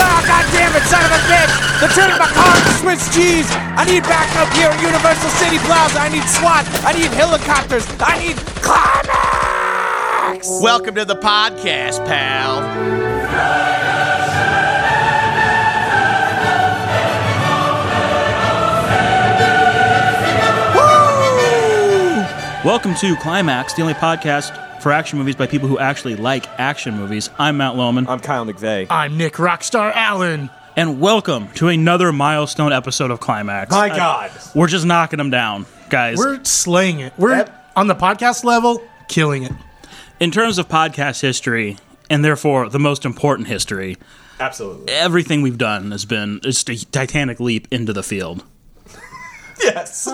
Ah, The turn of my car to switch G's. I need backup here at Universal City Plaza. I need SWAT. I need helicopters. I need climax. Welcome to the podcast, pal. Welcome to Climax, the only podcast for action movies by people who actually like action movies. I'm Matt Lohman, I'm Kyle McVeigh. I'm Nick Rockstar Allen. and welcome to another milestone episode of Climax. My Uh, God. we're just knocking them down, guys. We're slaying it. We're on the podcast level, killing it. In terms of podcast history, and therefore the most important history, Absolutely. everything we've done has been just a titanic leap into the field. Yes.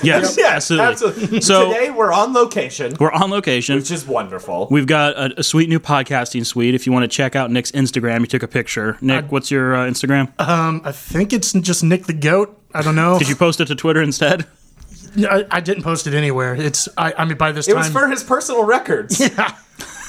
Yes, absolutely. So today we're on location, we're on location. which is wonderful. We've got a, a sweet new podcasting suite. If you want to check out Nick's Instagram, he took a picture. Nick, what's your uh, Instagram? I think it's just Nick the Goat. I don't know. Did you post it to Twitter instead? I, I didn't post it anywhere. It's I, I mean by this it time. was for his personal records.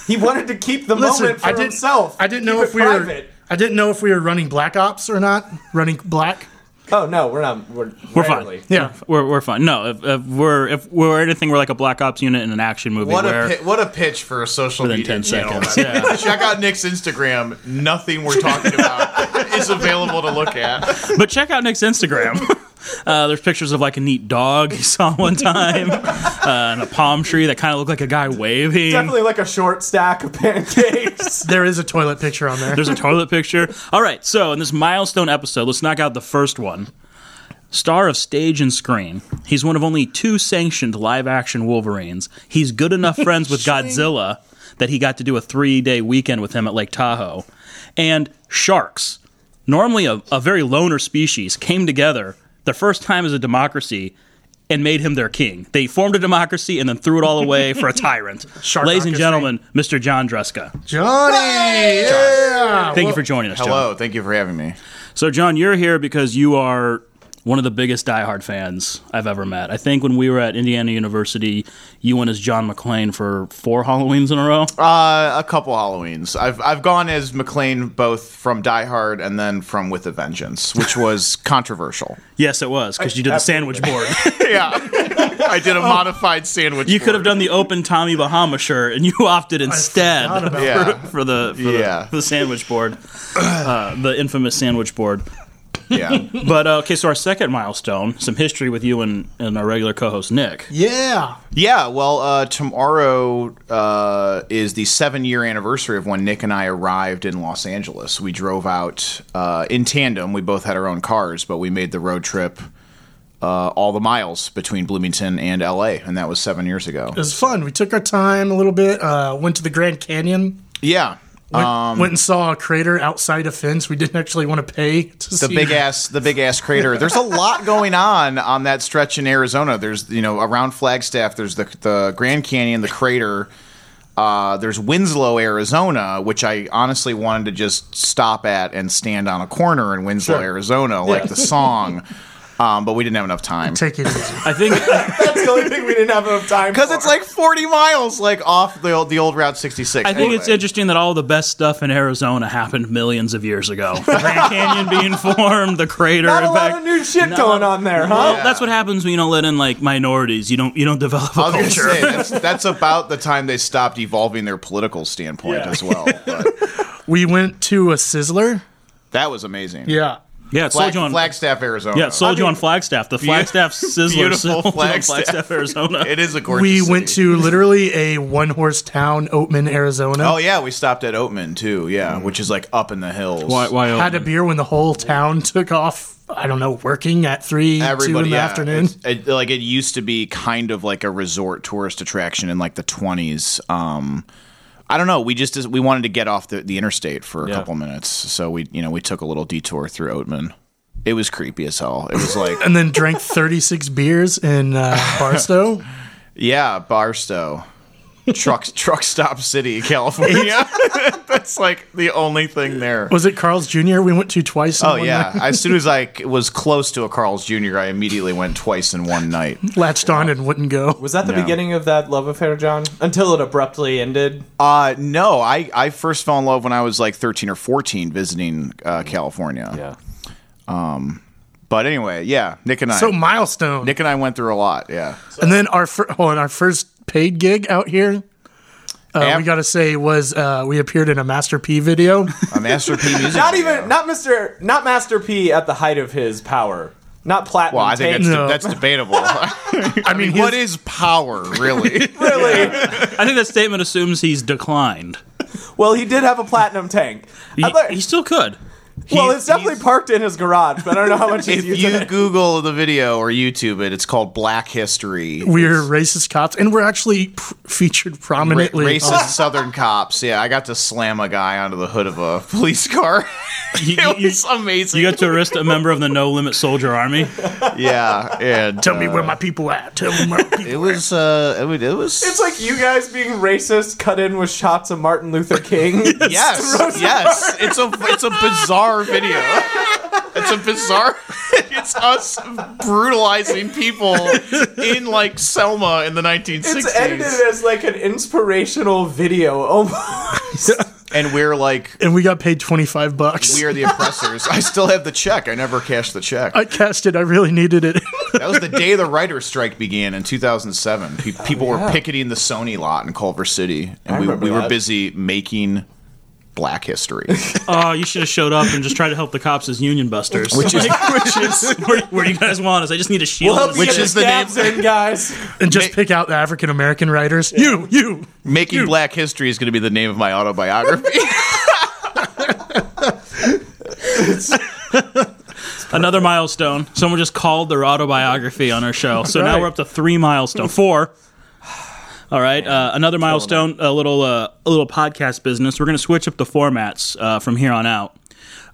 He wanted to keep the Listen, moment for I didn't. himself. I didn't Keep know it if we private. were. I didn't know if we were running Black Ops or not. Running Black. Oh no, we're not. We're, We're rarely. fine. Yeah. We're, we're fine. No, if, if we're if we're anything, we're like a Black Ops unit in an action movie. What where a pi- what a pitch for a social Within media 10 channel. seconds, That- Check out Nick's Instagram. Nothing we're talking about is available to look at. but check out Nick's Instagram. Uh, there's pictures of like a neat dog he saw one time, uh, and a palm tree that kind of looked like a guy waving. Definitely like a short stack of pancakes. There is a toilet picture on there. There's a toilet picture. All right, so in this milestone episode, let's knock out the first one. Star of stage and screen. He's one of only two sanctioned live action Wolverines. He's good enough friends with Godzilla that he got to do a three day weekend with him at Lake Tahoe. And sharks, normally a, a very loner species, came together the first time as a democracy and made him their king. They formed a democracy and then threw it all away for a tyrant. Ladies and Sharkocracy. gentlemen, Mr. John Dreska. Johnny. Yeah. Thank you for joining us, John. Hello, thank you for having me. So, John, you're here because you are one of the biggest diehard fans I've ever met. I think when we were at Indiana University, you went as John McClane for four Halloweens in a row. Uh, a couple Halloweens. I've I've gone as McLean both from Die Hard and then from With a Vengeance, which was controversial. yes, it was because you did the sandwich board. Yeah, I did a modified sandwich. you could have done the open Tommy Bahama shirt, and you opted instead about Yeah. for, for the for Yeah. the, for the sandwich board, uh, the infamous sandwich board. Yeah. But uh, okay, so our second milestone, some history with you and, and our regular co-host Nick. Yeah. Yeah, well, uh, tomorrow uh, is the seven year anniversary of when Nick and I arrived in Los Angeles. We drove out uh, in tandem. We both had our own cars, but we made the road trip uh, all the miles between Bloomington and LA, and that was seven years ago. It was fun. We took our time a little bit. Uh, went to the Grand Canyon. Yeah. Went, Um, went and saw a crater outside a fence. We didn't actually want to pay to the see. big ass the big ass crater. There's a lot going on on that stretch in Arizona. There's you know around Flagstaff. There's the the Grand Canyon, the crater. Uh, there's Winslow, Arizona, which I honestly wanted to just stop at and stand on a corner in Winslow, Arizona, like the song. Um, but we didn't have enough time Take it easy. I think That's the only thing we didn't have enough time. because for. it's like 40 miles like off the old, the old Route 66. I think it's interesting that all the best stuff in Arizona happened millions of years ago. Grand Canyon being formed, the crater. not a in lot fact- of new shit going on there, huh? Well, that's what happens when you don't let in like minorities. You don't you don't develop a I was gonna culture. say, that's, that's about the time they stopped evolving their political standpoint as well. But We went to a Sizzler. that was amazing. Yeah. Yeah, it's Flag, Soldier on Flagstaff, Arizona. yeah, Soldier on Flagstaff, the Flagstaff Sizzler, beautiful Soldier on Flagstaff. Flagstaff, Arizona. it is a gorgeous. We city. went to literally a one horse town, Oatman, Arizona. Oh yeah, we stopped at Oatman too. Yeah, which is like up in the hills. Mm. Why, why Had a beer when the whole town took off, I don't know, working at 3, 2 in Everybody the yeah, afternoon. it's- It, like it used to be kind of like a resort tourist attraction in like the twenties. Um, I don't know. We just we wanted to get off the, the interstate for a Yeah. couple minutes, so we you know we took a little detour through Oatman. It was creepy as hell. It was like And then drank 36 beers in uh, Barstow. yeah, Barstow. Truck truck stop city, California. That's like the only thing there. Was it Carl's Jr. we went to twice? in Oh one yeah! night? as soon as I c- was close to a Carl's Jr., I immediately went twice in one night. Latched on and wouldn't go. Was that the Yeah. beginning of that love affair, John? Until it abruptly ended. Uh, no, I I first fell in love when I was like thirteen or fourteen, visiting uh, California. Yeah. But anyway, yeah, Nick and I. So milestone. Nick and I went through a lot. Yeah. And then our fir- oh, and our first paid gig out here, uh, Am- we gotta say was uh, we appeared in a Master P video. A Master P music. Not video. even not Mr. Not Master P at the height of his power. Not platinum. Well, I think tape. that's, No. that's debatable. I mean, his- what is power really? really. I think that statement assumes he's declined. Well, he did have a platinum tank. I He, thought- he still could. well, He- it's definitely he's- parked in his garage, but I don't know how much he's if using you it. Google the video or YouTube it, it's called Black History. We're racist cops, and we're actually p- featured Ra- prominently. racist on- Southern cops. Yeah, I got to slam a guy onto the hood of a police car. You, it you- was amazing. you got to arrest a member of the No Limit Soldier Army. yeah, and Tell me where my people at. Tell me where my people. it was. Uh, it was. It was It's like you guys being racist cut in with shots of Martin Luther King. yes, yes. It's a. It's a bizarre video. It's a bizarre. It's us brutalizing people in like Selma in the 1960s. It's edited as like an inspirational video almost. and we're like And we got paid twenty five bucks. we are the oppressors. I still have the check. I never cashed the check. I cashed it. I really needed it. That was the day the writer's strike began in 2007. Pe- Oh, people were picketing the Sony lot in Culver City, and we, remember we were that. busy making black history, Oh, you should have showed up and just tried to help the cops as union busters. Which is, which is where, where you guys want us. I just need a shield. and a Which stick. is the name- Dabs in, guys. and just Ma- pick out the African American writers. You, you. Making Black History is going to be the name of my autobiography. another milestone. Someone just called their autobiography on our show. So now Right. we're up to three milestone. Four. All right, uh, another milestone. A little, uh, a little podcast business. We're going to switch up the formats uh, from here on out.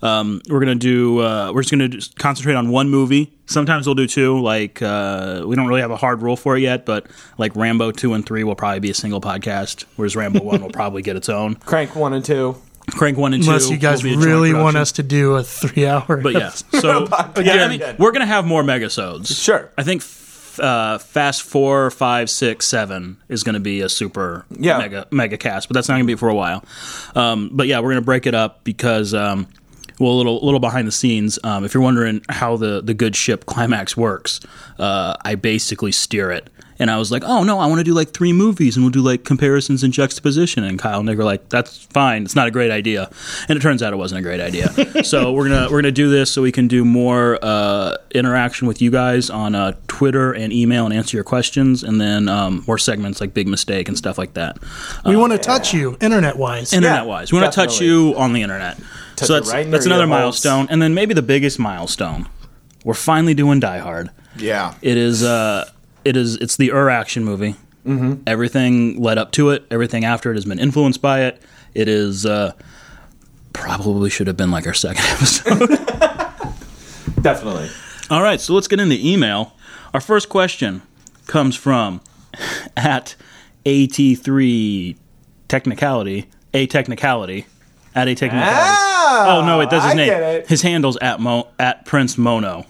Um, we're going to do. Uh, we're just going to concentrate on one movie. Sometimes we'll do two. Like uh, we don't really have a hard rule for it yet, but like Rambo two and three will probably be a single podcast. Whereas Rambo one will probably get its own. Crank one and two. Crank one and two. Unless you guys will be a joint really want production. us to do a three hour. But yeah, so yeah, I mean, we're gonna have more megasodes. Sure. I think f- uh, Fast Four, Five, Six, Seven is gonna be a super Yeah. mega mega cast, but that's not gonna be for a while. Um, but yeah, we're gonna break it up because um, well, a little little behind the scenes. Um, if you're wondering how the the good ship climax works, uh, I basically steer it. And I was like, "Oh no, I want to do like three movies, and we'll do like comparisons and juxtaposition." And Kyle and Nick were like, "That's fine. It's not a great idea." And it turns out it wasn't a great idea. so we're gonna we're gonna do this so we can do more uh, interaction with you guys on uh, Twitter and email and answer your questions, and then um, more segments like Big Mistake and stuff like that. we want to touch you internet wise. internet wise. We want to touch definitely. you on the internet. so you that's right in that's your another ear holes. milestone, and then maybe the biggest milestone. We're finally doing Die Hard. yeah, It is uh, it is it's the Ur action movie. Mm-hmm. Everything led up to it. Everything after it has been influenced by it. It is uh, probably should have been like our second episode. Definitely. All right, so let's get into email. Our first question comes from at AT3 Technicality, A Technicality, at A Technicality. Ah, Oh no, it does his I name. get it. His handle's at Mo at Prince Mono.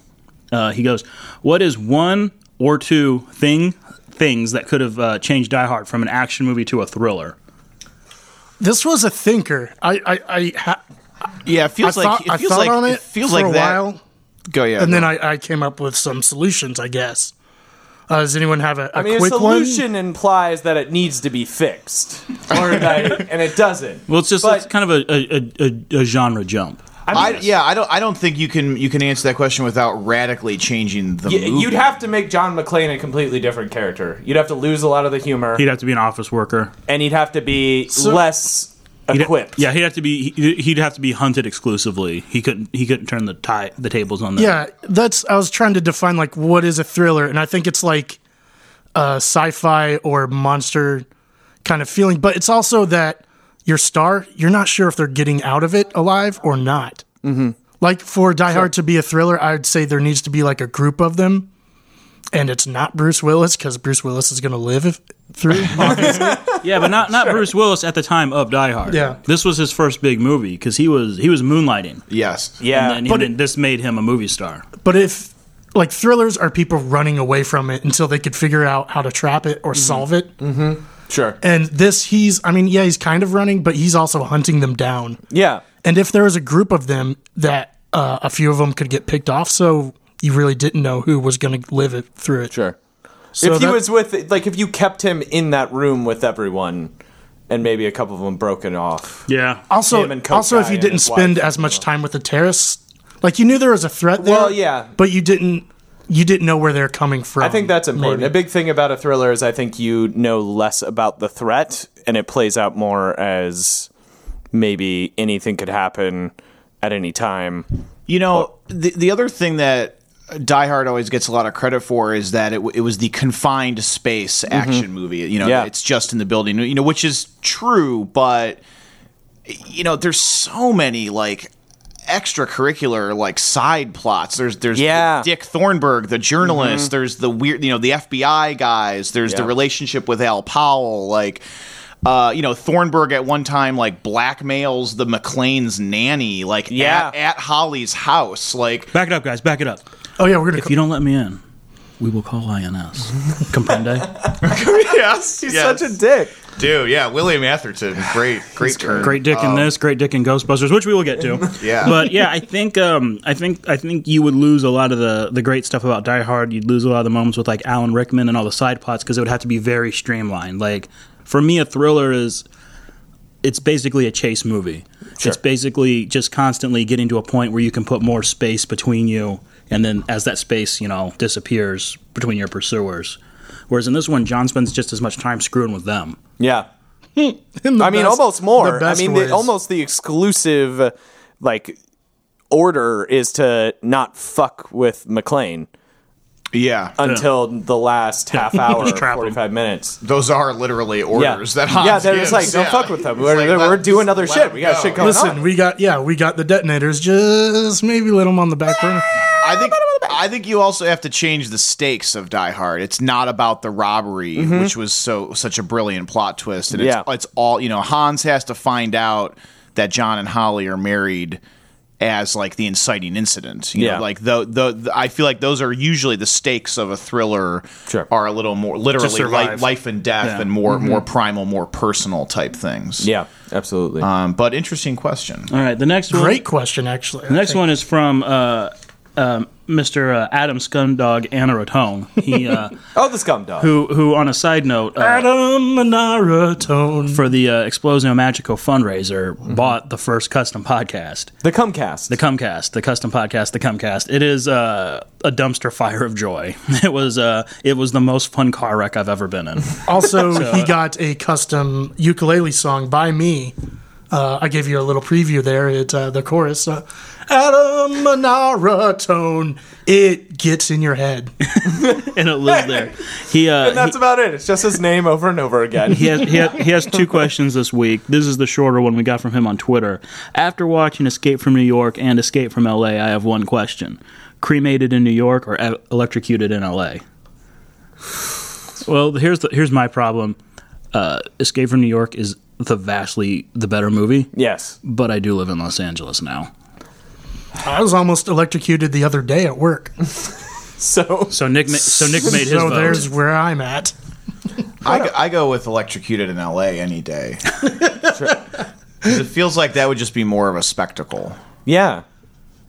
Uh, he goes, "What is one or two thing things that could have uh, changed Die Hard from an action movie to a thriller?" This was a thinker. I, I, I, ha- yeah. It I feels like thought, it I feels thought like on it, feels for like a that. while, Go yeah, and then go. I, I came up with some solutions. I guess. Uh, does anyone have a, a I mean, a quick solution implies that it needs to be fixed, or that- and it doesn't. Well, it's just But- it's kind of a a, a, a, a genre jump. I, yeah, I don't I don't think you can you can answer that question without radically changing the Y- movie. You'd have to make John McClane a completely different character. You'd have to lose a lot of the humor, He'd have to be an office worker. and he'd have to be less equipped. Yeah, he'd have to be he- he'd have to be hunted exclusively. He couldn't he couldn't turn the tie the tables on that. one? Yeah, that's. I was trying to define like what is a thriller, and I think it's like a sci-fi or monster kind of feeling, but it's also that your star, you're not sure if they're getting out of it alive or not. Mm-hmm. Like for Die Hard to be a thriller, I'd say there needs to be like a group of them. And it's not Bruce Willis because Bruce Willis is going to live if- through. Yeah, but not not Bruce Willis at the time of Die Hard. Yeah. this was his first big movie because he was he was moonlighting. yes, yeah. and then, he- But then this made him a movie star. But if like thrillers are people running away from it until they could figure out how to trap it or solve it. sure. And this, he's, I mean, yeah, he's kind of running, but he's also hunting them down. yeah. And if there was a group of them that uh, a few of them could get picked off, so you really didn't know who was going to live it through it. Sure. So if he that- was with, like, if you kept him in that room with everyone, and maybe a couple of them broken off. Yeah. Also, Him and Coke also if guy you and didn't his wife, spend you as much time with the terrorists, like you knew there was a threat there. Well, yeah. but you didn't. You didn't know where they're coming from. I think that's important. A big thing about a thriller is I think you know less about the threat, and it plays out more as maybe anything could happen at any time. You know, the the other thing that Die Hard always gets a lot of credit for is that it, w- it was the confined space action movie. You know, Mm-hmm. Yeah. it's just in the building. You know, which is true, but you know, there's so many like extracurricular like side plots. There's there's Yeah. Mm-hmm. Dick Thornburg, the journalist. There's the weird, you know, the FBI guys. There's the Yeah. relationship with Al Powell. Like, uh, you know, Thornburg at one time like blackmails the McLean's nanny. Like, Yeah. at, at Holly's house. Like, Back it up, guys. Back it up. Oh yeah, we're gonna. If you don't let me in, we will call INS. Comprende? yes, He's such a dick. dude. Yeah, William Atherton, great, great turn. Great dick in this, great dick in Ghostbusters, which we will get to. Um, Yeah. But yeah, I think um, I think I think you would lose a lot of the the great stuff about Die Hard. You'd lose a lot of the moments with like Alan Rickman and all the side plots because it would have to be very streamlined. Like for me, a thriller is it's basically a chase movie. It's basically just constantly getting to a point where you can put more space between you, and then as that space, you know, disappears between your pursuers. Whereas in this one, John spends just as much time screwing with them. Yeah. in the I mean, best- almost more. the I best mean, the, ways. almost the exclusive uh, like order is to not fuck with McLean Yeah, until the last half hour, Trap 'em. forty-five minutes. those are literally Yeah, orders that Hans yeah. They're gives. just like, don't Yeah. fuck with them. It's We're, like, we're let- doing other let shit. him We got go. shit going Listen, on. we got yeah, we got the detonators. Just maybe let them on the back burner. I think I think you also have to change the stakes of Die Hard. It's not about the robbery, which was so such a brilliant plot twist, and Mm-hmm. Yeah. it's it's all you know. Hans has to find out that John and Holly are married as like the inciting incident. You Yeah. know, like the, the I feel like those are usually the stakes of a thriller Sure. Mm-hmm. are a little more literally li- survive. life and death Yeah. and more more primal, more personal type things. yeah, absolutely. Um, but interesting question. All right, the next one. Great question, actually. The next one is from uh, um Mr. Uh, Adam Scundog Anarotone. He uh, oh, the scum dog. who who on a side note. Uh, Adam Naratone. for the uh, Explosio Magico fundraiser, Mm-hmm. bought the first custom podcast, the cumcast. the Cumcast, the custom podcast, the Cumcast. It is uh, a dumpster fire of joy. It was uh, it was the most fun car wreck I've ever been in. Also, he got a custom ukulele song by me. Uh, I gave you a little preview there at uh, the chorus. Uh, Adam Naratone. It gets in your head. and it lives there. He uh, and that's about it. It's just his name over and over again. he has, he, has, he has two questions this week. This is the shorter one we got from him on Twitter. After watching Escape from New York and Escape from LA, I have one question cremated in New York or e- electrocuted in LA? Well, here's, the, here's my problem uh, Escape from New York is the vastly the better movie, yes. but I do live in Los Angeles now. I was almost electrocuted the other day at work. So So Nick, ma- so Nick made his so vote. there's where I'm at. I, go- I go with electrocuted in L.A. any day. 'Cause it feels like that would just be more of a spectacle. yeah,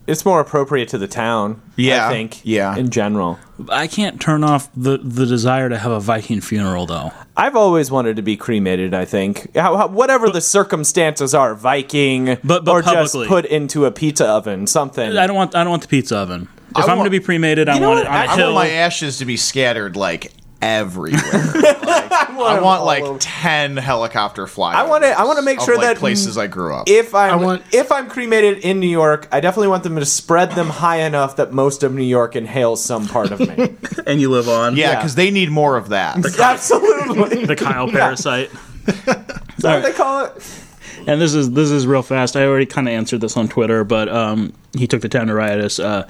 it's more appropriate to the town. Yeah, I think. yeah. in general. I can't turn off the, the desire to have a Viking funeral, though. I've always wanted to be cremated. I think, how, how, whatever the circumstances are, Viking, But- but or publicly. just put into a pizza oven, something. I don't want. I don't want the pizza oven. If I I'm going want- to be cremated, I know want what? it on a I- I hill. want my ashes to be scattered like everywhere. Like, I want like ten helicopter flyovers. I wanna- I wanna make of, sure like, that- places I grew up. If I'm want- if I'm cremated in New York, I definitely want them to spread them high enough that most of New York inhales some part of me. and you live on. yeah, because they need more of that. Absolutely, the Kyle parasite. Is that what they call it. And this is this is real fast. I already kind of answered this on Twitter, but um, he took the time to write us. Uh,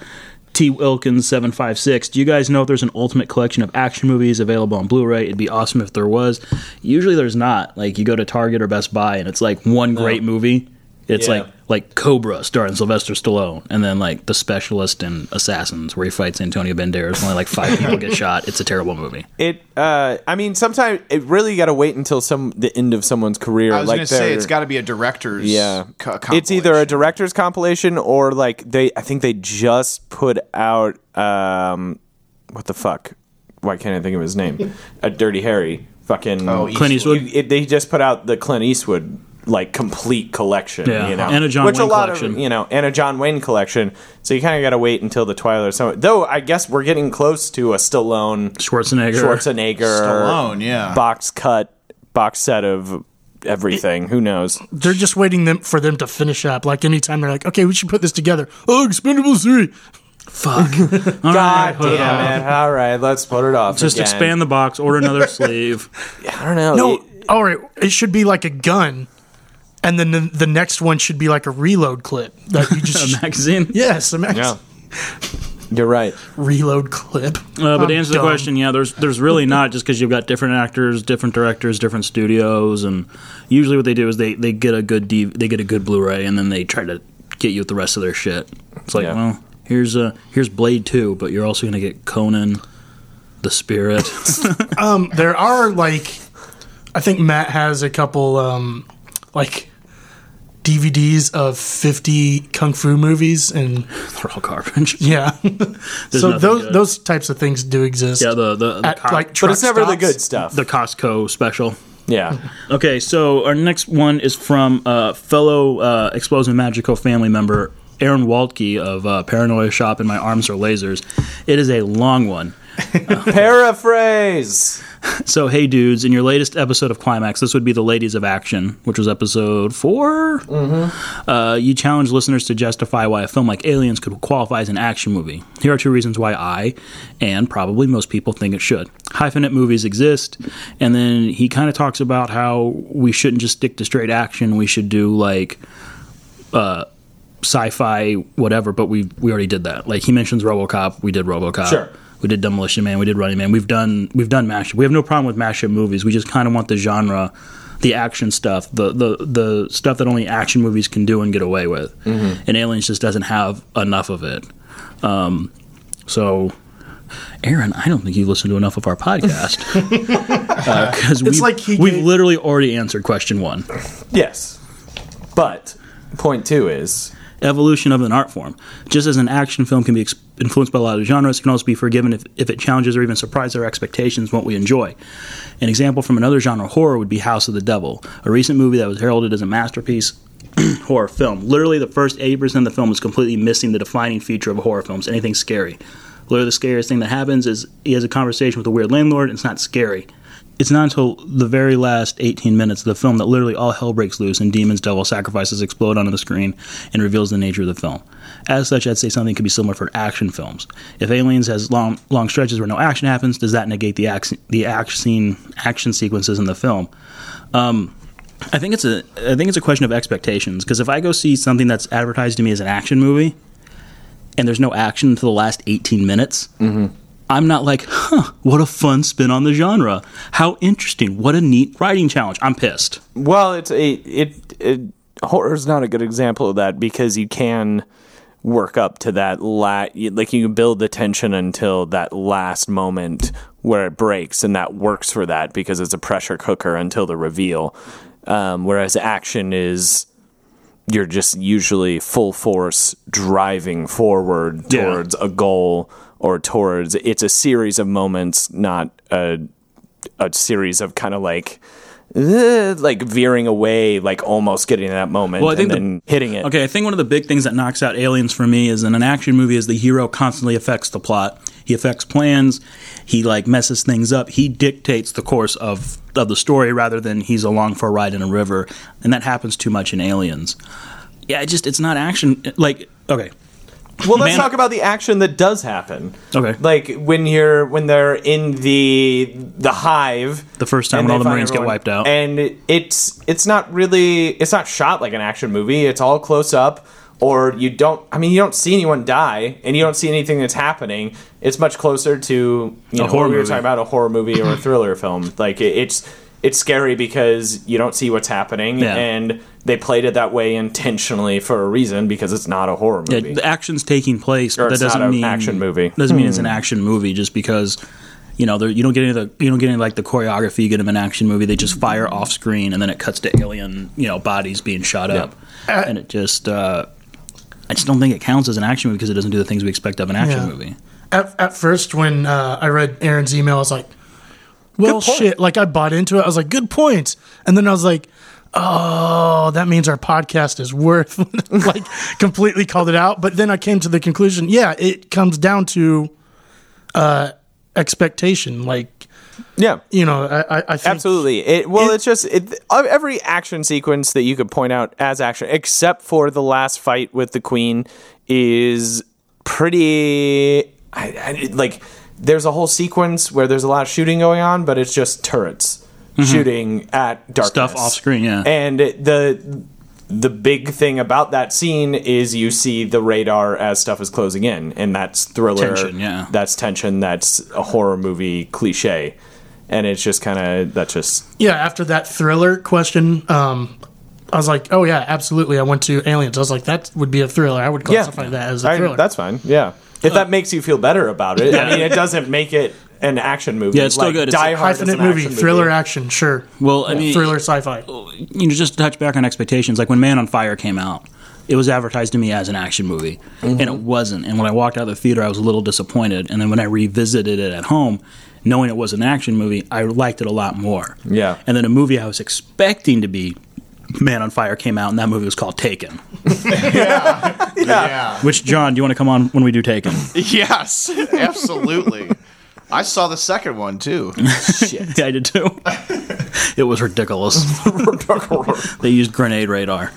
T Wilkins seven five six. Do you guys know if there's an ultimate collection of action movies available on Blu-ray? It'd be awesome if there was. Usually there's not. Like you go to Target or Best Buy, and it's like one great movie. It's Yeah. like like Cobra starring Sylvester Stallone, and then like The Specialist and Assassins, where he fights Antonio Banderas. Only like five people get shot. It's a terrible movie. It, uh, I mean, sometimes it really got to wait until some the end of someone's career. I was like gonna say they're- it's got to be a director's. yeah. co- it's either a compilation. director's compilation or like they. I think they just put out um, what the fuck? Why can't I think of his name? a Dirty Harry fucking Oh, Clint Eastwood. You- it, they just put out the Clint Eastwood like complete collection, Yeah. you know, And a John which Wayne a lot of collection. you know, and a John Wayne collection. So you kind of got to wait until the Twilight Summer. Though I guess we're getting close to a Stallone, Schwarzenegger. Schwarzenegger, Stallone, yeah. box cut, box set of everything. Who knows? They're just waiting them for them to finish up. Like anytime they're like, okay, we should put this together. Oh, Expendables three. Fuck. All right, God put it on. damn it! All right, let's put it off. Just expand the box, order another sleeve. I don't know. Oh, No, It- all right. It should be like a gun, and then the, the next one should be like a reload clip that you just a magazine. yes, a max yeah. You're right. reload clip. Uh, but I'm to answer the dumb. question, yeah, there's there's really not just because you've got different actors, different directors, different studios, and usually what they do is they, they get a good D, they get a good Blu-ray, and then they try to get you with the rest of their shit. It's like, Yeah. well, here's uh here's Blade Two, but you're also gonna get Conan, the Spirit. There are like, I think Matt has a couple um, like DVDs of fifty kung fu movies, and They're all garbage. yeah. so nothing those good. those types of things do exist. Yeah, the the, the, at, Co- like, But truck it's never the stops. good stuff. the Costco special. yeah. Okay, so our next one is from uh, fellow uh, Explosion Magical family member Aaron Waltke of uh, Paranoia Shop and My Arms Are Lasers. It is a long one. Paraphrase. So, hey dudes, in your latest episode of Climax, this would be the Ladies of Action, which was episode 4 Uh, you challenge listeners to justify why a film like Aliens could qualify as an action movie. Here are two reasons why I, and probably most people, think it should. Hyphenate movies exist, and then he kind of talks about how we shouldn't just stick to straight action. We should do like sci-fi whatever but we we already did that like he mentions robocop we did robocop Sure. we did demolition man we did running man we've done we've done mashup we have no problem with mashup movies we just kind of want the genre the action stuff the the the stuff that only action movies can do and get away with Mm-hmm. and aliens just doesn't have enough of it um so Aaron, I don't think you listen to enough of our podcast because we've, like he we've gave- literally already answered question one. Yes. But point two is evolution of an art form. Just as an action film can be ex- influenced by a lot of genres, it can also be forgiven if, if it challenges or even surprises our expectations, what we enjoy. An example from another genre, horror, would be House of the Devil, a recent movie that was heralded as a masterpiece horror film. Literally, the first 80% of the film is completely missing the defining feature of horror films anything scary. Literally, the scariest thing that happens is he has a conversation with a weird landlord, and it's not scary. It's not until the very last 18 minutes of the film that literally all hell breaks loose and demons, devil sacrifices explode onto the screen and reveals the nature of the film. As such, I'd say something could be similar for action films. If Aliens has long long stretches where no action happens, does that negate the action, the action action sequences in the film? Um, I think it's a I think it's a question of expectations because if I go see something that's advertised to me as an action movie and there's no action until the last 18 minutes, I'm not like, huh, what a fun spin on the genre. How interesting. What a neat writing challenge. I'm pissed. well, it's a it, it horror's not a good example of that because you can work up to that la- you- like you can build the tension until that last moment where it breaks and that works for that because it's a pressure cooker until the reveal. Um, whereas action is you're just usually full force driving forward Yeah. towards a goal or towards it's a series of moments, not a a series of kind of like eh, like veering away, like almost getting to that moment Well, I think and the- then hitting it. Okay, I think one of the big things that knocks out aliens for me is in an action movie is the hero constantly affects the plot. He affects plans. He like messes things up. He dictates the course of of the story rather than he's along for a ride in a river, and that happens too much in aliens. Yeah, it just it's not action. Like okay, Well, let's Man- talk about the action that does happen. Okay. Like when you're when they're in the the hive The first time and when all the they find Marines get wiped out. And it- it's it's not really it's not shot like an action movie. It's all close up or you don't I mean you don't see anyone die and you don't see anything that's happening. It's much closer to you know horror what we were movie. talking about a horror movie or a thriller film. Like it, it's it's scary because you don't see what's happening, Yeah. and they played it that way intentionally for a reason because it's not a horror Yeah, movie. the action's taking place, but Or that it's not doesn't an mean action movie. Doesn't mean Hmm. it's an action movie just because you know there- you don't get any of the you don't get any like the choreography you get in an action movie. They just fire off screen and then it cuts to alien you know bodies being shot up, and it just uh, I just don't think it counts as an action movie because it doesn't do the things we expect of an action Yeah. movie. At, at first, when uh, I read Aaron's email, I was like, well, point. shit. Like, I bought into it. I was like, good points. And then I was like, oh, that means our podcast is worth, like, completely called it out. But then I came to the conclusion, yeah, it comes down to uh, expectation. Like, yeah. you know, I, I, I think. Absolutely. It well, It- it's just it, of every action sequence that you could point out as action, except for the last fight with the queen, is pretty. I, I, like, there's a whole sequence where there's a lot of shooting going on, but it's just turrets shooting at darkness. Mm-hmm. Stuff off screen, yeah. And it- the the big thing about that scene is you see the radar as stuff is closing in, and that's thriller. Tension, yeah. That's tension. That's a horror movie cliche, and it's just kind of that's just yeah, after that thriller question, um, I was like, oh, yeah, absolutely. I went to Aliens. I was like, that would be a thriller. I would classify that as a I- thriller. that's fine. Yeah, if that makes you feel better about it, I mean, it doesn't make it an action movie. Yeah, it's still good. It's Die a Hard is Hyphenate an movie, action thriller action, sure. Well, I mean, thriller sci-fi. you know, just to touch back on expectations, like when Man on Fire came out, it was advertised to me as an action movie, and it wasn't. And when I walked out of the theater, I was a little disappointed. And then when I revisited it at home, knowing it was an action movie, I liked it a lot more. Yeah. And then a movie I was expecting to be Man on Fire came out, and that movie was called Taken. Yeah. Which John, do you want to come on when we do Taken? Yes, absolutely. I saw the second one too. yeah, I did too. it was ridiculous. they used grenade radar.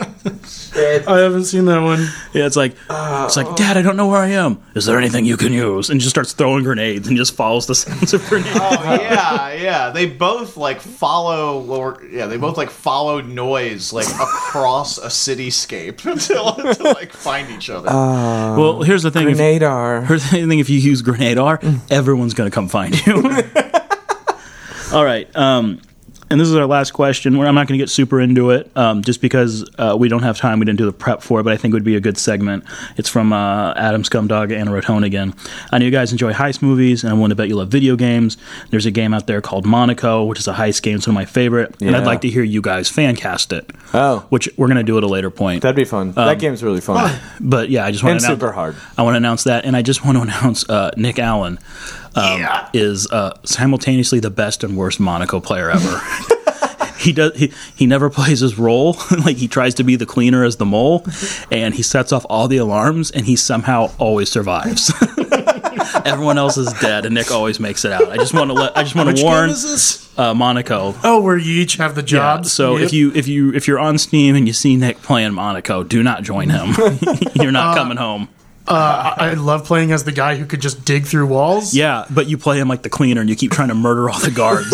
I haven't seen that one. Yeah, it's like it's like, Dad, I don't know where I am. Is there anything you can use? And just starts throwing grenades and just follows the sounds of grenades. yeah, yeah. They both like follow or yeah, they both like follow noise like across a cityscape until, until like find each other. well, here's the thing. If, Nadar. here's the thing: if you use grenade R, Mm. everyone's gonna come find you. All right. Um, and this is our last question. Where I'm not going to get super into it, um, just because uh, we don't have time. We didn't do the prep for it, but I think it would be a good segment. It's from uh, Adam Scumdog and Rotone again. I know you guys enjoy heist movies, and I want to bet you love video games. There's a game out there called Monaco, which is a heist game. It's one of my favorite, and I'd Yeah. like to hear you guys fan cast it. Oh. which we're going to do at a later point. That'd be fun. Um, that game's really fun but yeah, I just want and to announce, super hard. I want to announce that, and I just want to announce uh, Nick Allen um, is uh, simultaneously the best and worst Monaco player ever. he does he, he never plays his role. like he tries to be the cleaner as the mole, and he sets off all the alarms, and he somehow always survives. Everyone else is dead, and Nick always makes it out. I just want to let I just want to warn this? uh, Monaco. Oh, where you each have the Yeah, jobs. so if Yep. you if you if you're on Steam and you see Nick playing Monaco, do not join him. you're not coming home. I I love playing as the guy who could just dig through walls. Yeah, but you play him like the cleaner and you keep trying to murder all the guards.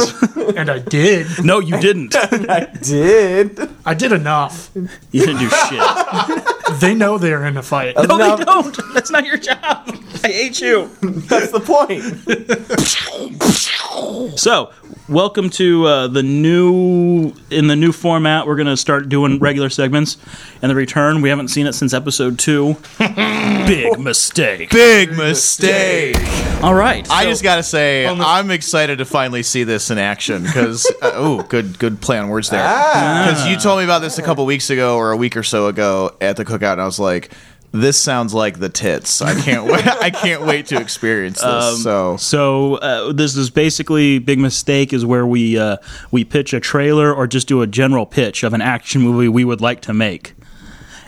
and I did. no, you didn't. I did. I did enough. You didn't do shit. No, They know they're in a fight. No. they don't. That's not your job. I hate you. That's the point. So, welcome to uh, the new in the new format. We're gonna start doing regular segments, and the return. We haven't seen it since episode two. Big mistake. Big mistake. All right. I so- just gotta say, I'm excited to finally see this in action because uh, oh, good good play on words there. Because you told me about this a couple weeks ago or a week or so ago at the cookout, and I was like, this sounds like the tits. I can't wait. I can't wait to experience this. so So uh, this is basically big mistake is where we uh, we pitch a trailer or just do a general pitch of an action movie we would like to make,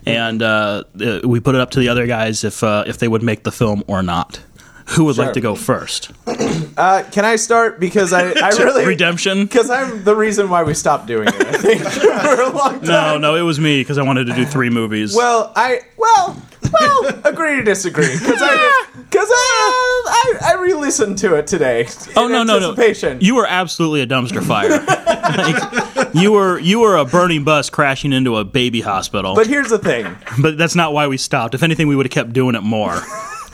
and uh, uh, we put it up to the other guys if uh, if they would make the film or not. Who would like Sure. to go first? Uh, can I start because I, I really Redemption. because I'm the reason why we stopped doing it. I think for a long time. No, no, it was me because I wanted to do three movies. Well, I well well agree to disagree because I because I, I I re-listened to it today. oh in no, no, no! anticipation. You were absolutely a dumpster fire. Like, you were you were a burning bus crashing into a baby hospital. But here's the thing. But that's not why we stopped. If anything, we would have kept doing it more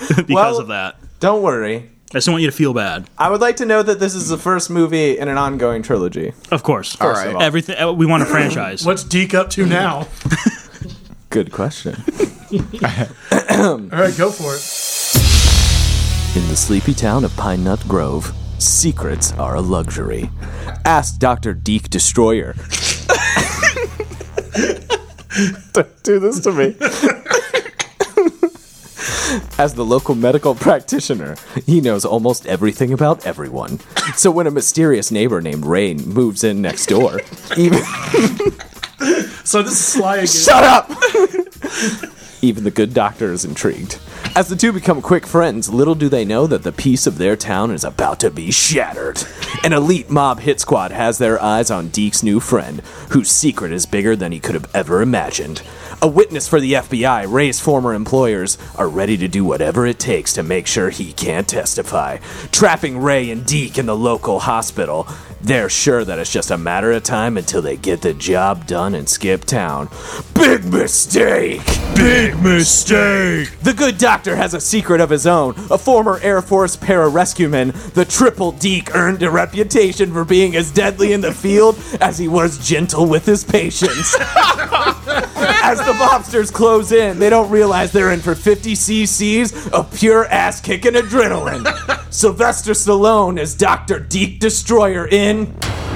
because Well- of that. Don't worry. I just don't want you to feel bad. I would like to know that this is the first movie in an ongoing trilogy. Of course. All right. Everything uh, we want a franchise. What's Deke up to now? Good question. All right, go for it. In the sleepy town of Pine Nut Grove, secrets are a luxury. Ask Dr. Deke Destroyer. Don't do this to me. As the local medical practitioner, he knows almost everything about everyone. So when a mysterious neighbor named Rain moves in next door, even. So this is Sly again. Shut up! Even the good doctor is intrigued. As the two become quick friends, little do they know that the peace of their town is about to be shattered. An elite mob hit squad has their eyes on Deke's new friend, whose secret is bigger than he could have ever imagined. A witness for the FBI, Ray's former employers, are ready to do whatever it takes to make sure he can't testify. Trapping Ray and Deke in the local hospital, they're sure that it's just a matter of time until they get the job done and skip town. Big mistake! Big mistake! The good doctor has a secret of his own. A former Air Force pararescueman, the triple Deke earned a reputation for being as deadly in the field as he was gentle with his patients. As the mobsters close in, they don't realize they're in for 50 cc's of pure ass kicking adrenaline. Sylvester Stallone is Dr. Deke Destroyer in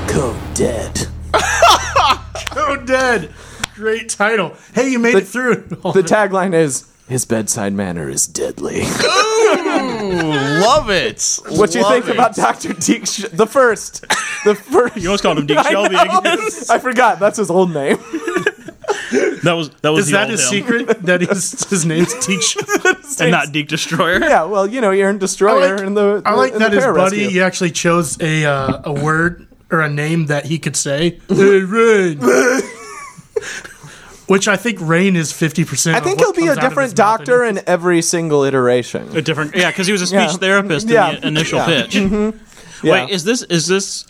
Code Dead. Oh, dead. Great title. Hey, you made it through. The tagline is His bedside manner is deadly. Love it. What do you Love think it. about Dr. Deke? Sh- the first. The first. You almost called him Dick Shelby. I forgot. That's his old name. That was that was Is the that old his him. secret? That his his name's Teach. and not Deke Destroyer. Yeah, well, you know, you're in Destroyer in the. Oh, I like in that the his pararescue. buddy. You actually chose a uh, a word or a name that he could say. Hey, Rain. Which I think Rain is fifty percent. I think he'll be a different doctor in every single iteration. A different, yeah, because he was a speech Yeah. therapist Yeah. in the initial Yeah. Mm-hmm. pitch. Wait, is this is this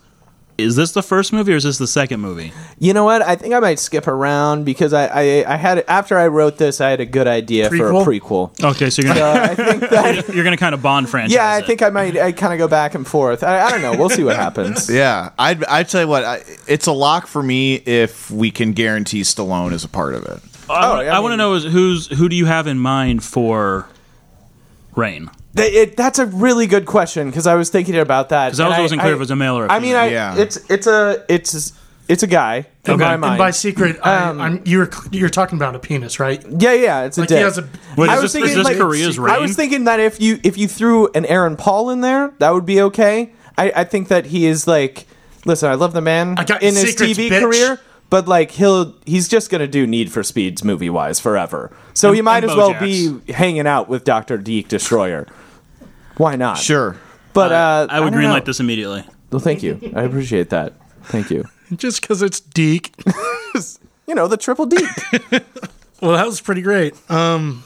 is this the first movie or is this the second movie? You know what? I think I might skip around because I, I, I had after I wrote this, I had a good idea for a Prequel? prequel. Okay, so you're gonna Uh, I think that you're gonna kind of Bond franchise. yeah, I it. think I might I kind of go back and forth. I, I don't know. We'll see what happens. Yeah, I'd, I'd tell you what, I, it's a lock for me if we can guarantee Stallone is a part of it. I, Oh, yeah, I want to mean- know is who's who do you have in mind for Rain? They- it- that's a really good question because I was thinking about that. Because that was- wasn't clear if it was a male or a I mean, I, female. Yeah. it's it's a it's it's a guy in Okay. my And mind. Um, And by secret, I, am you're you're talking about a penis, right? yeah, yeah, it's a Like he dick. has a. Wait, I is was this, is thinking, this like, Korea's Rain? I was thinking that if you if you threw an Aaron Paul in there, that would be okay. I, I think that he is like, listen, I love the man I got in your his secrets, TV bitch. career, but like he'll he's just gonna do Need for Speeds movie wise forever. So you might and as well Bojack's. be hanging out with Doctor Deke Destroyer. Why not? Sure. but uh, I would don't greenlight know. this immediately. Well, thank you. I appreciate that. Thank you. Just because it's Deke. You know the triple Deke. Well, that was pretty great. Um,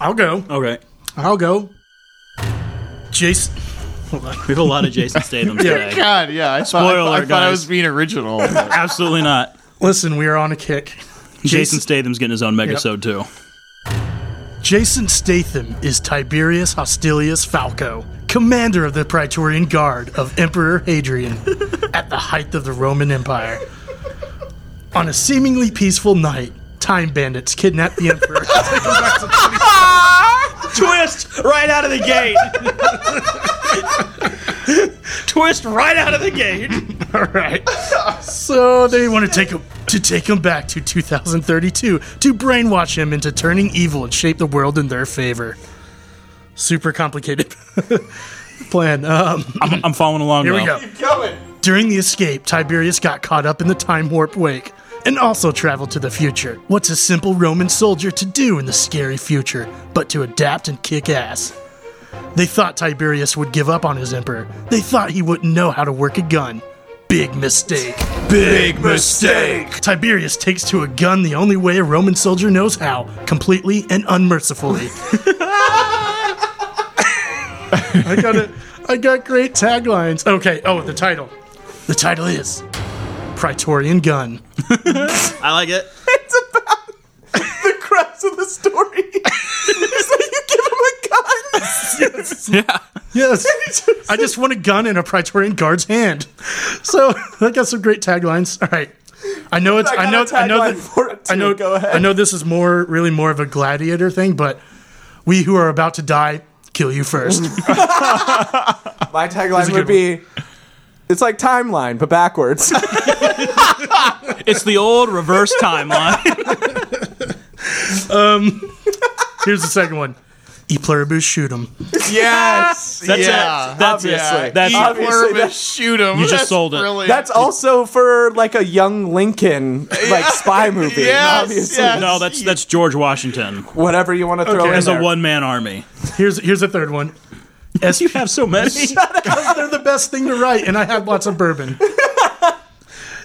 I'll go. Okay, I'll go. Jason. we have a lot of Jason Statham today. God, yeah. I thought, Spoiler, I, thought, I thought I guys. was being original. Absolutely not. Listen, we are on a kick. Jason Statham's getting his own Megasode too. Jason Statham is Tiberius Hostilius Falco, commander of the Praetorian Guard of Emperor Hadrian at the height of the Roman Empire. On a seemingly peaceful night, time bandits kidnap the emperor. Twist right out of the gate. Twist right out of the gate. All right. So they want to take him to take him back to 2032 to brainwash him into turning evil and shape the world in their favor. Super complicated plan. Um, I'm following along. here we though. go. During the escape, Tiberius got caught up in the time warp wake and also traveled to the future. What's a simple Roman soldier to do in the scary future but to adapt and kick ass? They thought Tiberius would give up on his emperor. They thought he wouldn't know how to work a gun. Big mistake. Big mistake. Tiberius takes to a gun the only way a Roman soldier knows how, completely and unmercifully. I got it. I got great taglines. Okay. Oh, the title. The title is Praetorian Gun. I like it. The crux of the story. so you give him a gun. Yeah. Yes. I just want a gun in a Praetorian guard's hand. So I got some great taglines. All right. I know it's I, got know a I know tagline that for it, I know too. Go ahead. I know this is more really more of a gladiator thing, but we who are about to die kill you first. My tagline a would be, good "It's like timeline, but backwards." It's the old reverse timeline. Here's the second one. E pluribus shoot 'em. Yes. That's yeah. it. That's Obviously. it. That's Eat it. Obvi- Obviously, Obviously, that- shoot him. You just sold it. That's also for like a young Lincoln like spy movie. Yes, obviously. yes. No, that's that's George Washington Whatever you want to throw Okay. in as there. a one man army. Here's here's the third one. S- You have so many. They're the best thing to write, and I had lots of bourbon.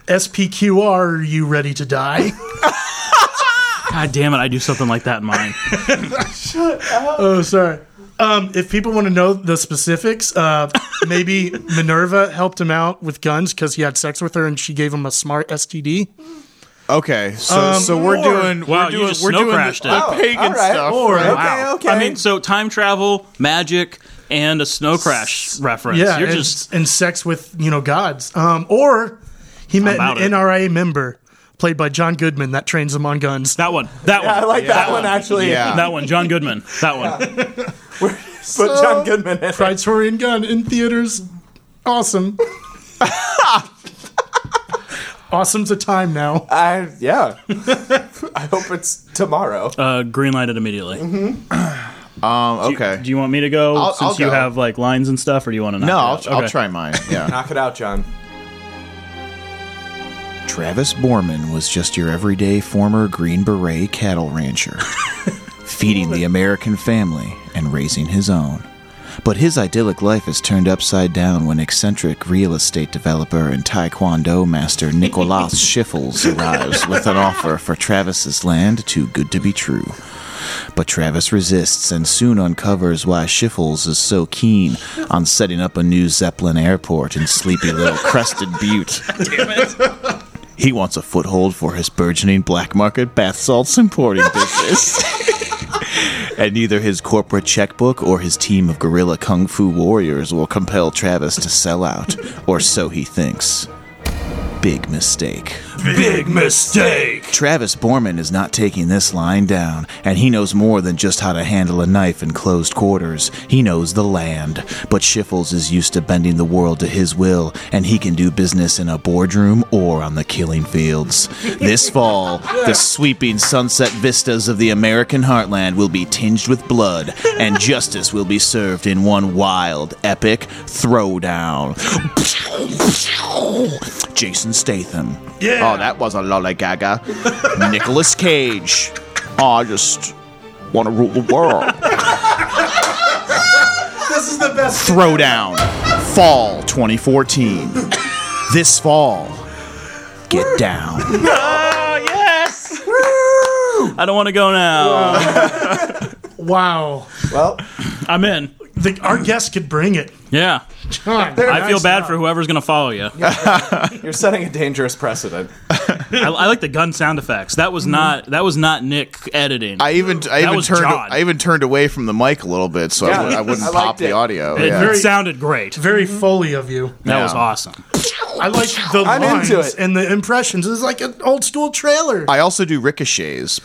SPQR, are you ready to die? God damn it! I do something like that in mine. Oh, sorry. Um, if people want to know the specifics, uh, maybe Minerva helped him out with guns because he had sex with her and she gave him a smart STD. Okay, so so we're doing Um, Wow, we're you doing just we're snow doing crashed the, the it. Oh, all pagan right. stuff. All right? Okay, okay. I mean, so time travel, magic, and a snow crash reference. Yeah, You're and, just and sex with you know gods. Um, or he met about an it. NRA member played by John Goodman that trains him on guns. that one. That one. I like that one actually. Yeah. That one. John Goodman. That one. But John Goodman. in it. Praetorian gun in theaters. Awesome. Awesome's a time now. I yeah. I hope it's tomorrow. Uh, green light it immediately. Um, okay. Do you want me to go I'll- since I'll you go. have like lines and stuff, or do you want to? no, I'll, I'll try mine. Yeah. Knock it out, John. Travis Borman was just your everyday former Green Beret cattle rancher, feeding the American family and raising his own. But his idyllic life is turned upside down when eccentric real estate developer and taekwondo master Nicolas Schiffels arrives with an offer for Travis's land too good to be true. But Travis resists and soon uncovers why Schiffles is so keen on setting up a new Zeppelin airport in sleepy little Crested Butte. He wants a foothold for his burgeoning black market bath salts importing business. and neither his corporate checkbook or his team of guerrilla kung fu warriors will compel Travis to sell out, or so he thinks. Big mistake. Big mistake. Travis Borman is not taking this line down, and he knows more than just how to handle a knife in closed quarters. He knows the land. But Schiffles is used to bending the world to his will, and he can do business in a boardroom or on the killing fields. This fall, the sweeping sunset vistas of the American heartland will be tinged with blood, and justice will be served in one wild, epic throwdown. Jason Statham. Yeah. Oh, that was a lolly gaga. Nicholas Cage. Oh, I just want to rule the world. This is the best. Throwdown. Fall 2014. This fall. Get down. I don't want to go now. Wow. Well, I'm in. The, our guest could bring it. Yeah. I feel bad for whoever's gonna follow you. you're setting a dangerous precedent. I, I like the gun sound effects. That Mm-hmm. was not that was not Nick editing. I even I even was turned John. I even turned away from the mic a little bit so I Yeah. would- I, wouldn't I liked pop the it. audio. it, yeah. it sounded great. That Very foley of you. was Yeah. awesome. I like the I'm lines into it. and the impressions. It's like an old school trailer. I also do ricochets.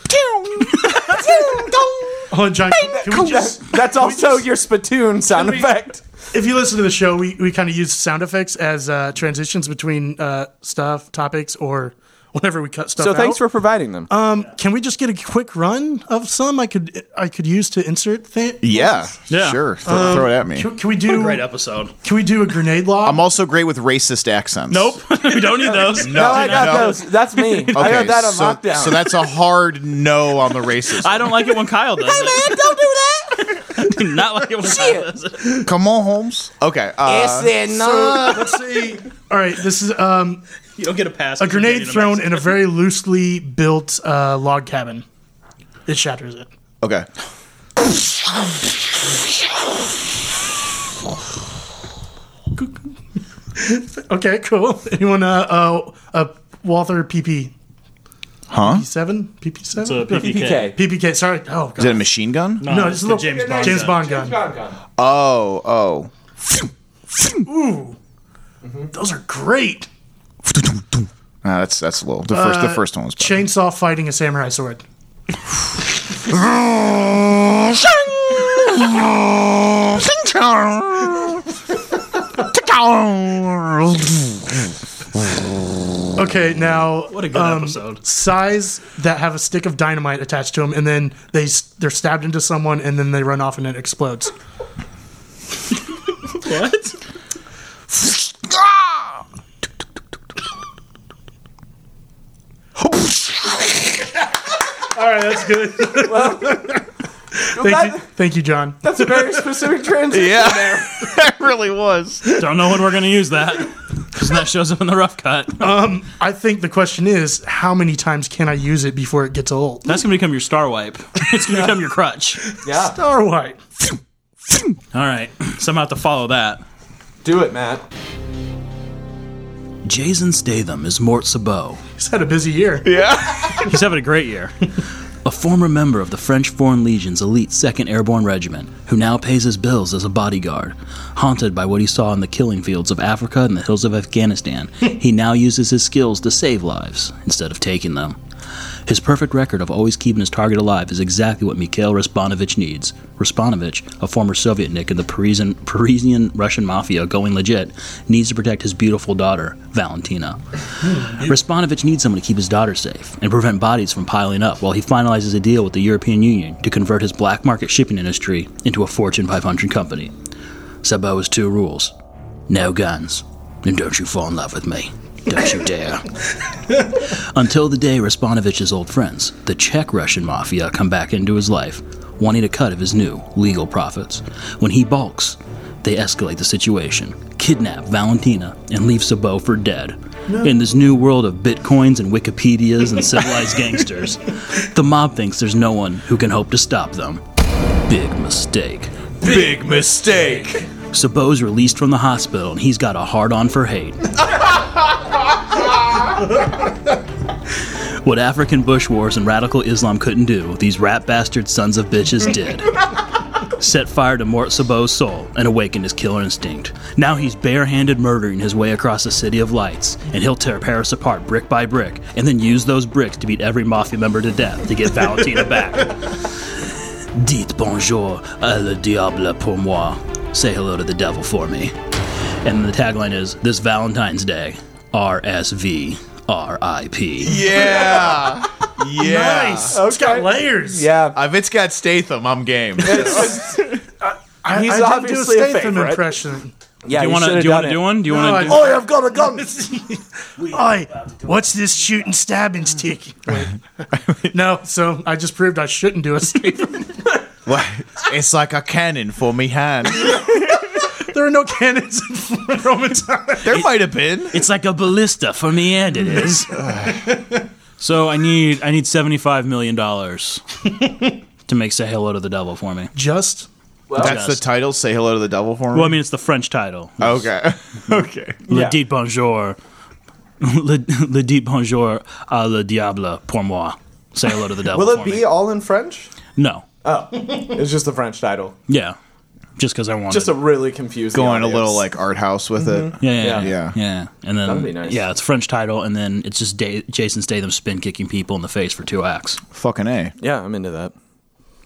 Hold on, John. Can we That- just, that's also your spittoon sound effect. if you listen to the show, we, we kind of use sound effects as uh, transitions between uh, stuff, topics, or whenever we cut stuff So thanks out. for providing them. Can we just get a quick run of some I could I could use to insert thing? Yeah, Yeah. sure. Throw, throw it at me. Can, can we do Great episode. Can we do a grenade lob? I'm also great with racist accents. Nope. we don't need those. no, I got no. those. That's me. I got that on so, lockdown. So that's a hard no on the racist. I don't like it when Kyle does it. don't do that. Do not like it when Kyle does it. Come on, Holmes. Okay. Uh, So, let's see. All right, this is um, You don't get a pass. a grenade thrown in a very loosely built uh, log cabin. It shatters it. okay. Okay, cool. Anyone? Uh, uh, uh Walther PP. Huh? PP7? PP7? It's a PPK. PPK. Sorry. Oh, God. Is it a machine gun? No, it's a the little James Bond James gun. Bond gun. Oh, oh. Those are great. Ah, that's that's a little. The first the first one was better. Chainsaw fighting a samurai sword. Okay, now um, What a good episode. size that have a stick of dynamite attached to them, and then they s- they're stabbed into someone, and then they run off, and it explodes. What? All right, that's good. thank, you, thank you, John. That's a very specific transition. Yeah, that really was. Don't know when we're going to use that because that shows up in the rough cut. I think the question is, how many times can I use it before it gets old? That's going to become your star wipe. It's going to become your crutch. Yeah. Star White. All right. Somehow have to follow that. Do it, Matt. Jason Statham is Mort Sabot. He's had a busy year. He's having a great year. a former member of the French Foreign Legion's elite 2nd Airborne Regiment, who now pays his bills as a bodyguard. Haunted by what he saw in the killing fields of Africa and the hills of Afghanistan, he now uses his skills to save lives instead of taking them. His perfect record of always keeping his target alive is exactly what Mikhail Raspanovich needs. Raspanovich, a former Sovietnik in the Parisian, Parisian Russian mafia going legit, needs to protect his beautiful daughter, Valentina. Raspanovich needs someone to keep his daughter safe and prevent bodies from piling up while he finalizes a deal with the European Union to convert his black market shipping industry into a Fortune 500 company. Sabo has two rules no guns, and don't you fall in love with me. Don't you dare. Until the day Rasponovich's old friends, the Czech Russian mafia, come back into his life, wanting a cut of his new legal profits. When he balks, they escalate the situation, kidnap Valentina, and leave Sabo for dead. In this new world of bitcoins and Wikipedias and civilized gangsters, the mob thinks there's no one who can hope to stop them. Big mistake. Big mistake. Sabo's released from the hospital and he's got a hard on for hate. what African bush wars and radical Islam couldn't do, these rat bastard sons of bitches did. Set fire to Mort Sabo's soul and awakened his killer instinct. Now he's barehanded murdering his way across the city of lights, and he'll tear Paris apart brick by brick, and then use those bricks to beat every mafia member to death to get Valentina back. Dites bonjour à le diable pour moi. Say hello to the devil for me. And the tagline is This Valentine's Day, RSV RIP. Yeah, yeah. Nice. It's got layers. Yeah. If it's got Statham, I'm game. I, He's I did obviously do a a Statham favorite. impression. Yeah. Do you want to do, you wanna do one? Do you No, want to I- Oh, I've got a gun. Oi, what's this shooting stabbing stick? no, so I just proved I shouldn't do a Statham. What? It's like a cannon for me hand. there are no cannons in Roman time. There might have been. It's like a ballista for me, and it is. so I need I need seventy five million dollars to make Say Hello to the Devil for me. Just That's the Just. title. Say hello to the devil for me. Well, I mean it's the French title. okay, okay. Le Yeah. dit bonjour. Le, le dit bonjour à le diable pour moi. Say hello to the devil. Will for it me. be all in French? No. It's just the French title. Yeah. Just because I wanted. Just a really confusing. Going a little audience. like art house with it. Mm-hmm. yeah, yeah, yeah, Yeah. yeah, And then That'd be nice. yeah, it's a French title, and then it's just da- Jason Statham spin kicking people in the face for two acts. Fucking a. Yeah, I'm into that.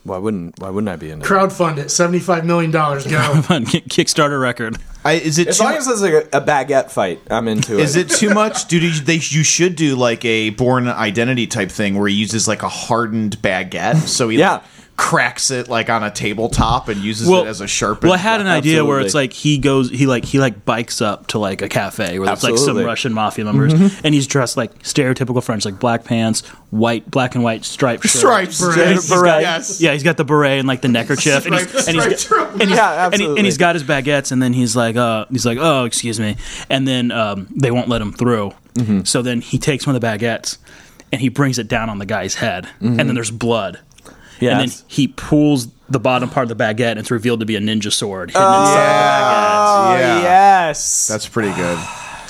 Why wouldn't Why wouldn't I be into that? crowdfund it. $75 million. Go. Fun Kick- Kickstarter record. I, is it As too, long as there's like a, a baguette fight, I'm into it. is it too much, dude? You, they, you should do like a born identity type thing where he uses like a hardened baguette, so he Yeah. like, cracks it like on a tabletop and uses it as a sharpened. Well, I had an idea where it's Absolutely. like he goes, he like he like bikes up to like a cafe where it's like some Absolutely. Russian mafia members, Mm-hmm. and he's dressed like stereotypical French, like black pants, white, black and white striped shirt. stripes. Beret. Yes. Beret. Yes. Yeah, he's got the beret and like the neckerchief, and he's, and he's got, Striped. and he's, Yeah, and, he, absolutely. and he's got his baguettes, and then he's like, uh, he's like, oh, excuse me, and then um, they won't let him through. Mm-hmm. So then he takes one of the baguettes, and he brings it down on the guy's head, and then there's blood, Mm-hmm. Yes. and then he pulls the bottom part of the baguette, and it's Uh. revealed to be a ninja sword. hidden Yeah. Oh, yes. That's pretty good.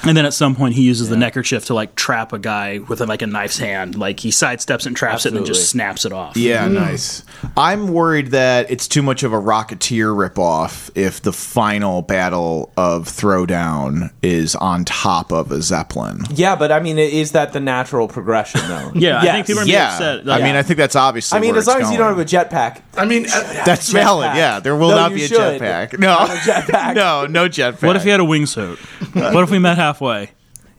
And then at some point, he uses the neckerchief to like trap a guy with like a knife's hand. Like he sidesteps and traps it, and then Absolutely. just snaps it off. Yeah, nice. I'm worried that it's too much of a Rocketeer ripoff if the final battle of Throwdown is on top of a Zeppelin. Yeah, but I mean, is that the natural progression though? Yeah, I Yes. think people are gonna be Yeah, upset. I mean, I think that's obviously. I mean, where as long it's as you going. don't have a jetpack, I mean, uh, That's valid. jetpack. Yeah, there will No, not you be a should. jetpack. No, Not a jetpack. no, no jetpack. what if he had a wingsuit? what if we met halfway,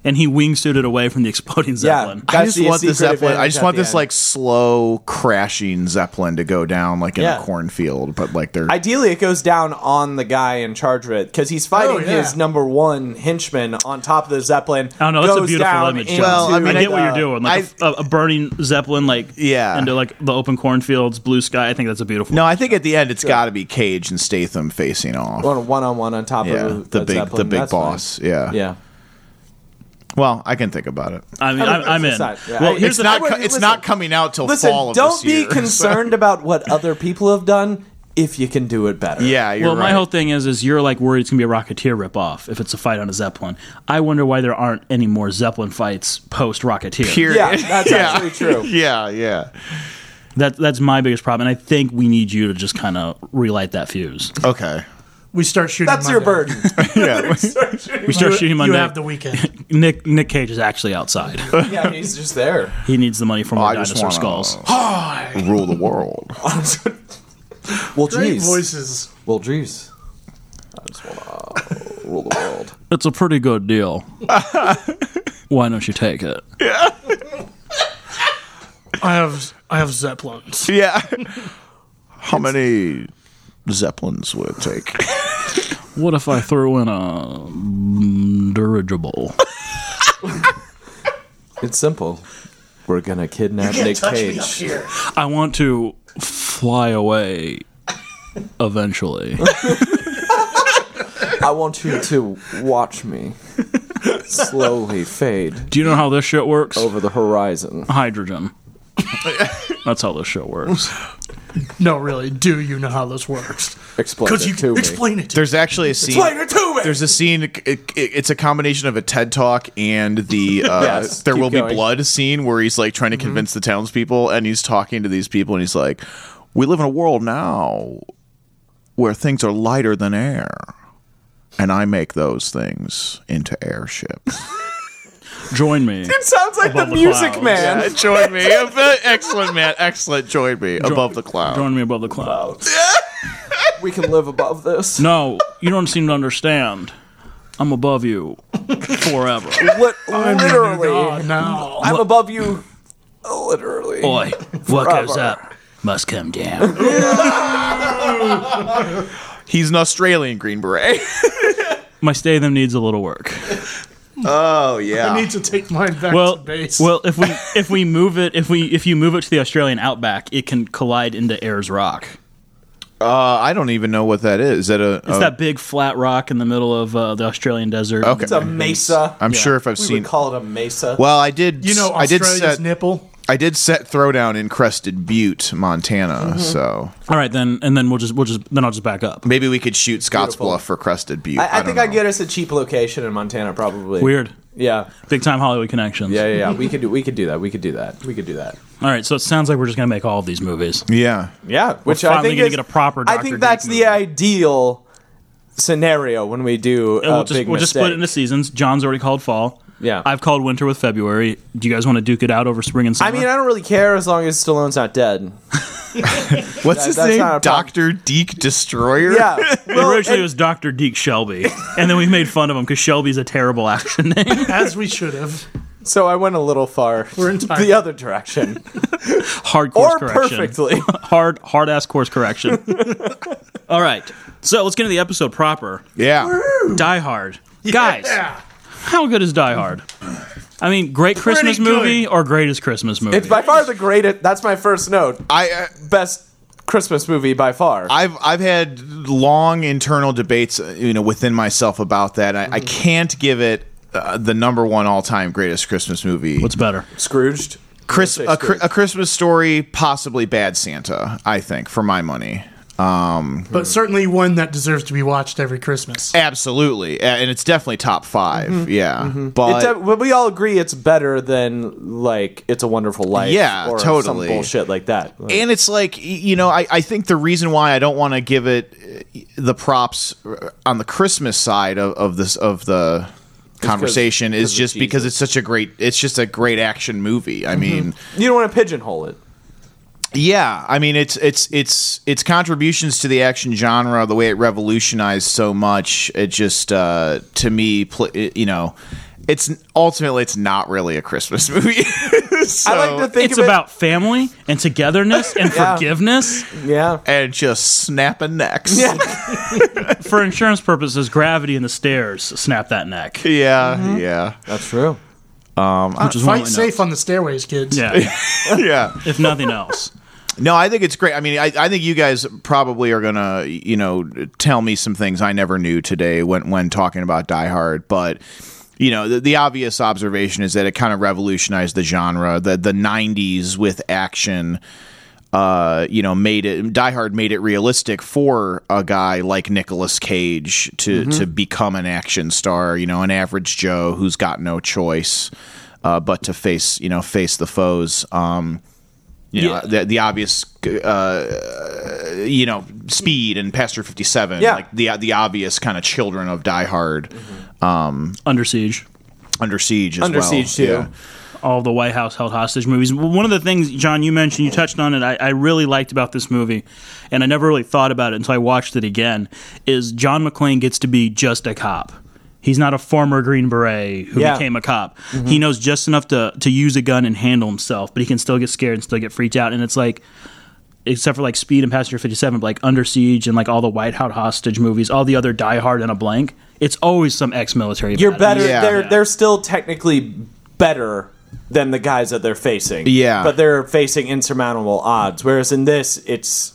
and he wingsuited away from the exploding zeppelin? Yeah. I That's just the want the secret zeppelin. I advantage just at want the this end. like slow crashing zeppelin to go down like in Yeah. a cornfield, but like they're ideally it goes down on the guy in charge of it because he's fighting Oh, yeah. his number one henchman on top of the zeppelin. I don't know. Oh, That's a goes beautiful down image. John. into Well, I I, mean, get what the- you're doing. Like a a burning zeppelin, like Yeah. into like the open cornfields, blue sky. I think that's a beautiful. no. I think at the end it's got to be Cage and Statham facing off. On a one-on-one on top yeah, of the a big the zeppelin. big That's boss. Yeah. fine. Yeah. Well, I can think about it. I mean, I I'm, mean, I'm it's in. not- yeah, well, I- Uh, here's It's the not. I co- wouldn't- it's listen. not coming out till Listen, fall of don't this be year. concerned about what other people have done if you can do it better. yeah, you're well, right. my whole thing is, is you're like worried it's gonna be a Rocketeer ripoff if it's a fight on a Zeppelin. I wonder why there aren't any more Zeppelin fights post Rocketeer. Period. Yeah, that's actually true. yeah, yeah. That that's my biggest problem, and I think we need you to just kind of relight that fuse. Okay. we start shooting. That's your Monday. burden. Yeah. We start shooting You Monday. have the weekend. Nick Nick Cage is actually outside. yeah, he's just there. he needs the money from our I just dinosaur want skulls. to rule the world. Well, Great jeez. voices. Well, jeez. I just want to rule the world. It's a pretty good deal. Why don't you take it? I have I have zeppelins. Yeah. How many zeppelins would it take? What if I threw in a mm, dirigible? It's simple. We're gonna kidnap Nick Cage. I want to fly away eventually. I want you to watch me slowly fade Do you know how this shit works? over the horizon. Hydrogen. That's how this shit works. No, really. Do you know how this works? Explain Could it to you me. explain it to There's actually a scene. to me. There's a scene. It, it- it's a combination of a TED talk and the uh, Yes, "There keep Will Be going. Blood" scene, where he's like trying to convince the townspeople, and he's talking to these people, and he's like, "We live in a world now where things are lighter than air, and I make those things into airships." Join me. sounds like the, Above the music clouds. man. Yeah, join me, excellent man, excellent. Join me above the cloud. Join me above the clouds. We can live above this. No, you don't seem to understand. I'm above you forever. Li- literally. God, no. I'm above you. Literally. Boy, what goes up must come down. He's an Australian Green Beret. My stay them needs a little work. Oh yeah. I need to take mine back Well, to base. well, if we if we move it if we if you move it to the Australian outback, it can collide into Ayers Rock. Uh, I don't even know what that is. Is that a? Oh. It's that big flat rock in the middle of uh, the Australian desert. Okay. It's a mesa. I'm sure if I've we seen. would call it a mesa. well, I did. you know I did Australia's set. nipple. I did set throwdown in Crested Butte, Montana. Mm-hmm. So All right, then, and then we'll just we'll just then I'll just back up. maybe we could shoot Scotts Beautiful. Bluff for Crested Butte. I, I don't think I know. get us a cheap location in Montana, probably. Weird, Yeah. big time Hollywood connections. Yeah, yeah, yeah. we could do. We could do that. We could do that. We could do that. All right, so it sounds like we're just gonna make all of these movies. Uh, Yeah. Yeah, which I finally think gonna is, get a proper I Dr. think Dave that's movie. the ideal scenario when we do And a we'll just big we'll just mistake. split it into seasons. John's already called fall. Yeah. I've called winter with February. Do you guys want to duke it out over spring and summer? I mean, I don't really care as long as Stallone's not dead. What's his that's not name? a problem. Doctor Deke Destroyer. Yeah. Well, Originally, and- it was Dr. Deke Shelby, and then we made fun of him because Shelby's a terrible action name. As we should have. so I went a little far. We're in time. the other direction, Hard course or correction. perfectly. Hard, hard ass course correction. All right. So let's get into the episode proper. Yeah. Die Hard. Guys, how good is Die Hard? I mean, great Christmas good. movie or greatest Christmas movie? it's by far the greatest. That's my first note. I. Uh, Best Christmas movie by far. I've I've had long internal debates, uh, you know, within myself about that. I, Mm-hmm. I can't give it uh, the number one all time greatest Christmas movie. What's better? Scrooged. Chris, Say uh, a, Chri- Scrooge. a Christmas story, possibly Bad Santa. I think for my money. Um, but certainly one that deserves to be watched every Christmas. Absolutely, A- and it's definitely top 5 Mm-hmm. Yeah, but It's uh, a, but we all agree it's better than like it's a wonderful life. Yeah, or totally. Some bullshit like that. Like, and it's like y- you know I, I think the reason why i don't want to give it uh, the props uh, on the christmas side of, of this of the conversation is because of just because Jesus. Mm-hmm. it's such a great it's just a great action movie i mean you don't want to pigeonhole it. yeah i mean it's it's it's its contributions to the action genre the way it revolutionized so much it just uh to me pl- it- you know it's ultimately it's not really a christmas movie so, I like to think It's of it- about family and togetherness and Yeah. forgiveness. yeah. and just snapping necks Yeah. For insurance purposes, gravity and the stairs snap that neck. yeah, Mm-hmm. yeah. That's true. Which is one way Fight safe on the stairways, kids. enough. Yeah, yeah. if nothing else. No, I think it's great. I mean, I, I think you guys probably are gonna, you know, tell me some things I never knew today when when talking about Die Hard. But you know, the, the obvious observation is that it kind of revolutionized the genre. The the '90s with action, uh, you know, made it Die Hard made it realistic for a guy like Nicolas Cage to Mm-hmm. to become an action star. You know, an average Joe who's got no choice uh, but to face you know face the foes. Um, you know, Yeah. the, the obvious, uh, you know, Speed and Pastor 57, Yeah. like the the obvious kind of children of Die Hard, Under siege. Under Siege as Under well. Siege too. Yeah. all the White House held hostage movies. One of the things, John, you mentioned, you touched on it, I, I really liked about this movie, and I never really thought about it until I watched it again, is John McClane gets to be just a cop. He's not a former Green Beret who Yeah. Mm-hmm. became a cop. He knows just enough to, to use a gun and handle himself, but he can still get scared and still get freaked out. And it's like, except for like Speed and Passenger 57, but like Under Siege and like all the White House hostage movies, all the other Die Hard and a blank, it's always some ex military. You're better. Yeah. They're Yeah. they're still technically better than the guys that they're facing. Yeah. but they're facing insurmountable odds. Whereas in this, it's,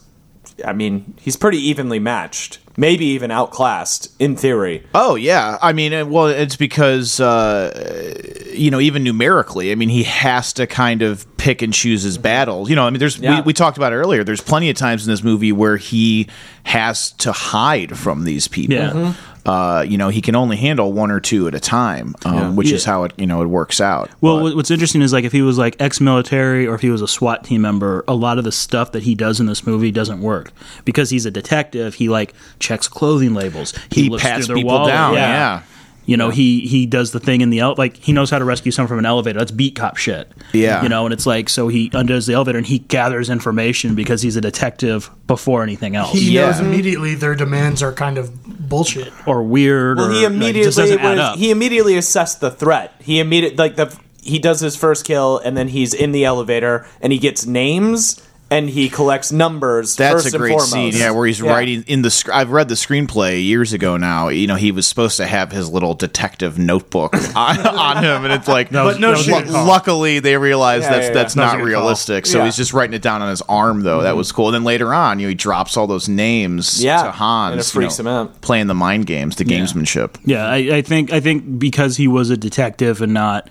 I mean, he's pretty evenly matched, maybe even outclassed in theory. Oh yeah, I mean, uh, well, it's because uh, you know, even numerically, I mean, he has to kind of pick and choose his battles. You know, I mean, there's Yeah. we, we talked about it earlier. There's plenty of times in this movie where he has to hide from these people. Yeah. Mhm. Uh, you know, he can only handle one or two at a time, um, which is how it you know it works out. Well, what what's interesting is like if he was like ex-military or if he was a SWAT team member, a lot of the stuff that he does in this movie doesn't work because he's a detective. He like checks clothing labels. He pats people down, yeah. You know, he he does the thing in the ele- like he knows how to rescue someone from an elevator. That's beat cop shit. Yeah. You know, and it's like so he undoes the elevator and he gathers information because he's a detective before anything else. He Yeah. knows immediately their demands are kind of bullshit. or weird Well, or like, it he just immediately doesn't add was- up. he immediately assessed the threat. He immediately like the he does his first kill, and then he's in the elevator, and he gets names, and he collects numbers. That's first a and great foremost. scene, yeah, where he's Yeah. writing in the. Sc- I've read the screenplay years ago now. You know, he was supposed to have his little detective notebook on, on him, and it's like, was- But no that was a lu- good call. luckily they realized Yeah, that's yeah, yeah. that's That was a not good call. Mm-hmm. realistic. So Yeah. he's just writing it down on his arm, though. That was cool. And then later on, you know, he drops all those names Yeah, to Hans, and it you freaks know, him out. playing the mind games, the gamesmanship. Yeah, I, I think I think because he was a detective and not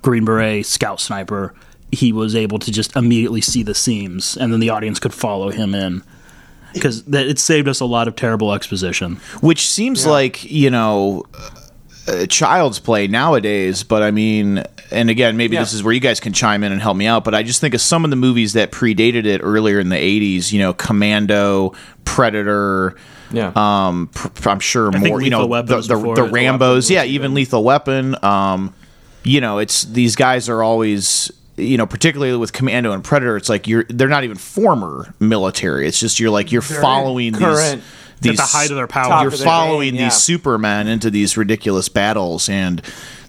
Green Beret scout sniper, he was able to just immediately see the seams, and then the audience could follow him in. Because it saved us a lot of terrible exposition. which seems like you know uh, child's play nowadays but i mean and again maybe this Yeah. is where you guys can chime in and help me out but i just think of some of the movies that predated it earlier in the 80s you know commando predator Yeah. um pr- pr- i'm sure think more you Lethal know Weapon the, was the, before the Lethal rambos yeah even lethal weapon um you know it's these guys are always you know particularly with commando and predator it's like you're they're not even former military it's just you're like you're following current. these At the height of their power. Top you're of their following game, yeah. these supermen into these ridiculous battles and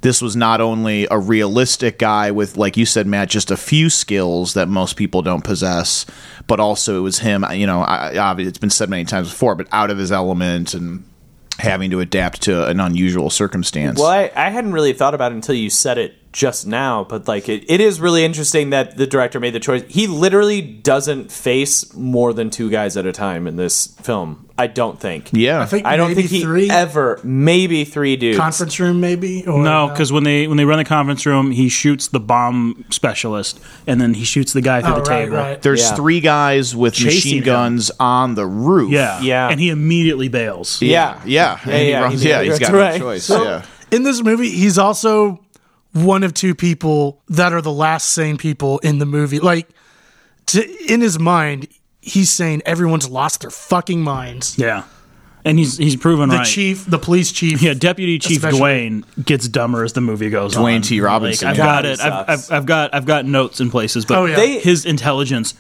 this was not only a realistic guy with like you said matt just a few skills that most people don't possess but also it was him you know I, I- obvi- it's been said many times before but out of his element and having to adapt to an unusual circumstance Well, I, I hadn't really thought about it until you said it just now, but like it, it is really interesting that the director made the choice. He literally doesn't face more than two guys at a time in this film. I don't think. Yeah, I think I don't maybe think he three ever maybe three dudes. conference room, maybe or No, because when they when they run the conference room, he shoots the bomb specialist, and then he shoots the guy through Oh, the right, table. right. there's Yeah. three guys with Chasing machine him. guns on the roof. Yeah, Yeah. and he immediately bails. yeah. yeah, yeah. And he yeah, runs, he- yeah, he's that's got right. no choice. yeah, in this movie, he's also one of two people that are the last sane people in the movie. Like, to, in his mind, he's saying everyone's lost their fucking minds. Yeah, and he's he's proven The right. chief, the police chief. yeah, Deputy Chief Especially- Dwayne gets dumber as the movie goes on. Dwayne T. Robinson, Like, I've yeah. got God, it. he I've, sucks. I've, I've got I've got notes in places, but Oh, yeah. They- his intelligence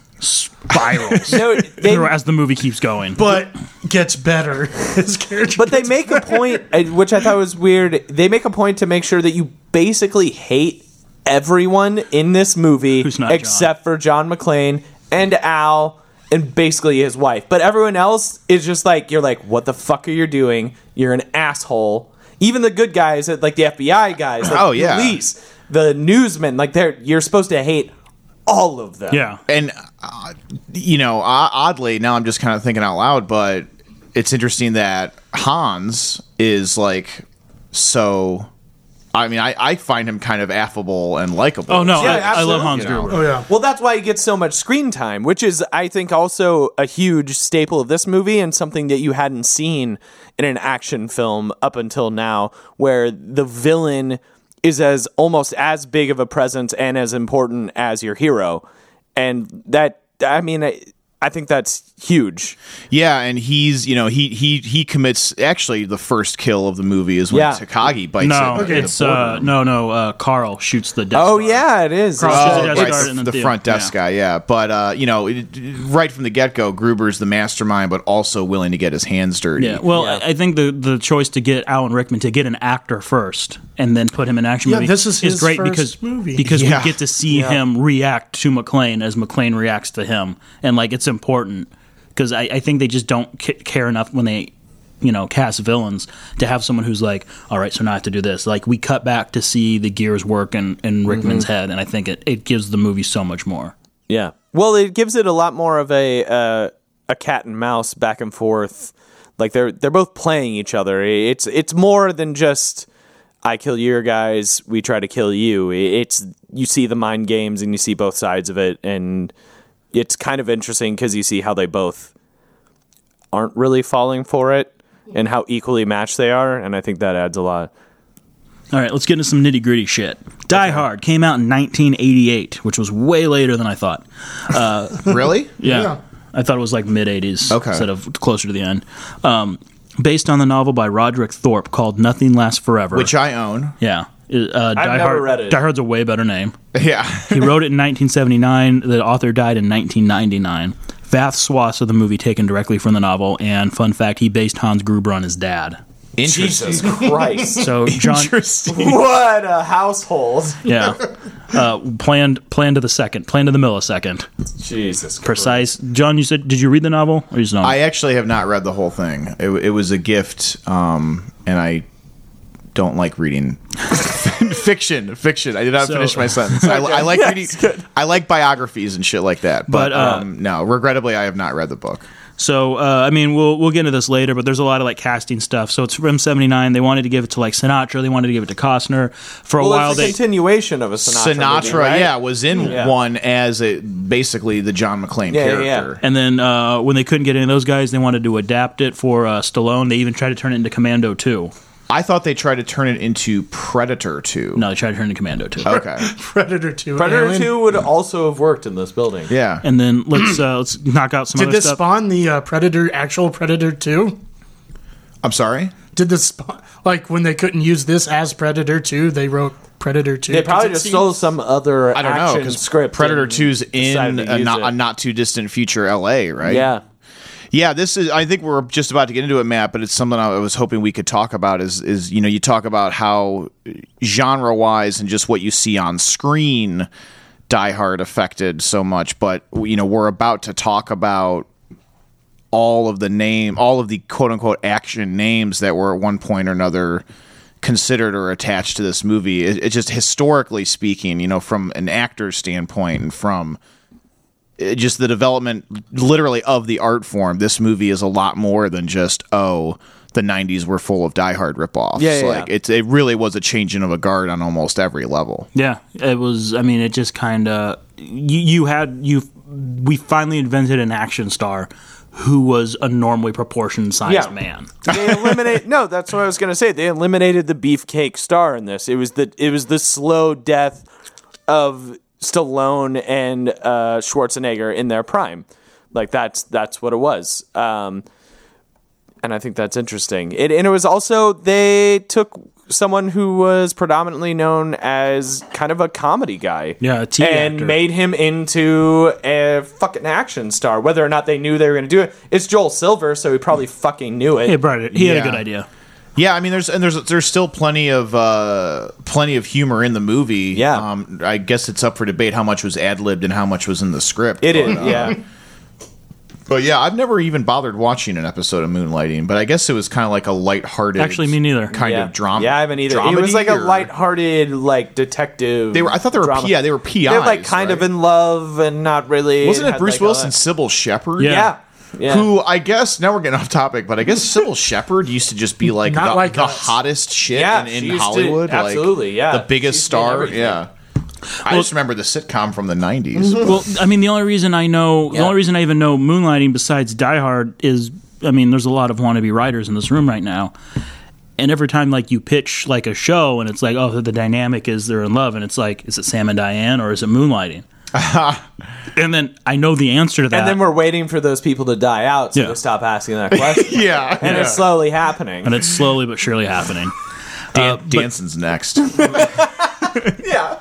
spirals No, they, as the movie keeps going. but gets better. His character. But they gets make a point, uh, which I thought was weird. They make a point to make sure that you basically hate everyone in this movie, Who's not except for John McClane and Al and basically his wife. But everyone else is just like, you're like, what the fuck are you doing? You're an asshole. Even the good guys, like the FBI guys, like Oh, the yeah. police, the newsmen, like they're you're supposed to hate all of them. yeah, and uh, you know, o- oddly, now I'm just kind of thinking out loud, but it's interesting that Hans is like so. I mean, I, I find him kind of affable and likable. Oh no, Yeah, I, I love absolutely. Hans You know. Gruber. Oh yeah. Well, that's why he gets so much screen time, which is, I think, also a huge staple of this movie and something that you hadn't seen in an action film up until now, where the villain is as almost as big of a presence and as important as your hero, and that I mean, I, I think that's huge. Yeah, and he's you know he he he commits actually the first kill of the movie is when Yeah. Takagi bites No, him. it's uh, no, no. Uh, Carl shoots the. Death Oh Star. yeah, it is. Cross- It's- Oh, Yeah, right, yeah, started in the, the the theater. front desk Yeah. guy, yeah. But uh, you know, it- it- right from the get go, Gruber's the mastermind, but also willing to get his hands dirty. Yeah, well, I I think the the choice to get Alan Rickman to get an actor first and then put him in action Yeah, movie this is his great first because movie. because Yeah. we get to see him react to McLean as McLean reacts to him, and like it's important because I, I think they just don't ca- care enough when they you know cast villains to have someone who's like, all right, so now I have to do this. Like we cut back to see the gears work in, in Rickman's head, and I think it, it gives the movie so much more. Yeah. Well, it gives it a lot more of a uh, a cat and mouse back and forth. Like they're they're both playing each other. It's it's more than just I kill your guys, we try to kill you. It's you see the mind games and you see both sides of it, and it's kind of interesting because you see how they both aren't really falling for it and how equally matched they are, and I think that adds a lot. All right, let's get into some nitty gritty shit. Die Hard came out in 1988, which was way later than I thought. Really? Yeah. I thought it was like mid 80s Okay. instead of closer to the end. Um, based on the novel by Roderick Thorpe called Nothing Lasts Forever. Which I own. yeah. Uh, Die never Hard, read it. Die Hard's a way better name. Yeah. He wrote it in 1979. The author died in 1999. Vast swaths of the movie taken directly from the novel. And fun fact, he based Hans Gruber on his dad. Interesting. Christ! So John, Interesting. what a household! yeah, uh, planned planned to the second, planned to the millisecond, Jesus Christ! precise. John, you said, did you read the novel or you just know? I actually have not read the whole thing. It, w- it was a gift, um, and I don't like reading fiction. Fiction. I did not So- finish my sentence. I, I like reading. I like biographies and shit like that. But, But, uh, um, no, regrettably, I have not read the book. So uh, I mean, we'll we'll get into this later, but there's a lot of like casting stuff. So it's from '79. They wanted to give it to like Sinatra. They wanted to give it to Costner. For a Well, while, it's a they continuation of a Sinatra. Sinatra, movie, right? yeah, was in Yeah. one as a, basically the John McClane Yeah, yeah, yeah. character. and then uh, when they couldn't get any of those guys, they wanted to adapt it for uh, Stallone. They even tried to turn it into Commando 2. I thought they tried to turn it into Predator 2. No, they tried to turn it into Commando 2. Okay. Predator two. Predator Alien. Two would also have worked in this building. Yeah. And then let's uh, let's knock out some Did other this stuff. spawn the uh, Predator actual Predator two? I'm sorry? Did this spawn like when they couldn't use this as Predator two? They wrote Predator two. They probably just stole some other I don't know action because script. Predator and 2's in decided to a use not, it. a not too distant future LA, right? Yeah, Yeah, this is I think we're just about to get into it, Matt, but it's something I was hoping we could talk about is is you know, you talk about how genre wise and just what you see on screen Die Hard affected so much, but you know, we're about to talk about all of the name all of the quote unquote action names that were at one point or another considered or attached to this movie. It, it just historically speaking, you know, from an actor's standpoint and from it- just the development literally of the art form, this movie is a lot more than just oh the 90s were full of diehard ripoffs. Yeah, yeah, like yeah. it's it really was a changing of a guard on almost every level. Yeah, it was. I mean, it just kind of you, you had you. We finally invented an action star who was a normally proportioned sized Yeah. man. they eliminate no that's what i was going to say they eliminated the beefcake star in this it was the it was the slow death of stallone and uh, schwarzenegger in their prime like that's that's what it was um, and i think that's interesting it, and it was also they took someone who was predominantly known as kind of a comedy guy Yeah, a TV and actor. made him into a fucking action star whether or not they knew they were going to do it it's joel silver so he probably fucking knew it He brought it. He had Yeah. a good idea. Yeah, I mean, there's and there's there's still plenty of uh, plenty of humor in the movie. Yeah. um, I guess it's up for debate how much was ad libbed and how much was in the script. It but, is, uh, yeah. But yeah, I've never even bothered watching an episode of Moonlighting, but I guess it was kind of like a lighthearted. Actually, me neither. Kind yeah. of drama. Yeah, I haven't either. It was like a lighthearted, like detective. They were. I thought they were. drama. Yeah, they were PIs. They're like kind right? of in love and not really. Wasn't it had, Bruce like, all Willis and that- Sybil Shepherd? Yeah. Yeah. yeah. Who I guess now we're getting off topic, but I guess Sybil Shepherd used to just be like Not the, like the us. hottest shit Yeah, in, she in used to- Hollywood. like, absolutely, yeah. the biggest She's been star. everything. Yeah, I just remember the sitcom from the nineties. Well, I mean, the only reason I know, the Yeah. only reason I even know Moonlighting besides Die Hard is, I mean, there's a lot of wannabe writers in this room right now. And every time, like, you pitch, like, a show and it's like, oh, the dynamic is they're in love. And it's like, is it Sam and Diane or is it Moonlighting? and then I know the answer to that. And then we're waiting for those people to die out, so Yeah. we stop asking that question. yeah, And it's slowly happening. and it's slowly but surely happening. uh, Uh, Dan- Danson's next. yeah.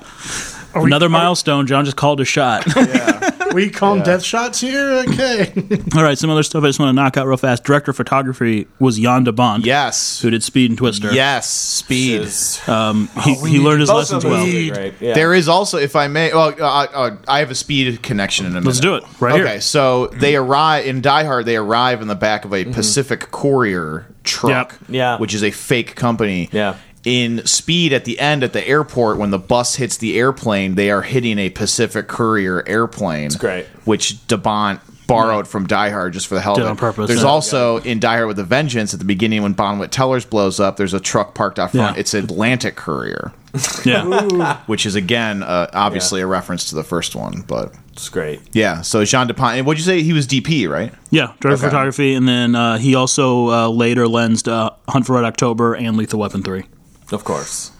Are we- Another are milestone. John just called a shot. We call them death shots here. Okay. All right, some other stuff I just want to knock out real fast. Director of photography was Jan de Bont. Yes, Who did Speed and Twister. yes, speed. He, he learned his Oh, Both lessons of them well. are great. Yeah. There is also, if I may, well, uh, uh, I have a speed connection in a minute. Let's do it, right okay, here. so they arrive in Die Hard. They arrive in the back of a Pacific Courier truck, Yep. Mm-hmm. Yeah. which is a fake company. Yeah. In Speed, at the end at the airport, when the bus hits the airplane, they are hitting a Pacific Courier airplane. That's great. Which DeBont borrowed from Die Hard just for the hell Did of it. on purpose, There's yeah. also in Die Hard with a Vengeance at the beginning when Bonwit Tellers blows up. There's a truck parked out front. Yeah. It's Atlantic Courier Yeah. which is again uh, obviously a reference to the first one, but It's great. yeah. So Jean DePont, and what'd you say? He was DP, right? Yeah, director of Okay. photography, and then uh, he also uh, later lensed uh, Hunt for Red October and Lethal Weapon 3. Of course.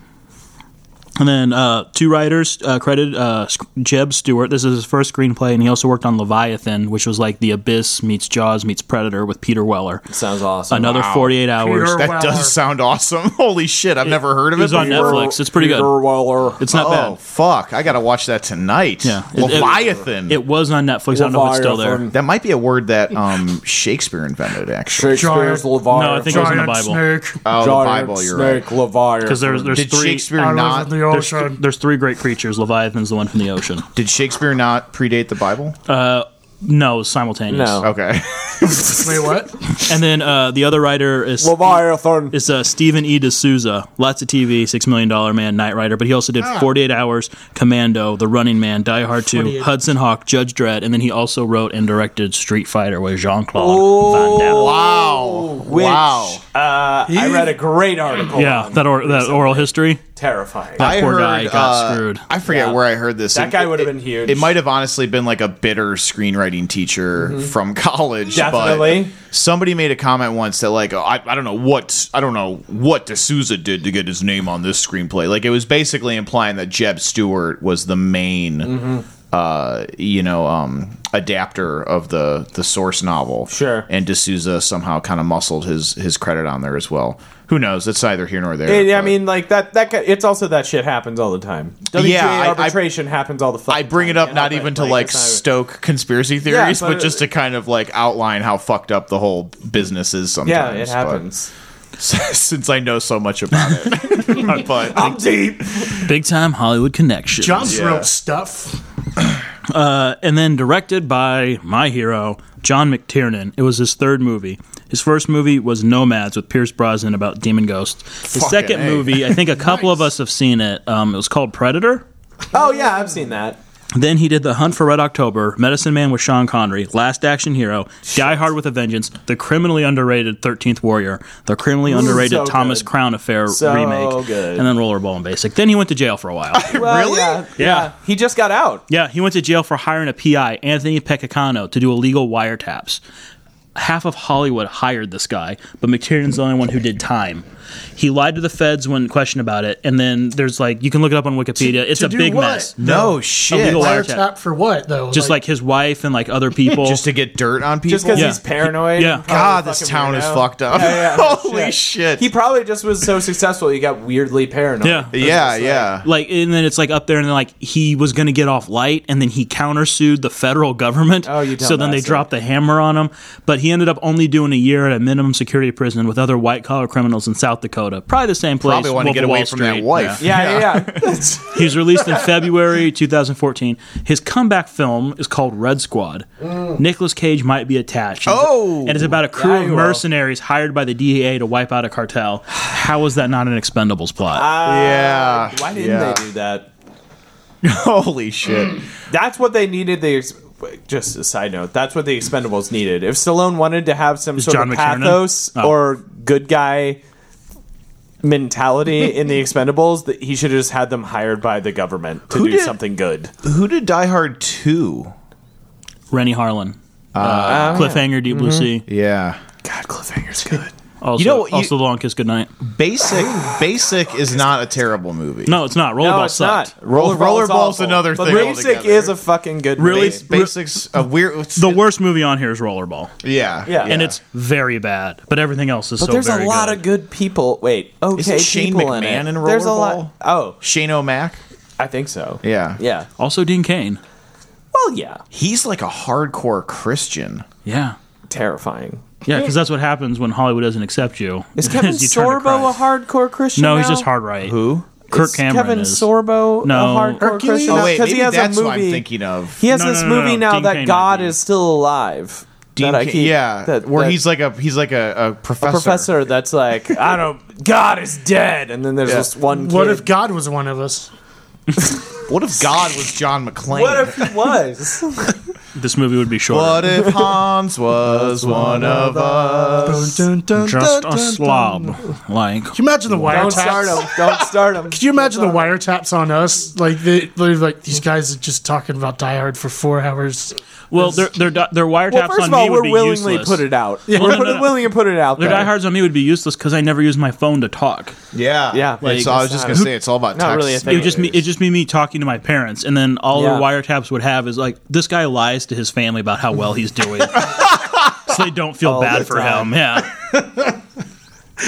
And then uh, two writers uh, credited uh, S- Jeb Stewart. This is his first screenplay, and he also worked on Leviathan, which was like The Abyss meets Jaws meets Predator with Peter Weller. Sounds awesome. Another 48 hours. Peter That Wow. does sound awesome. Holy shit, I've never heard of it. was on before. Netflix. It's pretty Peter good. Waller. It's not oh bad. fuck, I gotta watch that tonight. Yeah. It- it- Leviathan. It was on Netflix. I don't know if it's still there. that might be a word that um, Shakespeare invented, actually. Shakespeare's Leviathan. No, I think it was in the Giant Bible. snake. Oh, the Giant Bible. You're snake right. Leviathan. Because there's, there's Did three. Shakespeare I not? live in the There's, ocean. there's three great creatures. Leviathan's the one from the ocean. Did Shakespeare not predate the Bible? Oh. No, it's simultaneous. No. Okay. Wait, what? And then uh, the other writer is Leviathan. is uh, Stephen E. D'Souza. Lots of TV, Six Million Dollar Man, Knight Rider, but he also Ah. did 48 Hours, Commando, The Running Man, Die Hard 2, Hudson Hawk, Judge Dredd, and then he also wrote and directed Street Fighter with Jean Claude Van Oh. Damme. wow. Which, wow. Uh, I read a great article. Yeah, on that, or, that oral history. terrifying. That poor guy got screwed. uh, I forget Yeah. where I heard this. That It- guy would've it- been huge. It might have honestly been like a bitter screenwriting teacher from college. but Mm-hmm. Definitely. somebody made a comment once that like I, I don't know what I don't know what D'Souza did to get his name on this screenplay. Like it was basically implying that Jeb Stewart was the main. Mm-hmm. Uh, you know, um, adapter of the the source novel, Sure. and D'Souza somehow kind of muscled his his credit on there as well. Who knows? It's either here nor there. It- I but- mean, like that. That guy, it's also that shit happens all the time. WGA Yeah, I- I- arbitration happens all the fucking I bring it up time, not you know, even but, to like it's not- stoke conspiracy theories, but but, it- just to kind of like outline how fucked up the whole business is sometimes. Yeah, it but- happens. since I know so much about it, but deep. Big time Hollywood connection. John Yeah. wrote stuff. and then directed by my hero, John McTiernan. It was his third movie. His first movie was Nomads with Pierce Brosnan about demon ghosts. His Fucking second A. movie, I think a couple of us have seen it. Um, it was called Predator. Oh yeah, I've seen that. Then he did The Hunt for Red October, Medicine Man with Sean Connery, Last Action Hero, Die Hard with a Vengeance, The criminally underrated 13th Warrior, The criminally underrated so Thomas good. Crown Affair So remake, good. and then Rollerball and Basic. Then he went to jail for a while. Well, Really? Yeah, Yeah. He just got out. yeah, he went to jail for hiring a PI, Anthony Peccacano, to do illegal wiretaps. Half of Hollywood hired this guy, but McTiernan's the only one who did time. He lied to the feds when questioned about it, and then there's like you can look it up on Wikipedia. it's to a do big what? mess. No shit. Illegal Wiretap wiretap. for what though? Just like his wife and like other people. Just to get dirt on people. Just because Yeah. he's paranoid. Yeah. and probably God, a this fucking town is weirdo. fucked up. Yeah, yeah. Holy shit. He probably just was so successful, he got weirdly paranoid. yeah. yeah, yeah. like and then it's like up there and then like he was going to get off light and then he countersued the federal government Oh, you so then they dumbass. dropped the hammer on him but he ended up only doing a year at a minimum security prison with other white collar criminals in south dakota probably the same place Probably want to Wolf get of away Wall from Street. that wife. Yeah. Yeah, yeah, yeah. he's released in february 2014 his comeback film is called red squad nicholas cage might be attached Oh! and it's about a crew Mm. Yeah, of you will. mercenaries hired by the dea to wipe out a cartel how is that not an expendables plot Yeah. Uh, Why didn't yeah. they do that? Holy shit. That's what they needed. The ex- just a side note. That's what the Expendables needed. If Stallone wanted to have some sort John of McTiernan? pathos Oh. or good guy mentality in the Expendables, that he should have just had them hired by the government to Who do did- something good. Who did Die Hard 2? rennie harlan Ah. uh, cliffhanger deep blue Mm-hmm. sea Yeah. God, cliffhanger's good. Also, You know what, you- also the long kiss goodnight. Basic Basic is not a terrible movie. No, it's not. Rollerball No, it's sucked. not. Roll- Rollerball's Rollerball's awful. another but thing Basic altogether. is a fucking good Really? movie. Basic's a weird. The worst movie on here is Rollerball, Yeah. Yeah. and it's very bad. But everything else is But so there's very a lot good. of good people. Wait, okay, Isn't Shane people in McMahon it. in There's a Rollerball? lot. Oh, Shane O'Mac. I think so. Yeah. yeah. Also, Dean Kane. Well, yeah. He's like a hardcore Christian. Yeah, Terrifying. yeah, because that's what happens when Hollywood doesn't accept you. Is Kevin you turn to Sorbo a Christ. hardcore Christian? No, now? he's just hard right. Who? Kirk Is Cameron Kevin is. Sorbo No. a hardcore Hercules? Christian? No, Oh wait, because maybe he has that's a what I'm movie. thinking of. He has No, no, this no, no, movie no. now Dean that Cain God might be. is still alive. Dean that I Ca- keep- yeah, that- where that- he's like a he's like a, a professor. professor that's like, I don't. God is dead, and then there's Yeah. this one. Kid. what if God was one of us? What if God was John McClane? What if he was? This movie would be short. What if Hans was one of us? Dun, dun, dun, Just dun, a dun. slob. Like Can you imagine the Don't start wiretaps? him. Don't start him. Can you imagine the wiretaps on us? Like they, they're like these guys are just talking about Die Hard for four hours. well, their their di- their wiretaps Well, first on of all, me would we're be willingly useless. put it out. no, We're no, no. willingly put it out. Their there. diehards on me would be useless because I never use my phone to talk. Yeah, Yeah, like, so I was it's just not- gonna say it's all about not text. really a thing. It would just me. It just be me talking to my parents, and then all Yeah. the wiretaps would have is like this guy lies to his family about how well he's doing, so they don't feel All bad the for time. him. Yeah.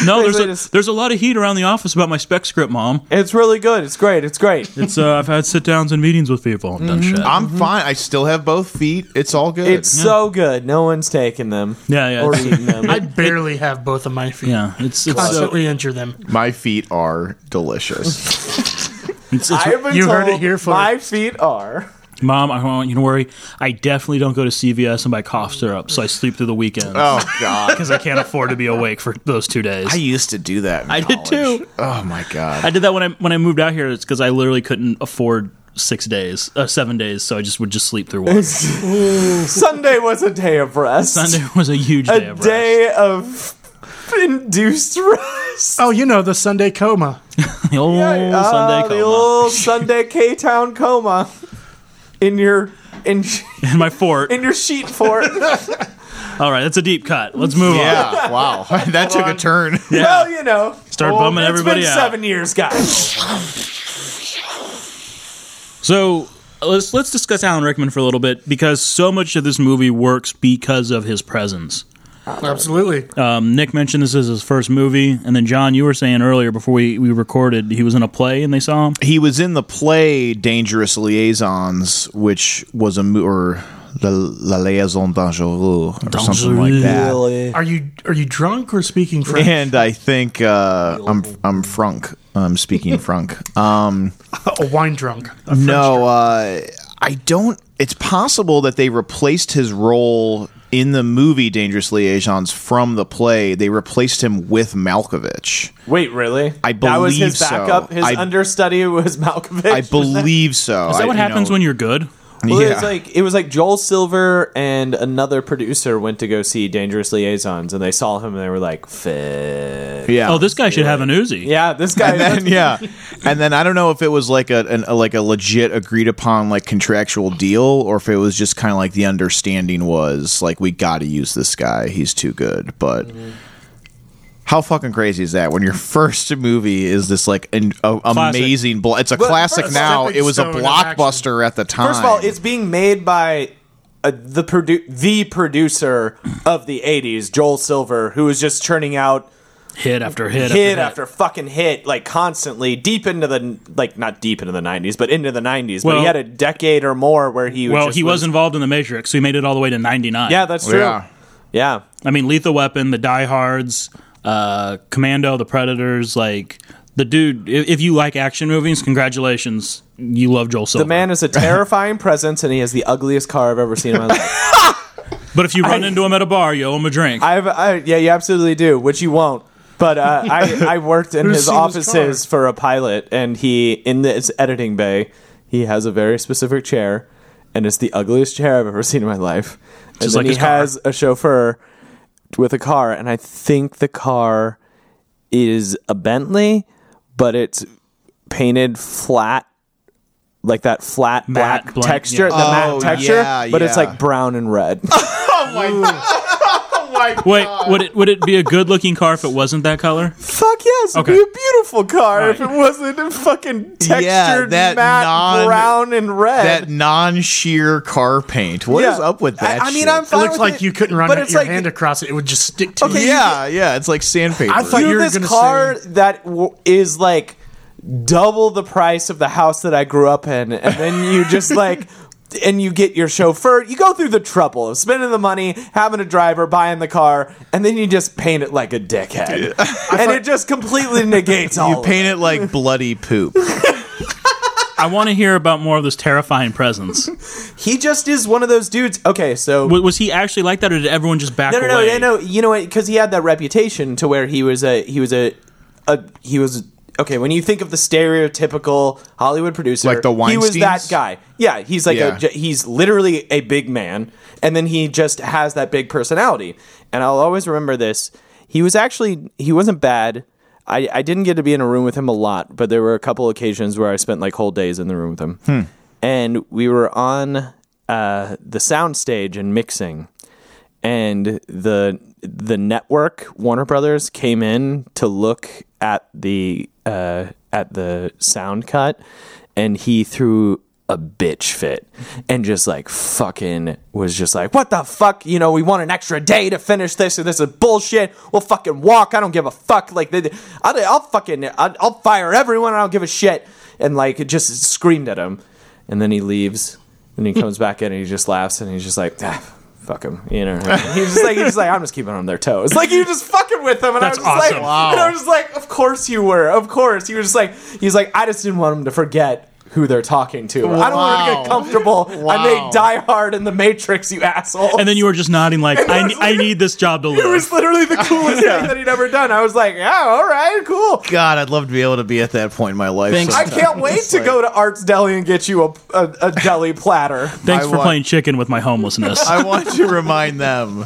No, there's Basically a, just- there's a lot of heat around the office about my spec script, mom. It's really good. It's great. It's great. It's uh, I've had sit downs and meetings with people and done Mm-hmm. shit. I'm fine. I still have both feet. It's all good. It's so good. No one's taking them. Yeah, yeah, Or it's- eating them. I barely have both of my feet. yeah, it's it's, so, Constantly injure them. My feet are delicious. it's, it's I've been You heard told it here first. My feet are. mom. I don't want you to worry. I definitely don't go to CVS and buy cough syrup, so I sleep through the weekend Uh. oh God, because I can't afford to be awake for those two days. I used to do that. in I did college. too. Oh my God. I did that when I when I moved out here. It's because I literally couldn't afford six days, uh, seven days, so I just would just sleep through one. Sunday was a day of rest. Sunday was a huge a day of rest. day of induced rest. Oh, you know the Sunday coma. The old Ah, Sunday The coma. old Sunday K Town coma in your in in my fort. in your sheet fort. All right, that's a deep cut. Let's move on. Yeah. Wow. that took a turn. Well, you know, Start bumming it's everybody been out. Seven years, guys. So uh, let's let's discuss Alan Rickman for a little bit because so much of this movie works because of his presence. Absolutely. Um, Nick mentioned this is his first movie, and then John, you were saying earlier before we, we recorded, he was in a play and they saw him. He was in the play Dangerous Liaisons, which was a mo- or La, La Liaison Dangereuse or something like that. Are you are you drunk or speaking French? And I think uh, I'm I'm Frank. I'm speaking Frank. Um, A wine drunk. no, uh, I don't. It's possible that they replaced his role in the movie Dangerous Liaisons from the play. They replaced him with Malkovich. Wait, really? I that was believe his so. backup. His I- understudy was Malkovich. I believe so. Is that what happens when you're good? Well, yeah. it was like it was like Joel Silver and another producer went to go see Dangerous Liaisons, and they saw him and they were like, "Fit." Yeah. Oh, this guy should have an Uzi. Yeah, this guy. and then yeah, and then I don't know if it was like a, an, a like a legit agreed upon like contractual deal, or if it was just kind of like the understanding was like we got to use this guy, he's too good. But how fucking crazy is that when your first movie is this like an a, Classic. amazing? Bl- it's a Well, classic first- now. It was a stepping stone of blockbuster at the time. First of all, it's being made by uh, the produ- the producer of the '80s, Joel Silver, who was just churning out Hit after hit. hit after fucking hit, like constantly, deep into the like not deep into the '90s, but into the '90s. but Well- he had a decade or more where he Well, just he was involved in the Matrix, so he made it all the way to '99. Yeah, that's true. yeah. yeah. I mean, Lethal Weapon, The Die Hards, uh, Commando, The Predators, like the dude. If, if you like action movies, congratulations, you love Joel Silver. The man is a terrifying presence, and he has the ugliest car I've ever seen in my life. but if you run into him at a bar, you owe him a drink. I've, I, yeah, you absolutely do, which you won't. But uh, I, I worked in Who's his seen his offices for a pilot, and he in this editing bay, he has a very specific chair, and it's the ugliest chair I've ever seen in my life. And Just then like he his car. has a chauffeur with a car, and I think the car is a Bentley, but it's painted flat, like that flat Matte black blank, texture, yeah. the Oh, matte texture, yeah, but it's yeah. like brown and red. Wait, would it would it be a good looking car if it wasn't that color? Fuck yes, Okay. it'd be a beautiful car if it Right. wasn't a fucking textured that matte non- brown and red. that non-sheer car paint. What is Yeah. up with I- that? I mean, shit? I'm It fine looked with like it, you couldn't run but your it's like- hand across it; it would just stick to Okay, you. yeah, yeah, it's like sandpaper. I thought Do you were this gonna car say- that w- is like double the price of the house that I grew up in, and then you just like. And you get your chauffeur. You go through the trouble of spending the money, having a driver, buying the car, and then you just paint it like a dickhead, and it just completely negates all. you of paint it like bloody poop. I want to hear about more of this terrifying presence. it. He just is one of those dudes. Okay, so W- was he actually like that, or did everyone just back No, no, no, away? no, no. You know what? Because he had that reputation to where he was a he was a, a he was okay. When you think of the stereotypical Hollywood producer, Like the he was that Weinsteins? guy. Yeah, he's like Yeah. a he's literally a big man, and then he just has that big personality. And I'll always remember this. He was actually he wasn't bad. I, I didn't get to be in a room with him a lot, but there were a couple occasions where I spent like whole days in the room with him. Hmm. And we were on uh, the soundstage and mixing and the the network Warner Brothers came in to look at the uh, at the sound cut, and he threw a bitch fit and just like fucking was just like what the fuck you know we want an extra day to finish this and this is bullshit we'll fucking walk i don't give a fuck like they, I'll, I'll fucking I'll, I'll fire everyone i don't give a shit and like it just screamed at him and then he leaves and he comes back in and he just laughs and he's just like ah, fuck him you know he's just like he's just like i'm just keeping on their toes like you just fucking with them and That's i was just awesome. like and i was just like of course you were of course you were just like he's like i just didn't want him to forget who they're talking to i don't want him to Wow. get comfortable i Wow. made die hard in the matrix you asshole And then you were just nodding like, I, ne- I need this job to it live. was literally the coolest thing that he'd ever done i was like yeah all right cool God, I'd love to be able to be at that point in my life. Thanks. I sometime. can't wait It's to like- go to Art's Deli and get you a, a, a deli platter. Thanks I for want- playing chicken with my homelessness. I want to remind them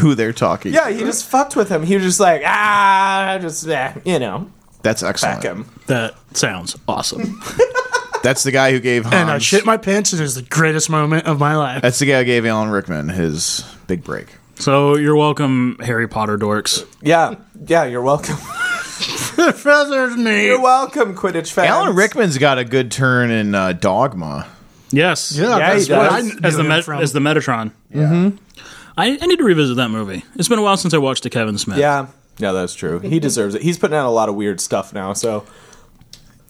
who they're talking. Yeah, he just fucked with him. He was just like, ah, just eh, you know, that's back excellent. him. that sounds awesome. That's the guy who gave uh, Hans. And I shit my pants, and it was the greatest moment of my life. that's the guy who gave Alan Rickman his big break. So you're welcome, Harry Potter dorks. Yeah, yeah, you're welcome. Feathers me. You're welcome, Quidditch fans. Alan Rickman's got a good turn in uh, Dogma. Yes. Yeah, Yeah, that's he what I does. knew As the him Met- from. as the Metatron. Mm-hmm. I, I need to revisit that movie. It's been a while since I watched the Kevin Smith. Yeah, yeah, that's true. He deserves it. He's putting out a lot of weird stuff now. So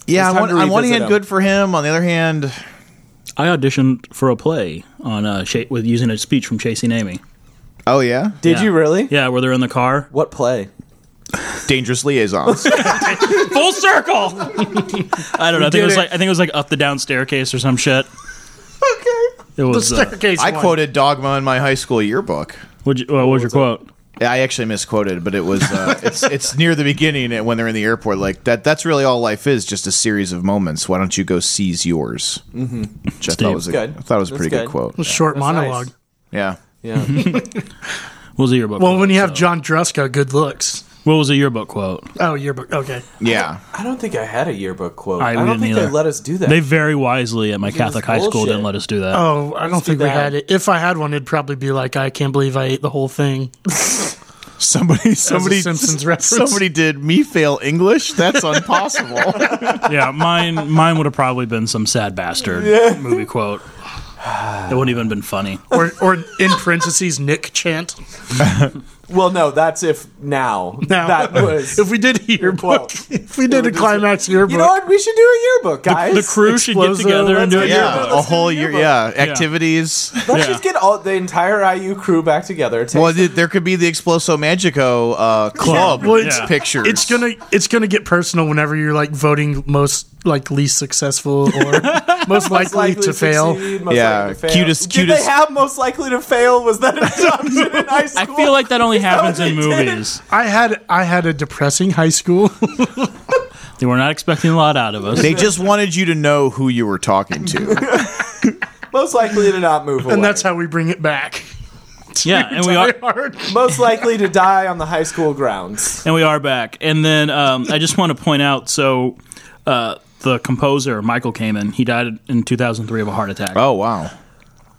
Yeah, It's on time one, to on one revisit hand, him. good for him. On the other hand, I auditioned for a play on uh, Sha- with using a speech from Chasing Amy. oh yeah, did Yeah. you really? Yeah, where they're in the car. What play? dangerous liaisons. Full circle. I don't know. I think it was like I think it was like up the down staircase or some shit. Okay. It The was. Uh, staircase. I one. quoted Dogma in my high school yearbook. what'd you, uh, what was your quote? Yeah, I actually misquoted, but it was uh, it's it's near the beginning and when they're in the airport. Like that, that's really all life is, just a series of moments. Why don't you go seize yours? Mm-hmm. Which I thought was a, Good. I thought it was a pretty That's good, good. quote. short monologue. nice. Yeah, Yeah. What was the yearbook? Well, quote? when you have John Druska, good looks. what was the yearbook quote? Oh, yearbook. Okay. yeah. I don't think I had a yearbook quote. I I, don't didn't think either. they let us do that. They very wisely at my Catholic high school bullshit. didn't let us do that. Oh, I don't Must be think we bad. had it. If I had one, it'd probably be like, I can't believe I ate the whole thing. Somebody, somebody, Simpsons reference. somebody did me fail English. That's impossible. yeah, mine mine would have probably been some sad bastard movie quote. It wouldn't even been funny. Or, or in parentheses, Nick chant. well, no, that's if now. Now, That was. if we did a yearbook, quote. if we did a climax yearbook, you know what? We should do a yearbook, guys. The crew should get Exploso, together and do a let's yearbook. go. yeah, a let's do whole a year. yearbook. Yeah, activities. Let's Yeah. just get all the entire IU crew back together. Take Well, th- there could be the Exploso Magico uh, club Well, it's- pictures. it's gonna it's gonna get personal whenever you're like voting most like least successful or most likely, likely to fail. succeed, most Yeah, likely to fail. cutest- Did cutest- they have most likely to fail? Was that an option in high I school? feel like that only that happens what in they did? movies. I had I had a depressing high school. They were not expecting a lot out of us. They just wanted you to know who you were talking to. most likely to not move away. and that's how we bring it back. yeah, and we are Hard. most likely to die on the high school grounds. and we are back. And then um, I just want to point out so uh, the composer Michael Kamen, he died in 2003 of a heart attack. Oh wow.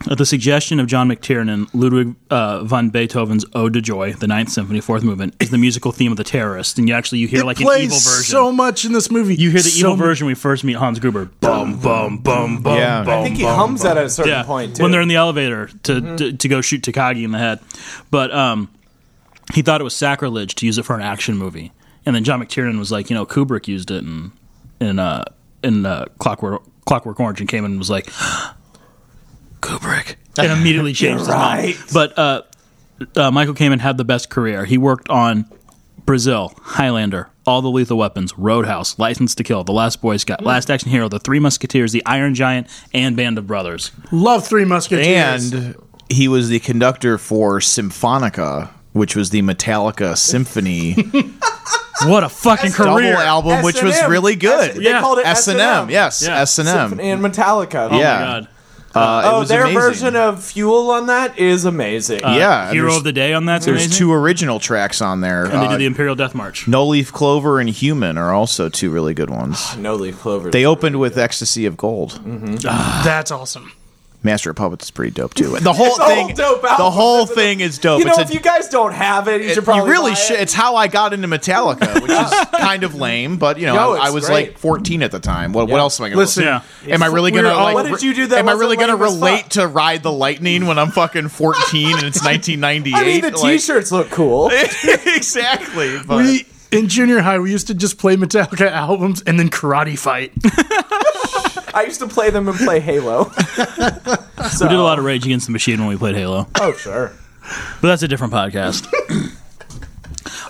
At the suggestion of John McTiernan, Ludwig uh, van Beethoven's Ode to Joy, the Ninth Symphony, Fourth Movement, is the musical theme of the terrorist, and you actually you hear like an evil plays version. so much in this movie. you hear the so evil mu- version when we first meet Hans Gruber. Bum bum bum bum Yeah. I bum. I think he hums at a certain yeah, point too. Mm-hmm. when they're in the elevator to, to to go shoot Takagi in the head, but um, he thought it was sacrilege to use it for an action movie, and then John McTiernan was like, you know, Kubrick used it in in uh in uh, Clockwork Clockwork Orange, and came in and was like, Kubrick, and immediately changed his mind. right. But uh, uh, Michael Kamen had the best career. He worked on Brazil, Highlander, All the Lethal Weapons, Roadhouse, License to Kill, The Last Boy Mm. Scout, Last Action Hero, The Three Musketeers, The Iron Giant, and Band of Brothers. Love Three Musketeers. And he was the conductor for Symphonica, which was the Metallica symphony What a fucking double career! album, which was S&M. really good. They Yeah. called it S and M, yes, Yeah. S and M. and Metallica. Oh Yeah. my god! Uh, it Oh, was their amazing. version of uh, Fuel on that is amazing. yeah, Hero there's, of the Day on that's there's amazing. two original tracks on there. and they Uh, did the Imperial Death March. no Leaf Clover and Human are also two really good ones. no leaf clover. They opened with Ecstasy of Gold. That's awesome. Master of Puppets is pretty dope too. The whole a whole thing, dope album. the whole It's a- thing is dope. you know, It's a- if you guys don't have it, you it- should probably really buy should. it. It's how I got into Metallica, which is kind of lame, but you know, No, I, I it's was great. like 14 at the time. What, what else am I going to Listen, listen? Yeah. Am I really we were going to all- like? What did you do that Am I wasn't really going to lame as fuck? relate to Ride the Lightning when I'm fucking 14 and it's 1998? I mean, the Like- T-shirts look cool. exactly. But We in junior high we used to just play Metallica albums and then karate fight. I used to play them and play Halo. so, We did a lot of Rage Against the Machine when we played Halo, Oh, sure. but that's a different podcast.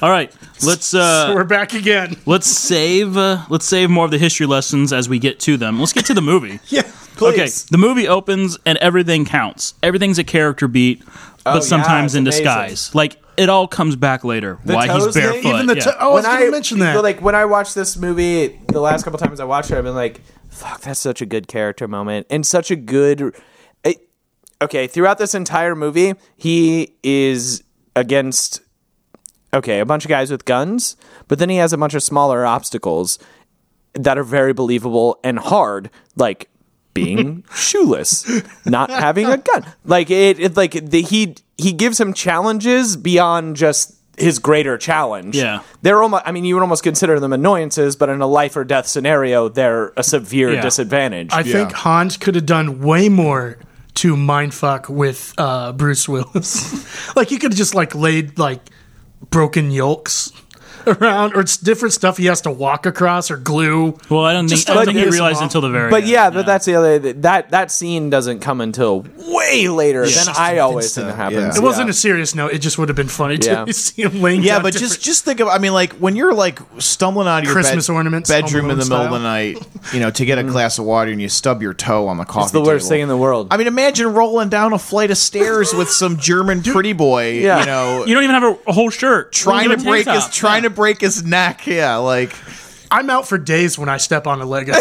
All right, let's uh, so we're back again. let's save uh, let's save more of the history lessons as we get to them. Let's get to the movie. Yeah, Okay, please. the movie opens and everything counts. Everything's a character beat, but yeah, sometimes it's in amazing. disguise. Like it all comes back later. why toes he's thing? barefoot? Even the yeah. t- oh, I was going to mention that. Like when I watched this movie, the last couple times I watched it, I've been like, "Fuck, that's such a good character moment and such a good." It, okay, throughout this entire movie, he is against okay a bunch of guys with guns, but then he has a bunch of smaller obstacles that are very believable and hard, like being shoeless, not having a gun. Like it, it like the, he he gives him challenges beyond just his greater challenge. Yeah. They're almost I mean you would almost consider them annoyances, but in a life or death scenario, they're a severe Yeah. disadvantage. I think Hans could have done way more to mindfuck with uh, Bruce Willis. like he could have just like laid like broken yolks around, or it's different stuff he has to walk across or glue. Well, I don't Just think, I don't like think you piss him realize off. until the very But end. yeah, but that's the other that that scene doesn't come until way later than I always think Vince, it uh, happens. yeah. It wasn't a serious note. It just would have been funny Yeah. to see him laying Yeah, down but different- just just think of I mean like when you're like stumbling out of your Christmas ornaments, bedroom Home in the Alone middle of the night, you know, to get a glass of water and you stub your toe on Mm. the coffee. the worst table. thing in the world. I mean, imagine rolling down a flight of stairs with some German pretty boy, Yeah. you know, You don't even have a, a whole shirt. trying Only to a tank break his top. trying to break his neck. Yeah, like I'm out for days when I step on a Lego.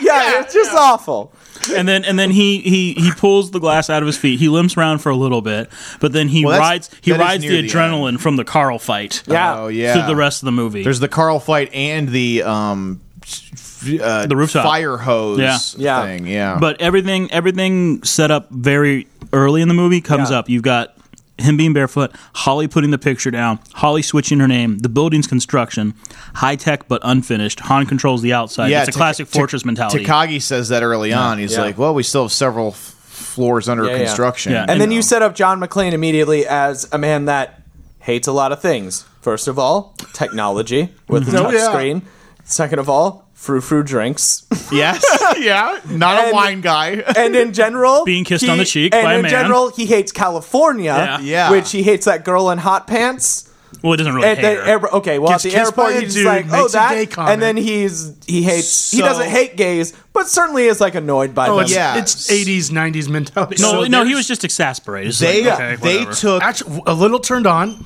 yeah, it's just awful. and then and then he he he pulls the glass out of his feet. He limps around for a little bit, but then he Well, that's- rides he that is rides the near the adrenaline from the Carl fight. Yeah. oh yeah. Through the rest of the movie, There's the Carl fight and the um f- uh, The rooftop. fire hose Yeah. Yeah. thing. Yeah. but everything everything set up very early in the movie comes Yeah. up. You've got him being barefoot, Holly putting the picture down, Holly switching her name, the building's construction, high tech but unfinished. Han controls the outside. Yeah, it's a Ta- classic Ta- fortress mentality. Takagi says that early on. He's Yeah. like, "Well, we still have several f- floors under Yeah, yeah. construction." Yeah. And then know. you set up John McClane immediately as a man that hates a lot of things. First of all, technology with a Oh, touch yeah. screen. Second of all, frou frou drinks. Yes. yeah. Not a And- wine guy. and in general, Being kissed on the cheek and by a in man. general, he hates California. Yeah. Yeah. which he hates that girl in hot pants. well, it doesn't really At the care. air, okay, well, Gets at the kissed by airport, a he's just dude, like, "Oh, makes a that," gay and comment. then he's he hates he So- doesn't hate gays, but certainly is like annoyed by oh, them. it's, Yeah. it's 80s, 90s mentality. no, So no, he there's- was just exasperated. It's They like, okay, they whatever. took actually a little turned on.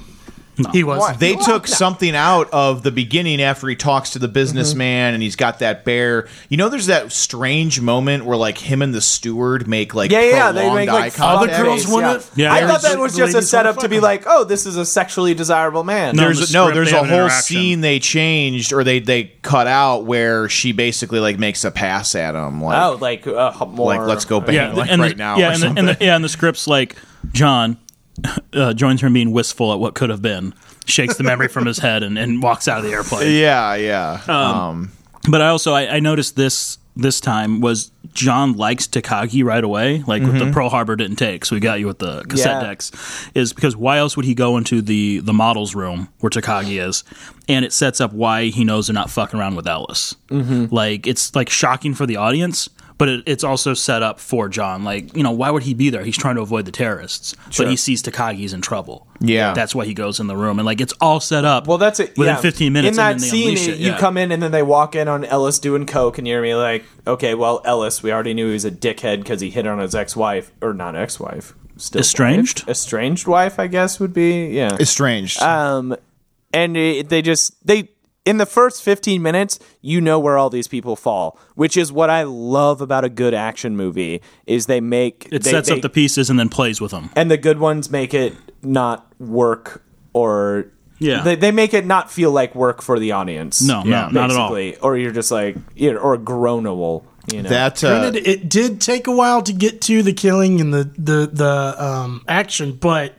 He was. Why? they took something out of the beginning after he talks to Mm-hmm. the businessman and he's got that bear. You know, there's that strange moment where like him and the steward make like Yeah, yeah, they prolonged make like eye contact. fuck Other girls face, wanna- Yeah, Yeah, I thought there's- that was the just a ladies setup wanna to be fuck like, "Oh, this is a sexually desirable man." No. there's the no script, there's they a have an whole interaction. scene they changed or they they cut out where she basically like makes a pass at him like Oh, like uh, more. like let's go bang yeah, like and right the, now Yeah, or and the, something. and the, yeah, and the script's like John uh, joins her in being wistful at what could have been, shakes the memory from his head, and, and walks out of the airplane. yeah yeah um, But I also I, I noticed this this time was John likes Takagi right away, like what the Pearl Harbor didn't take, so we got you with the cassette Mm-hmm. Yeah. decks. Is because why else would he go into the the models room where Takagi is, and it sets up why he knows they're not fucking around with Ellis. Mm-hmm. Like it's like shocking for the audience. But it, it's also set up for John. Like, you know, why would he be there? He's trying to avoid the terrorists. But he sees Takagi's in trouble. Yeah. That's why he goes in the room. And, like, it's all set up Well, that's it. within yeah. 15 minutes. In that and then they scene, unleash it. you Yeah. come in and then they walk in on Ellis doing coke, and you're gonna be like, "Okay, well, Ellis, we already knew he was a dickhead because he hit on his ex-wife or not ex-wife, still Estranged? wife. estranged wife, I guess would be yeah." estranged Um, and it, they just they in the first 15 minutes, you know where all these people fall, which is what I love about a good action movie is they make It they- sets they- up the pieces and then plays with them. and the good ones make it not work or Yeah. they, they make it not feel like work for the audience No, no, not at all. basically. or you're just like you know, or groanable you know that Granted, uh, it did take a while to get to the killing and the the the um, action, but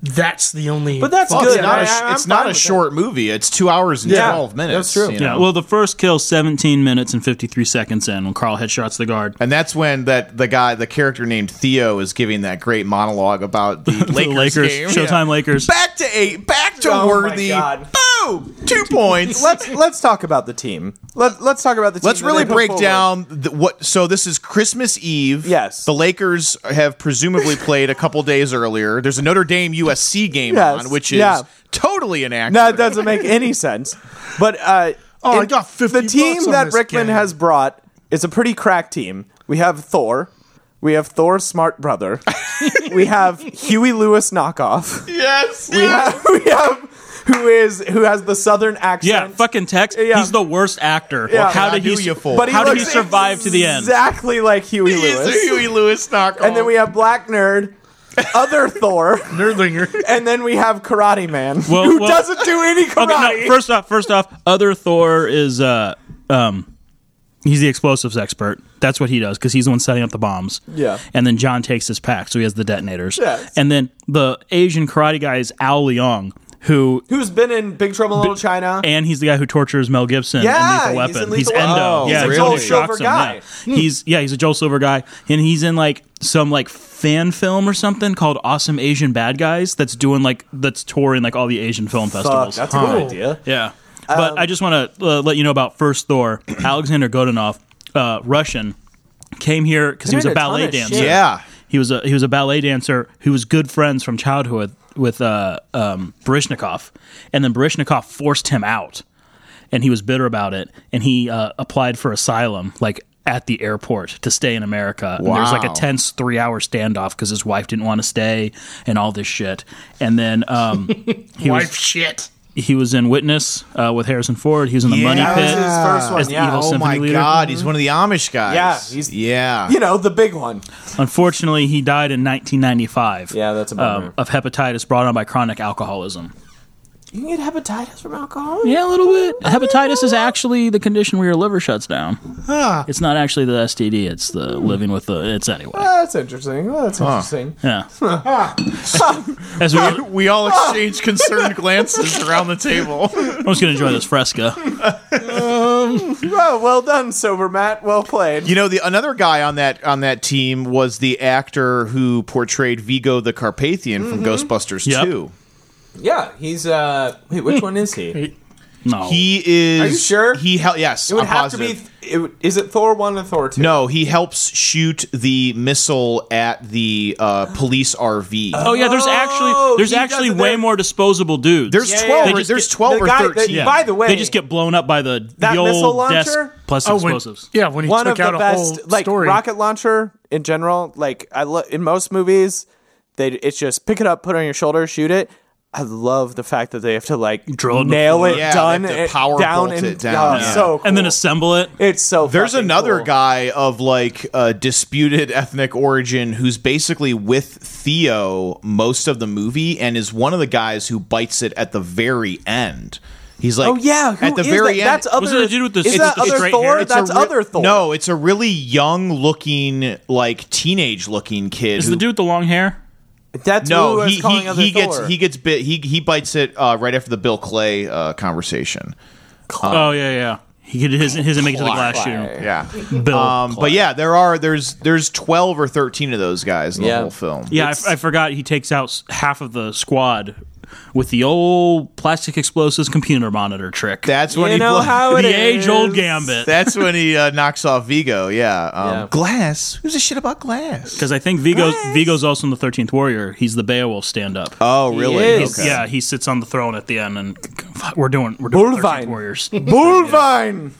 that's the only. But that's fault. good. it's not I- a, I- I'm it's not fine a with short movie it's two hours and Yeah, 12 minutes that's true. you Yeah, know? well, the first kill, 17 minutes and 53 seconds in when Carl headshots the guard. And that's when that the guy, the character named Theo, is giving that great monologue about the, The Lakers, Lakers, game. Showtime Lakers. Back to eight, back to Oh my Worthy. God. Boom, two points. let's let's talk about the team Let, let's talk about the team Let's that really they put break forward. down the, what. So this is Christmas Eve. Yes. the Lakers have presumably played a couple days earlier. There's a Notre Dame USC game Yes, on, which is yeah. totally inaccurate. no it doesn't make any sense but uh Oh, I it- got 50 the team bucks on that this rickman game. has brought is a pretty crack team we have thor we have thor's smart brother we have huey lewis knockoff yes, we have, we have who is who has the southern accent. Yeah, fucking Tex. Yeah. He's the worst actor. How Yeah. Can I did he? do you for? But he how did he looks survive to the end? Exactly like Huey Yes, Lewis. Huey Lewis knockoff. And then we have Black Nerd, other Thor, Nerdlinger. and then we have Karate Man, Well, who well- doesn't do any Okay, karate. no, first off, first off, other Thor is uh um. He's the explosives expert. That's what he does because he's the one setting up the bombs. Yeah. And then John takes his pack, so he has the detonators. Yes. And then the Asian karate guy is Ao Leong, who Who's been in Big Trouble in Little China? and he's the guy who tortures Mel Gibson Uh-huh. Yeah, in Lethal he's in Weapon. He's, Lethal Weapon. Endo. Oh, yeah, he's a he's the one Joel who Silver shocks him, guy. Hmm. yeah. He's yeah, he's a Joel Silver guy, and he's in like some like fan film or something called Awesome Asian Bad Guys. That's doing like that's touring like all the Asian film Fuck, festivals. that's a good idea. Yeah. But I just want to uh, let you know about First Thor, Alexander Godunov, uh, Russian, came here because he was a They're in a ton ballet of shit. dancer. Yeah. He was a he was a ballet dancer who was good friends from childhood with uh, um, Barishnikov, and then Barishnikov forced him out, and he was bitter about it, and he uh, applied for asylum like at the airport to stay in America. And there was like Wow. a tense three hour standoff because his wife didn't want to stay and all this shit, and then um, he was Wife shit. he was in Witness uh, with Harrison Ford. He was in The Money that Pit. This is his first As one. the Yeah. evil Oh my symphony leader. god, he's one of the Amish guys. Yeah, he's- yeah. You know, the big one. Unfortunately, he died in 1995. Yeah, that's a bummer. um, of hepatitis brought on by chronic alcoholism. You can get hepatitis from alcohol? Yeah, a little bit. Hepatitis is actually the condition where your liver shuts down. It's not actually the STD. It's the living with the. It's anyway. That's interesting. Well, that's interesting. Yeah. As we, I'm We all exchange concerned glances around the table. just gonna enjoy this fresca. Oh, well done, Sober Matt. Well played. You know, the another guy on that on that team was the actor who portrayed Vigo the Carpathian from Mm-hmm. Ghostbusters Yep. 2. Yeah, he's uh wait, which one is he? It No. He is Are you sure? He hel- yes, would I'm have positive. to be it, would- is it Thor 1 or Thor 2? No, he helps shoot the missile at the uh, police RV. oh yeah, there's actually Oh, there's he actually does it way there. more disposable dudes. there's yeah, twelve. yeah. Or, They just there's get- twelve the or guy that- thirteen. Yeah. by the way- they just get blown up by the That the missile old launcher? desk plus Oh, when, explosives. yeah, when he one of took the out a whole best like story. rocket launcher in general. Like I lo- in most movies, they it's just pick it up, put it on your shoulder, shoot it. I love the fact that they have to like Drill it in the nail floor. it, Yeah, they done, have to it, power down, bolt and it down, oh, yeah. so and then cool. assemble it. it's so. There's fucking another cool. guy of like uh, disputed ethnic origin who's basically with Theo most of the movie and is one of the guys who bites it at the very end. He's like, Oh yeah, who at the is very that? end. That's other. Was it the dude with the- is it's that the other straight Thor? hair? It's That's a re- other Thor. No, it's a really young looking, like teenage looking kid. Is who the dude with the long hair? that's who No, I was he calling he, other he gets Thor. he gets bit he he bites it uh, right after the Bill Clay uh, conversation. oh yeah, yeah. He could his his make it to the glass shooter. Yeah. Bill. Um, but yeah, there are there's there's twelve or thirteen of those guys in Yeah. the whole film. yeah, I, I forgot he takes out s- half of the squad with the old plastic explosives computer monitor trick. That's when you he know blo- how it the age old is. gambit. That's when he uh, knocks off Vigo. Yeah. Um, Yeah. Glass. Who's a shit about glass? Because I think Vigo's Vigo's also in the Thirteenth Warrior. He's the Beowulf stand up. Oh, really? is. Okay. Yeah, he sits on the throne at the end, and fuck, we're doing we're doing Bullvine. 13th Warriors. Bullvine.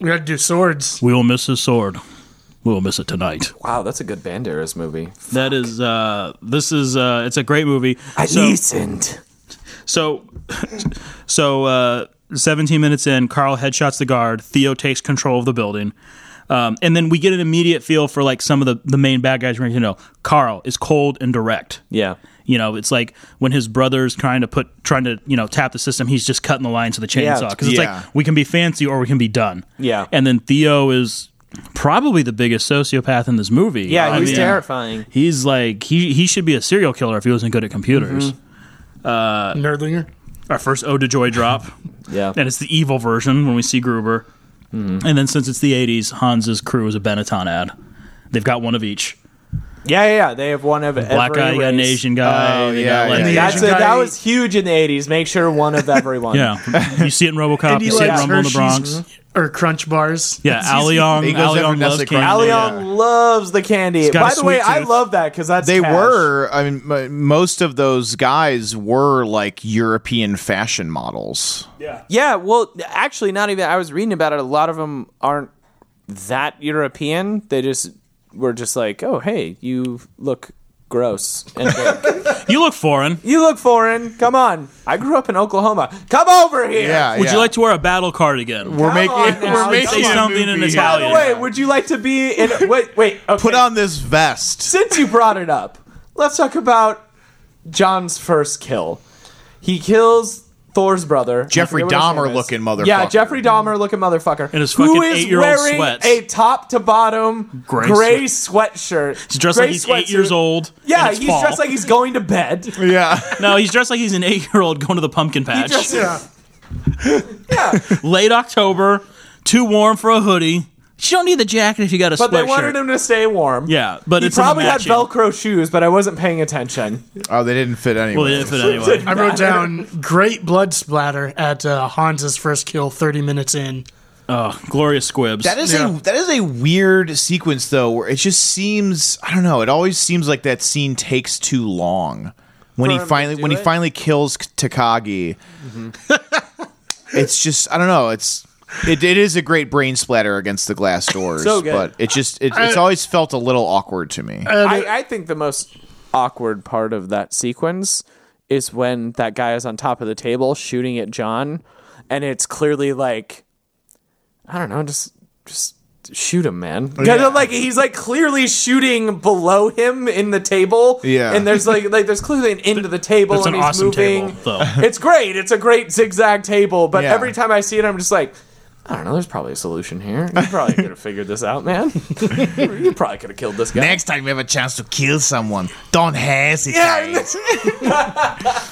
we had to do swords. we will miss his sword. We will miss it tonight. Wow, that's a good Banderas movie. That is uh this is uh it's a great movie. I so, listened. So, so uh, 17 minutes in, Carl headshots the guard. Theo takes control of the building. Um, and then we get an immediate feel for like some of the, the main bad guys. We're gonna know Carl is cold and direct. Yeah. You know, it's like when his brother's trying to put, trying to, you know, tap the system, he's just cutting the lines with a Yeah. chainsaw. Because it's Yeah. like, we can be fancy or we can be done. Yeah. And then Theo is probably the biggest sociopath in this movie. Yeah, I he was mean, terrifying. He's like, he, he should be a serial killer if he wasn't good at computers. Mm-hmm. Nerdlinger. Our first Ode to Joy drop. Yeah. and it's the evil version when we see Gruber. And then since it's the 80s, Hans's crew is a Benetton ad. They've got one of each. Yeah, yeah, yeah. They have one of Black every guy, you got an race. Asian guy. Oh, they yeah, got, like- yeah, The That's Asian a, that guy- was huge in the '80s. Make sure one of everyone. Yeah. You see it in RoboCop, And he you see it in likes Rumble in the Hershey's Bronx. or Crunch bars. Yeah, Ali Young, He goes Ali after Young loves Nestle candy. Crunch. Allion Yeah. loves the candy. got By a the way, sweet I tooth. love that because that's They cash. were. I mean, m- most of those guys were like European fashion models. Yeah, well, actually, not even. I was reading about it. A lot of them aren't that European. They just were just like, oh, hey, you look gross. And big. You look foreign. you look foreign. Come on. I grew up in Oklahoma. Come over here. Yeah. Would yeah. you like to wear a battle cardigan? We're on making. now, We're making say a something in movie. By Italian. the way, would you like to be in? Wait, wait. Okay. Put on this vest. Since you brought it up, let's talk about John's first kill. He kills Thor's brother. I Jeffrey forget what his name Dahmer is. looking motherfucker. Yeah, Jeffrey Dahmer looking motherfucker. In his who fucking is eight-year-old wearing sweats. A top to bottom Gray gray, sweatshirt. He's dressed gray like he's eight sweatsuit. years old. and Yeah, it's he's fall. dressed like he's going to bed. Yeah. no, he's dressed like he's an eight year old going to the pumpkin patch. Just- Late October, too warm for a hoodie. You don't need the jacket if you got a But sweatshirt. they wanted him to stay warm. yeah, but He it's in the probably had matching. Velcro shoes, but I wasn't paying attention. Oh, they didn't fit anyway. Well, they didn't fit anyway. I wrote down great blood splatter at uh, Hans's first kill 30 minutes in. Oh, glorious squibs. That is a that is a weird sequence though, where it just seems I don't know. It always seems like that scene takes too long when For he him to finally do when he it? finally kills K- Takagi. Mm-hmm. it's just I don't know. It's it, it is a great brain splatter against the glass doors, So good. Uh, but it just it, it's always felt a little awkward to me. I, I think the most awkward part of that sequence is when that guy is on top of the table shooting at John, and it's clearly like, I don't know, just just shoot him, man. Oh, Yeah. Like he's like clearly shooting below him in the table. Yeah. and there's like like there's clearly an end to the table. That's and an he's awesome moving. table, though. It's great. It's a great zigzag table. But Yeah. every time I see it, I'm just like. I don't know. There's probably a solution here. You probably could have figured this out, man. you probably could have killed this guy. Next time you have a chance to kill someone, don't hesitate.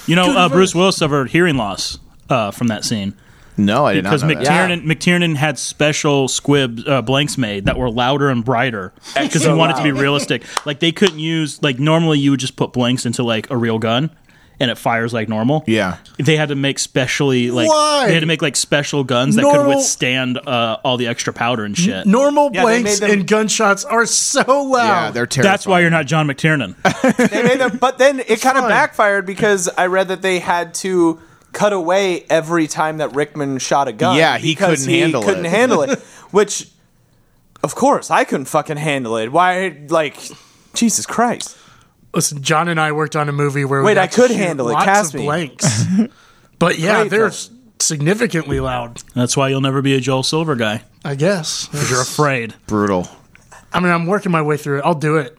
You know, uh, Bruce Willis suffered hearing loss uh, from that scene no, I did not because know that. McTiernan, McTiernan had special squib uh, blanks made that were louder and brighter because he Extra wanted to be loud. realistic. Like they couldn't use like normally you would just put blanks into like a real gun and it fires like normal. Yeah. they had to make specially like Why? they had to make like special guns that could Normal- withstand uh, all the extra powder and shit. Normal Yeah, they blanks made them- and gunshots are so loud. Yeah, they're terrible. That's why you're not John McTiernan. They made them, but then it kind of backfired because I read that they had to cut away every time that Rickman shot a gun. Yeah, he because couldn't handle couldn't it. handle it, which, of course, I couldn't fucking handle it. Why, like, Jesus Christ? Listen, John and I worked on a movie where Wait, we got I could to shoot handle it. Lots Cast of me. blanks, but yeah, Great they're film. significantly loud. That's why you'll never be a Joel Silver guy. I guess. You're afraid. brutal. I mean, I'm working my way through it. I'll do it.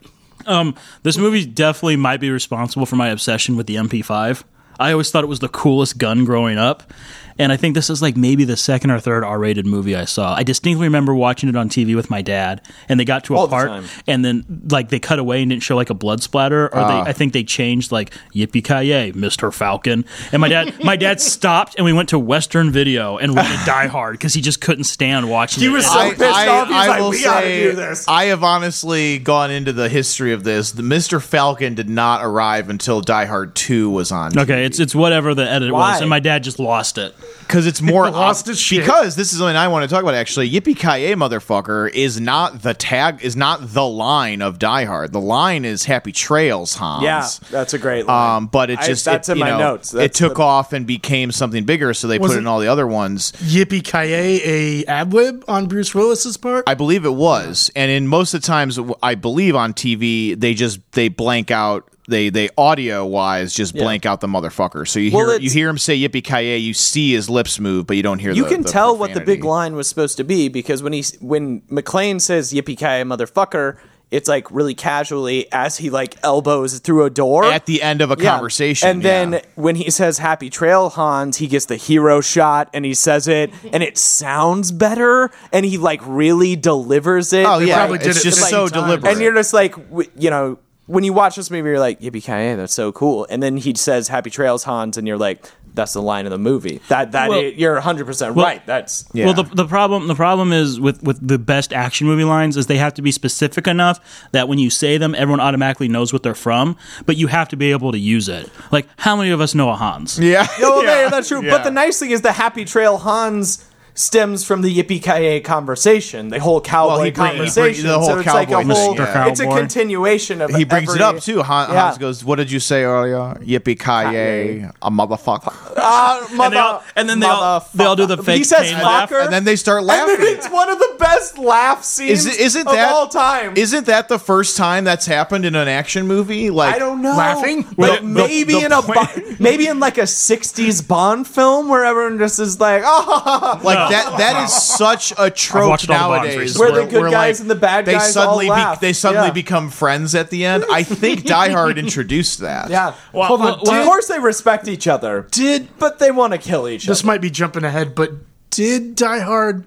This movie definitely might be responsible for my obsession with the MP5. I always thought it was the coolest gun growing up, and I think this is like maybe the second or third R-rated movie I saw. I distinctly remember watching it on TV with my dad, and they got to a All the part, time. and then like they cut away and didn't show like a blood splatter, or Ah. they, I think they changed like Yippee Ki Yay, Mister Falcon, and my dad, my dad stopped, and we went to Western Video and rented Die Hard because he just couldn't stand watching. He it. was And so pissed off. He's like, will "We gotta do this." I have honestly gone into the history of this. The Mr. Falcon did not arrive until Die Hard 2 was on. Okay, it's it's whatever the edit Why? was, and my dad just lost it. Because it's more. Lost his shit. Because this is something I want to talk about, actually. Yippee Ki motherfucker, is not the tag, is not the line of Die Hard. The line is Happy Trails, Hans. Yeah, that's a great line. Um, but it I- just that's it, in you my know, notes. it That's took the- off and became something bigger, so they Was put it it- in all the other ones. Yippee ki a ad lib on Bruce Willis's part. I believe it was, and in most of the times, w- I believe on TV they just they blank out they they audio wise just blank out the motherfucker. So you Well, hear it's- you hear him say yippee ki yay, you see his lips move, but you don't hear. you the, can the tell what the big profanity. line was supposed to be because when he when McLean says "Yippee ki motherfucker," it's like really casually as he like elbows through a door at the end of a Yeah. conversation, And then yeah. when he says "Happy Trail, Hans," he gets the hero shot, and he says it, and it sounds better, and he like really delivers it. oh They yeah, probably did it's it just the so same time. deliberate. and you're just like, w- you know, when you watch this movie, you're like, "Yippee ki that's so cool." And then he says "Happy Trails, Hans," and you're like, "That's the line of the movie." That that Well- i- you're 100 percent well- right. That's Yeah. Well, the, the problem the problem is with with the best action movie lines is they have to be specific enough that when you say them, everyone automatically knows what they're from, but you have to be able to use it. Like, how many of us know a Hans? yeah, No, well, yeah. man, that's true. But the nice thing is the Happy Trail Hans stems from the Yippee Ki conversation, the whole cowboy he bring- he bring- conversation. the whole so it's like cowboy a whole, thing, yeah. it's a continuation of. He brings it every- up too. Han, Yeah. Hans goes, "What did you say earlier? Yippee ki yay, a motherfucker." Ah, mother- And, they all, and then they all, motherfucker. they all do the fake He says pain laugh. fucker, And then they start and then laughing. it's one of the best laugh Is scenes it, isn't of that all time. Isn't that the first time that's happened in an action movie? Like I don't know. Laughing? Well, but the- maybe the in a point- Bo- maybe in like a '60s Bond film where everyone just is like, "Oh, like that that is such a I've trope watched all the Bonds nowadays. recently. Where the good guys and the bad they guys suddenly all laugh. they suddenly Yeah. become friends at the end. I think Die Hard introduced that. Yeah. Well, Hold on, well, dude. well, of course they respect each other. Did But they want to kill each this other. might be jumping ahead, but did Die Hard?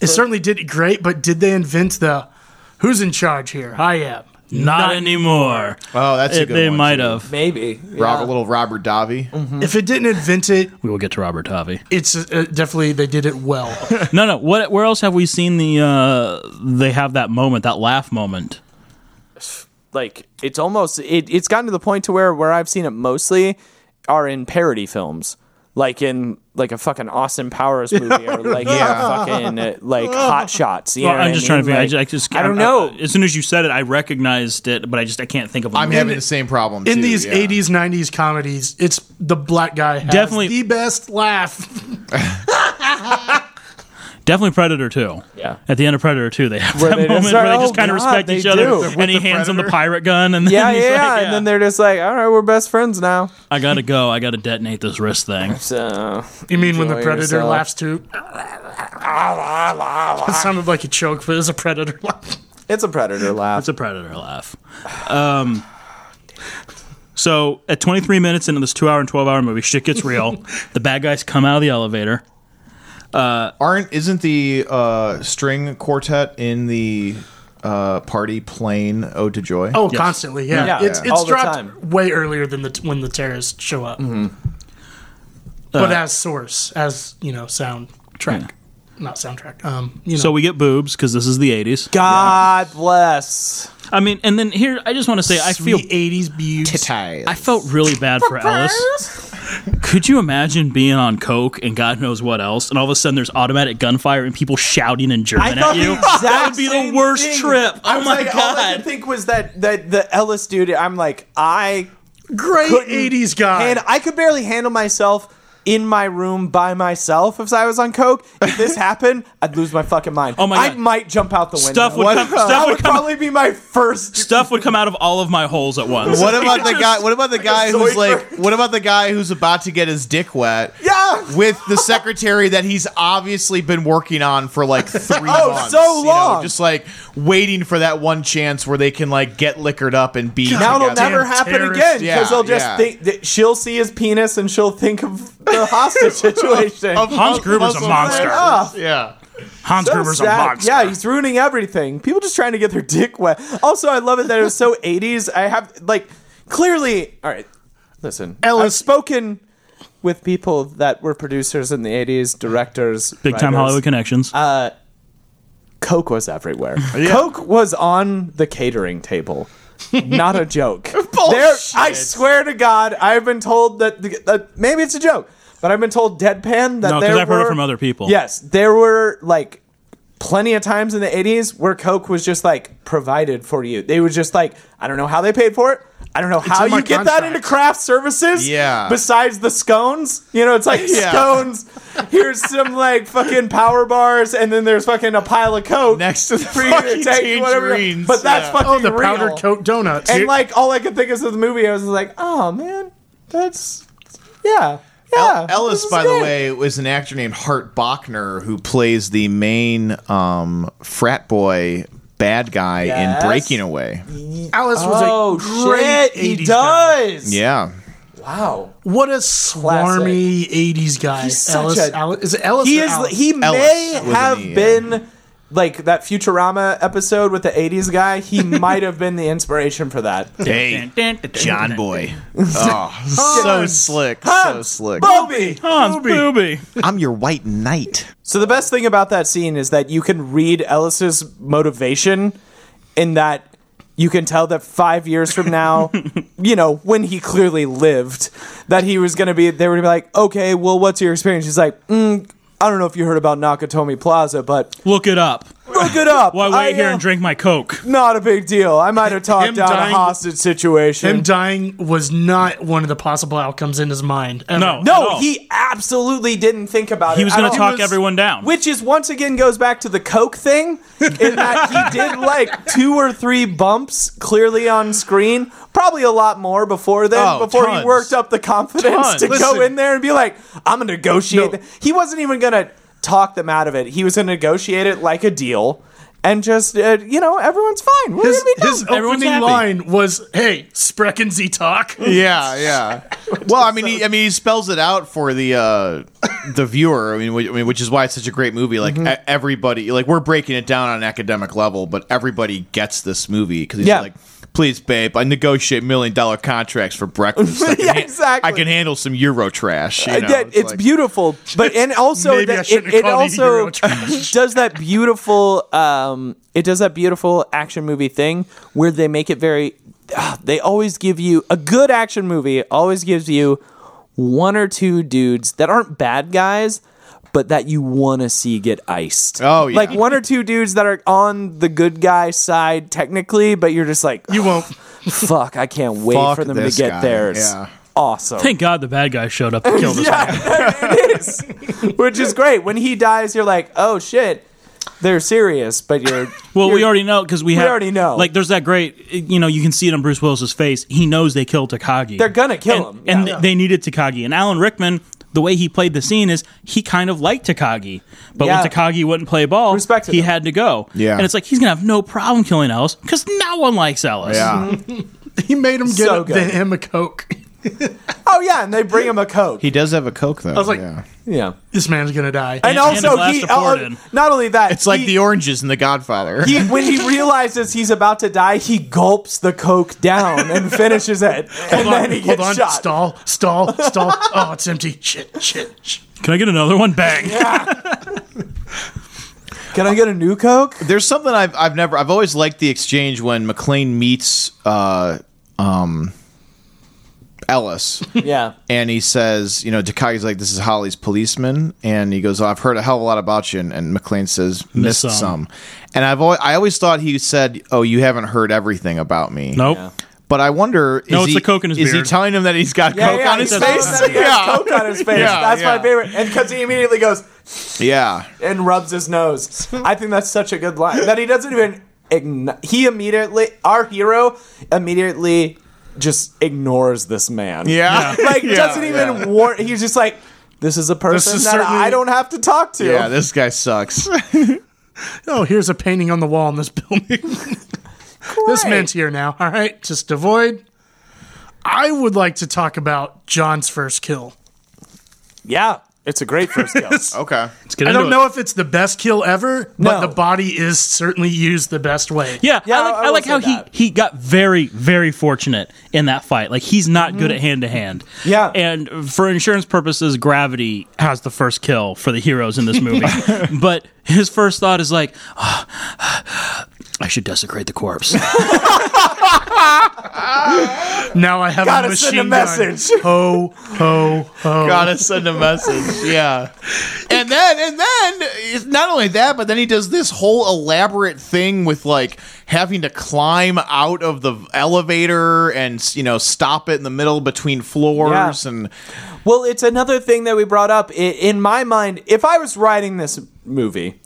It certainly did great, but did they invent the "Who's in charge here"? I am. not, anymore. Oh, that's a It- good they one, might too. have. Maybe. Rob, Yeah. Mm-hmm. a little Robert Davi. If it didn't invent it, We will get to Robert Tavi. it's uh, definitely they did it well. No, no. What? Where else have we seen the? uh They have that moment, that laugh moment. like it's almost it, it's gotten to the point to where where I've seen it mostly are in parody films, like in like a fucking Austin Powers movie or like Yeah. a fucking uh, like Hot Shots. You Well, know what I'm I just mean? trying to figure. I Like, just, I, just, I don't know. I'm- I- as soon as you said it, I recognized it, but I just I can't think of. a I'm movie. having the same problem In too, these yeah. '80s, '90s comedies, it's the black guy has Definitely- the best laugh. Definitely Predator Two. Yeah. At the end of Predator Two, they have Where that they just moment are, where they "Oh, just kind of God, respect they each do." other, With and he the hands him the Predator? pirate gun, and then yeah, yeah, he's like, yeah, and then they're just like, all right, we're best friends now. I gotta go. I gotta detonate this wrist thing. So You mean when the Enjoy predator yourself. laughs too? Ah. It sounded like a choke, but it's a predator laugh. It's a predator laugh. It's a predator laugh. Um, so at 23 minutes into this two-hour and 12-hour movie, shit gets real. the bad guys come out of the elevator. Aren't isn't the uh, string quartet in the uh, party playing Ode to Joy? Oh, constantly, yeah. Yeah, it's yeah. it's All the dropped time. way earlier than the when the terrorists show up. Mm-hmm. But Uh, as source, as you know, sound track, not soundtrack. Um, you know, So we get boobs because this is the 80s. God bless. I mean, and then here I just want to say I feel eighties beauty. I felt really bad for Ellis. Could you imagine being on coke and God knows what else, and all of a sudden there's automatic gunfire and people shouting in German at thought the you? exact That would be the same worst thing. trip. I Oh was my like, All I god! could think was that that the Ellis dude. I'm like, I Great couldn't eighties guy. hand- I could barely handle myself in my room by myself if I was on coke. If this happened, I'd lose my fucking mind. Oh my I God. might jump out the window. Stuff would come- stuff that would would come- probably be my first. Stuff would come out of all of my holes at once. What about the guy? What about the guy who's zoidberg. like? What about the guy who's about to get his dick wet? Yeah. with the secretary that he's obviously been working on for like three Oh, months. so you know, long. just like waiting for that one chance where they can like get liquored up and be Now it'll together. never Damn happen terrorist. again because Yeah, they'll just yeah. think that she'll see his penis and she'll think of the hostage situation. Of Hans Mus- Gruber's a Muslim monster. friends. Ah. Yeah. Hans So Gruber's sad. a monster. Yeah, he's ruining everything. People just trying to get their dick wet. Also, I love it that it was so 80s. I have, like, clearly. All right, listen. Ellis- I've spoken with people that were producers in the 80s, directors, Big time writers. Hollywood connections. Uh, Coke was everywhere. Coke was on the catering table. Not a joke. there, I swear to God, I've been told that the, that- maybe it's a joke, but I've been told deadpan No, that 'cause there I've heard it were- from other people. Yes, there were like plenty of times in the '80s where Coke was just like provided for you. They were just like, I don't know how they paid for it. I don't know how in my you get that contract. into craft services. Yeah. Besides the scones, you know, it's like Yeah. scones. Here's some like fucking power bars, and then there's fucking a pile of Coke Next to the for you to fucking take, whatever. tangerines, But that's yeah. fucking oh, the real. powder coat donuts. And like all I could think is of the movie, I was like, oh man, that's yeah, yeah. El- Ellis, this is by the great. way, was an actor named Hart Bachner who plays the main um, frat boy bad guy Yes. in Breaking Away. Alice was Oh a great shit, he 80s guy. does. Yeah. Wow. What a swarmy '80s guy. He's such Ellis, a- Alice, is it Ellis? He or is. Alice? He may Ellis was have in the, uh, been like that Futurama episode with the '80s guy. He might have been the inspiration for that. Hey, John Boy. Oh, so slick. So slick. Bobby. Hans Booby. I'm your white knight. So the best thing about that scene is that you can read Ellis's motivation in that you can tell that 5 years from now, you know, when he clearly lived, that he was going to be they were going to be like, "Okay, well what's your experience?" He's like, mm, "I don't know if you heard about Nakatomi Plaza, but Look it up. look it up." Why wait I, here uh, and drink my coke? Not a big deal. I might have talked Him down dying- a hostage situation. Him dying was not one of the possible outcomes in his mind. ever. No, at no, all. he absolutely didn't think about it. He was at going all. to talk everyone down. Which is once again goes back to the Coke thing, in that he did like two or three bumps clearly on screen, probably a lot more before then, Oh, before tons. he worked up the confidence Tons. to go Listen. in there and be like, I'm gonna negotiate. No. He wasn't even gonna talk them out of it. He was going to negotiate it like a deal, and just uh, you know, everyone's fine. We're His, gonna be done. his Everyone's opening happy. line was, "Hey, Sprecken Z talk." Yeah, yeah. Well, I mean, he, I mean, he spells it out for the uh, the viewer. I mean, whi- I mean, which is why it's such a great movie. Like Mm-hmm. e- everybody, like we're breaking it down on an academic level, but everybody gets this movie because he's Yeah. like, "Please, babe, I negotiate million dollar contracts for breakfast. I can Yeah, han- exactly. I can handle some Euro trash. You know? Yeah, it's like- beautiful, but and also Maybe I that, it, shouldn't it call it also Euro trash. does that beautiful um, it does that beautiful action movie thing where they make it very ah, they always give you a good action movie always gives you one or two dudes that aren't bad guys but that you want to see get iced. Oh, yeah. Like one or two dudes that are on the good guy side technically, but you're just like, You won't. fuck, I can't wait Fuck for them to this get guy. theirs. Yeah. Awesome. Thank God the bad guy showed up to kill this. Yeah, it is. Which is great. When he dies, you're like, oh shit, they're serious, but you're. Well, we you're- already know because we, have, already know. Like, there's that great, you know, you can see it on Bruce Willis's face. He knows they killed Takagi. They're gonna kill and, him. and yeah. th- they needed Takagi. And Alan Rickman, the way he played the scene is he kind of liked Takagi, but Yeah. when Takagi wouldn't play ball, Respected he him. had to go. Yeah. and it's like he's gonna have no problem killing Ellis because no one likes Ellis. Mm-hmm. yeah. He made him get So a, good. the, him a coke. oh yeah, and they bring him a coat. He does have a coke though. I was like- yeah. yeah, This man's gonna die. and, and a also glass he. to pour oh, it in. not only that, it's like he- the oranges in The Godfather. He, when he realizes he's about to die, he gulps the coke down and finishes it, and hold then on, he hold gets on. shot. Stall, stall, stall. oh, it's empty. Shit, shit, shit. Can I get another one? Bang. Can I get a new coke? There's something I've I've never I've always liked the exchange when McLean meets uh, um, Ellis. Yeah, and he says, you know, Takai's like, this is Holly's policeman, and he goes, "Oh, I've heard a hell of a lot about you, and, and McLean says, missed some. some. and I've always, I always thought he said, oh, you haven't heard everything about me. Nope. But I wonder, is No, it's he, the coke in his is beard. he telling him that he's got yeah, coke yeah. on he his tells face? him that he has coke on his face. Yeah, That's my yeah. favorite, and because he immediately goes, yeah, and rubs his nose. I think that's such a good line that he doesn't even. Ign- he immediately, our hero immediately just ignores this man. yeah, like Yeah, doesn't even yeah. warn. He's just like, this is a person is that certainly- I don't have to talk to. Yeah, this guy sucks. Oh, here's a painting on the wall in this building. this man's here now. All right, just avoid. I would like to talk about John's first kill. yeah, it's a great first kill. okay. Let's get I into don't it. know if it's the best kill ever, No. but the body is certainly used the best way. Yeah, I Yeah, like, I I will like say how that. he he got very very fortunate in that fight. Like he's not good at hand to hand. Mm-hmm. Yeah. and for insurance purposes, gravity has the first kill for the heroes in this movie. but his first thought is like, "Ah, I should desecrate the corpse. Now I have Gotta a machine send a message. gun. Ho, ho, ho. Gotta send a message. Yeah. And then, and then, it's not only that, but then he does this whole elaborate thing with like having to climb out of the elevator and, you know, stop it in the middle between floors. Yeah. And Well, it's another thing that we brought up. I- In my mind, if I was writing this movie,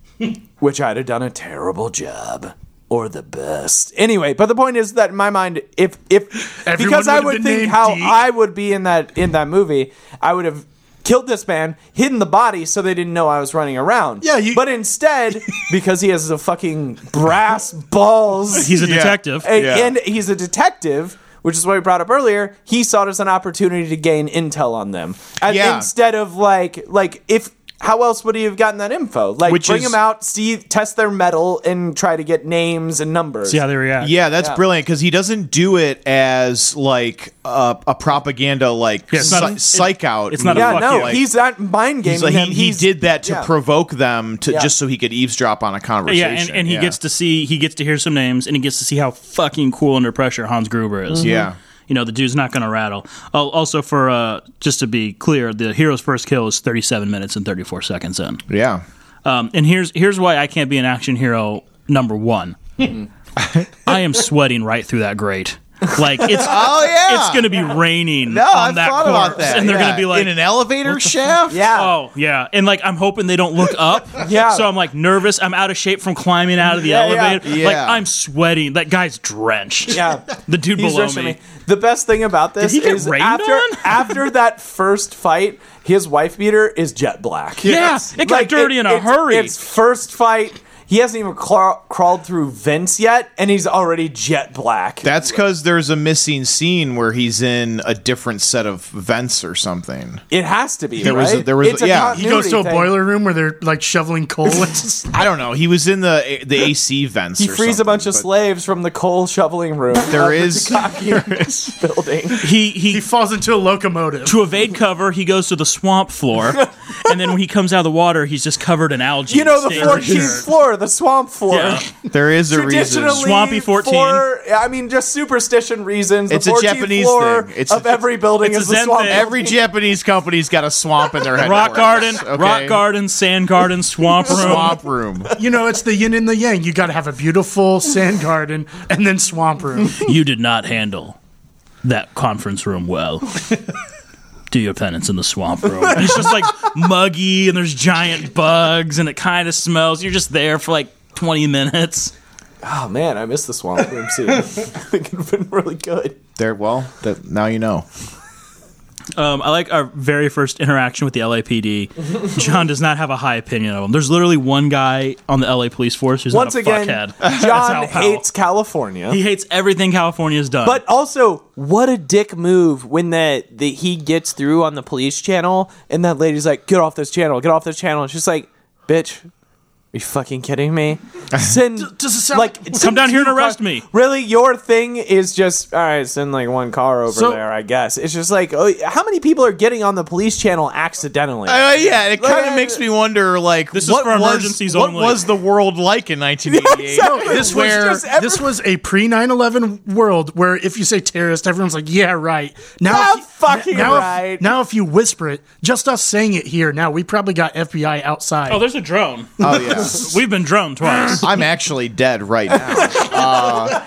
which I'd have done a terrible job or the best. Anyway, but the point is that in my mind, if if Everyone because I would've would been think named how Deke. I would be in that in that movie, I would have killed this man, hidden the body so they didn't know I was running around. Yeah, you- but instead, because he has a fucking brass balls, He's a detective. and, Yeah. and he's a detective, which is what we brought up earlier. He saw it as an opportunity to gain intel on them, and Yeah. instead of like like if how else would he have gotten that info? Like Which bring is- them out, see, test their metal, and try to get names and numbers. See how they react. yeah, that's Yeah. brilliant because he doesn't do it as like a, a propaganda, like Yeah, it's not- psy- psych out. it's not a movie. Fuck yeah, no, you. he's not mind gaming He's like, him. he, he He's- did that to yeah. provoke them to Yeah. just so he could eavesdrop on a Yeah, conversation. and, and he Yeah. gets to see he gets to hear some names, and he gets to see how fucking cool under pressure Hans Gruber is. Mm-hmm. Yeah. you know the dude's not going to rattle. Oh, also, for uh, just to be clear, the hero's first kill is 37 minutes and 34 seconds in. Yeah. Um, and here's here's why I can't be an action hero number one. I am sweating right through that grate. Like it's Oh yeah, it's gonna be raining No, on I've that thought corpse, about that. and they're yeah. gonna be like in an elevator shaft. Yeah. Oh yeah, and like I'm hoping they don't look up. Yeah. So I'm like nervous. I'm out of shape from climbing out of the Yeah, yeah. elevator. Like Yeah. I'm sweating. That guy's drenched. Yeah. The dude He's below rushing me. me. The best thing about this he get is rained after on? after that first fight, his wife beater is jet black. Yeah, it got dirty in a it's- hurry. It's first fight. He hasn't even claw- crawled through vents yet, and he's already jet black. That's because there's a missing scene where he's in a different set of vents or something. it has to be. There right? was a- there was a- It's yeah. He goes to continuity a thing. boiler room where they're like shoveling coal. It's just- I don't know. He was in the the AC vents. He or frees a something, bunch of but slaves from the coal shoveling room. There of the is- Dukakis building. He he. he falls into a locomotive. to evade cover, he goes to the swamp floor, and then when he comes out of the water, he's just covered in algae. You know the stains. 14th floor, the swamp floor. Yeah. There is a reason. traditionally Swampy 14. For, I mean, just superstition reasons. It's a the 14th Japanese floor thing. It's of a- every building it's is a the Zen swamp. thing. Every Japanese company's got a swamp in their head. Rock garden, rock garden, sand garden, swamp room. swamp room. You know, it's the yin and the yang. You got to have a beautiful sand garden and then swamp room. You did not handle that conference room well. Do your penance in the swamp room. And it's just like muggy, and there's giant bugs, and it kind of smells. You're just there for like 20 minutes. Oh man, I miss the swamp room scene. I think it would have been really good. There. Well, that, now you know. Um, I like our very first interaction with the LAPD. John does not have a high opinion of him. There's literally one guy on the LA police force who's Once not a again, fuckhead. John how- hates California. He hates everything California's done. but also, what a dick move when the, the he gets through on the police channel and that lady's like, "Get off this channel, get off this channel." And she's like, "Bitch, are you fucking kidding me?" Send does it sound like- send down here two and arrest car- me. Really, your thing is just all right. Send like one car over So- there, I guess. It's just like, oh, how many people are getting on the police channel accidentally? Uh, yeah, it Like, kind of I- makes me wonder, like, This is what for was, emergencies what only. was the world like in 1988? exactly. This Was where just every- this was a pre 9 11 world where if you say terrorist, everyone's like, yeah, right. Now, Yeah, if you- fucking now if- right. now, if you whisper it, just us saying it here now, we probably got FBI outside. oh, there's a drone. Uh, oh yeah, We've been droned twice. I'm actually dead right now. Uh,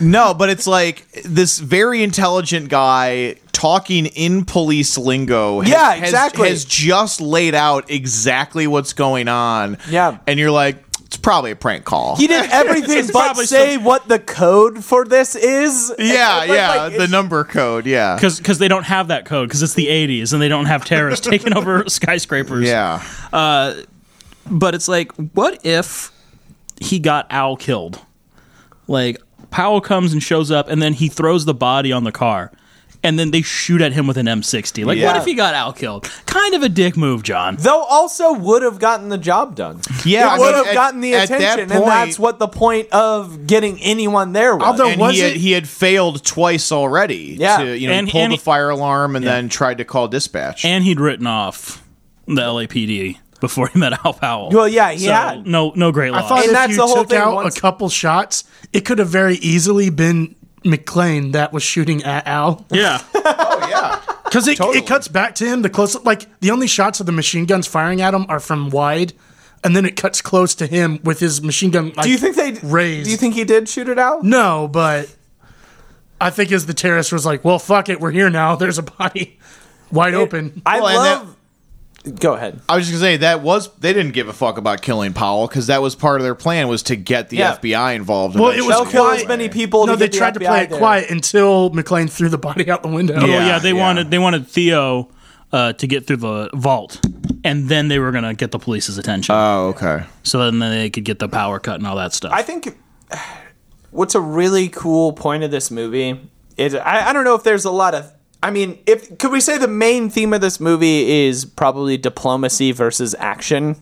no, but it's like this very intelligent guy talking in police lingo. Has, Yeah, has- exactly. Has, just laid out exactly what's going on. Yeah. and you're like, it's probably a prank call. He did everything but probably say what the code for this is. yeah, Like, yeah, like, the it's- number code. Yeah, Because they don't have that code, because it's the 80s, and they don't have terrorists taking over skyscrapers. yeah. But it's like, what if he got Al killed? Like, Powell comes and shows up, and then he throws the body on the car, and then they shoot at him with an M60. Like, what Yeah. if he got Al killed? Kind of a dick move, John. Though also would have gotten the job done. Yeah, I it would mean, have at- gotten the at that attention, point- and that's what the point of getting anyone there was. Although- and Was he had, it- he had failed twice already. Yeah. to, you know, And- he pulled and the he- fire alarm and then tried to call dispatch. And he'd written off the LAPD before he met Al Powell. well, yeah, he So, had. No, no great I loss. thought And if that's you the whole took thing, out once- a couple shots, it could have very easily been McLean that was shooting at Al. yeah. Because it, it cuts back to him the close like the only shots of the machine guns firing at him are from wide, and then it cuts close to him with his machine gun. Like, Do you think they raised? Do you think he did shoot it out? no? But I think as the terrorist was like, "Well, fuck it, we're here now. There's a body wide open." I Well, and that- love. Go ahead. I was just gonna say that was they didn't give a fuck about killing Powell because that was part of their plan was to get the Yeah. FBI involved. Well, it was They'll eventually. kill as many people. no, to they get the tried to FBI play it there. quiet until McLean threw the body out the window. Oh Yeah. yeah, they yeah. wanted they wanted Theo uh, to get through the vault, and then they were gonna get the police's attention, Oh, okay. so then they could get the power cut and all that stuff. I think what's a really cool point of this movie is I, I don't know if there's a lot of I mean, if could we say the main theme of this movie is probably diplomacy versus action?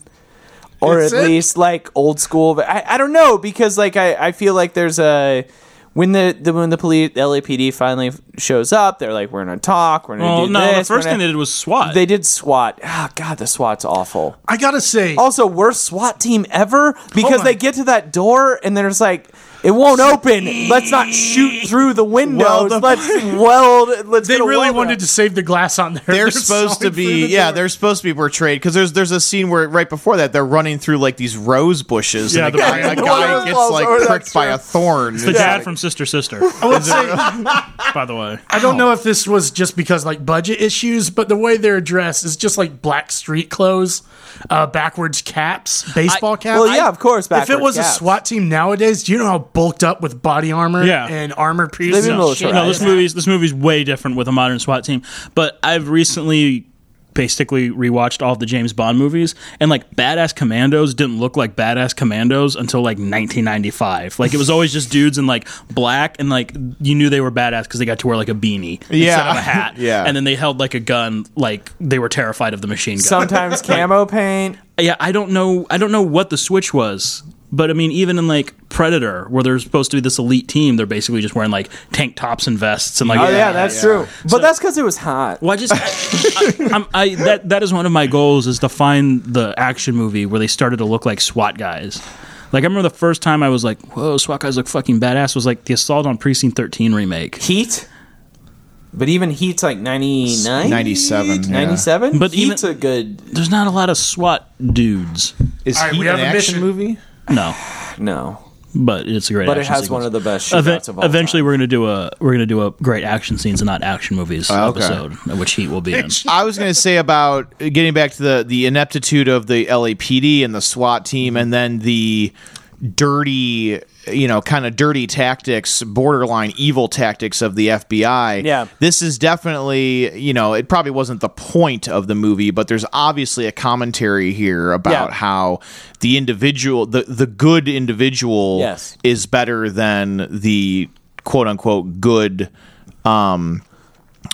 Or Is at it? least like old school but I, I don't know, because like I, I feel like there's a when the, the when the police LAPD finally shows up, they're like, We're gonna talk, we're gonna well, do no, this. the first we're thing gonna-" they did was SWAT. they did SWAT. Ah, God, the SWAT's awful. I gotta say, Also, worst SWAT team ever because Oh my- they get to that door and there's like It won't open. Let's not shoot through the windows. let's weld. Let's. They get a really welder. wanted to save the glass on there. They're supposed to sawing through be the yeah, door. they're supposed to be portrayed because there's there's a scene where right before that they're running through like these rose bushes Yeah, and a the guy, a rose- the guy rose gets balls like over, pricked that's by true. a thorn. It's the dad from Sister Sister. by the way, I don't know if this was just because like budget issues, but the way they're dressed is just like black street clothes, uh, backwards caps, baseball caps. Well, yeah, of course. If it backward was caps. a SWAT team nowadays, do you know how bulked up with body armor Yeah. and armor They've pieces? been No. militarized. no, this movie's this movie's way different with a modern SWAT team. But I've recently basically rewatched all of the James Bond movies, and like Badass Commandos didn't look like Badass Commandos until like 1995. Like it was always just dudes in like black, and like you knew they were badass because they got to wear like a beanie instead Yeah. of a hat. Yeah. and then they held like a gun, like they were terrified of the machine gun. Sometimes camo paint. yeah, I don't know. I don't know what the switch was. But I mean, even in like Predator, where they're supposed to be this elite team, they're basically just wearing like tank tops and vests and like Oh yeah, that's yeah. true. But that's because it was hot. well, I just I, I, I'm, I that that is one of my goals is to find the action movie where they started to look like SWAT guys. Like I remember the first time I was like, "Whoa, SWAT guys look fucking badass." Was like the Assault on Precinct 13 remake. Heat. But even Heat's like 99? 97, yeah. 97? But Heat's even- a good. There's not a lot of SWAT dudes. Is All right, he we an have a action mission. movie? No, No. but it's a great. But it action has sequence. one of the best Eve- shootouts of all eventually, we're gonna do a we're gonna do a great action scenes and not action movies Ah, okay. episode, which Heat will be in. I was going to say about getting back to the the ineptitude of the LAPD and the SWAT team, and then the dirty, you know, kind of dirty tactics, borderline evil tactics of the FBI. Yeah. this is definitely, you know, it probably wasn't the point of the movie, but there's obviously a commentary here about Yeah. how the individual, the the good individual, Yes. is better than the quote unquote good. Um,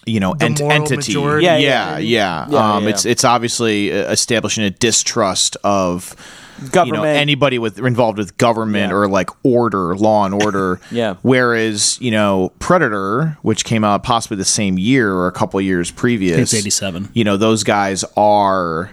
you know, ent- moral entity. majority. Yeah, yeah, yeah, yeah. Yeah, um, yeah, It's yeah. it's obviously uh, establishing a distrust of you Government. know anybody with involved with government Yeah. or like order, law and order. Yeah. Whereas you know Predator, which came out possibly the same year or a couple years previous, It's 87. You know those guys are.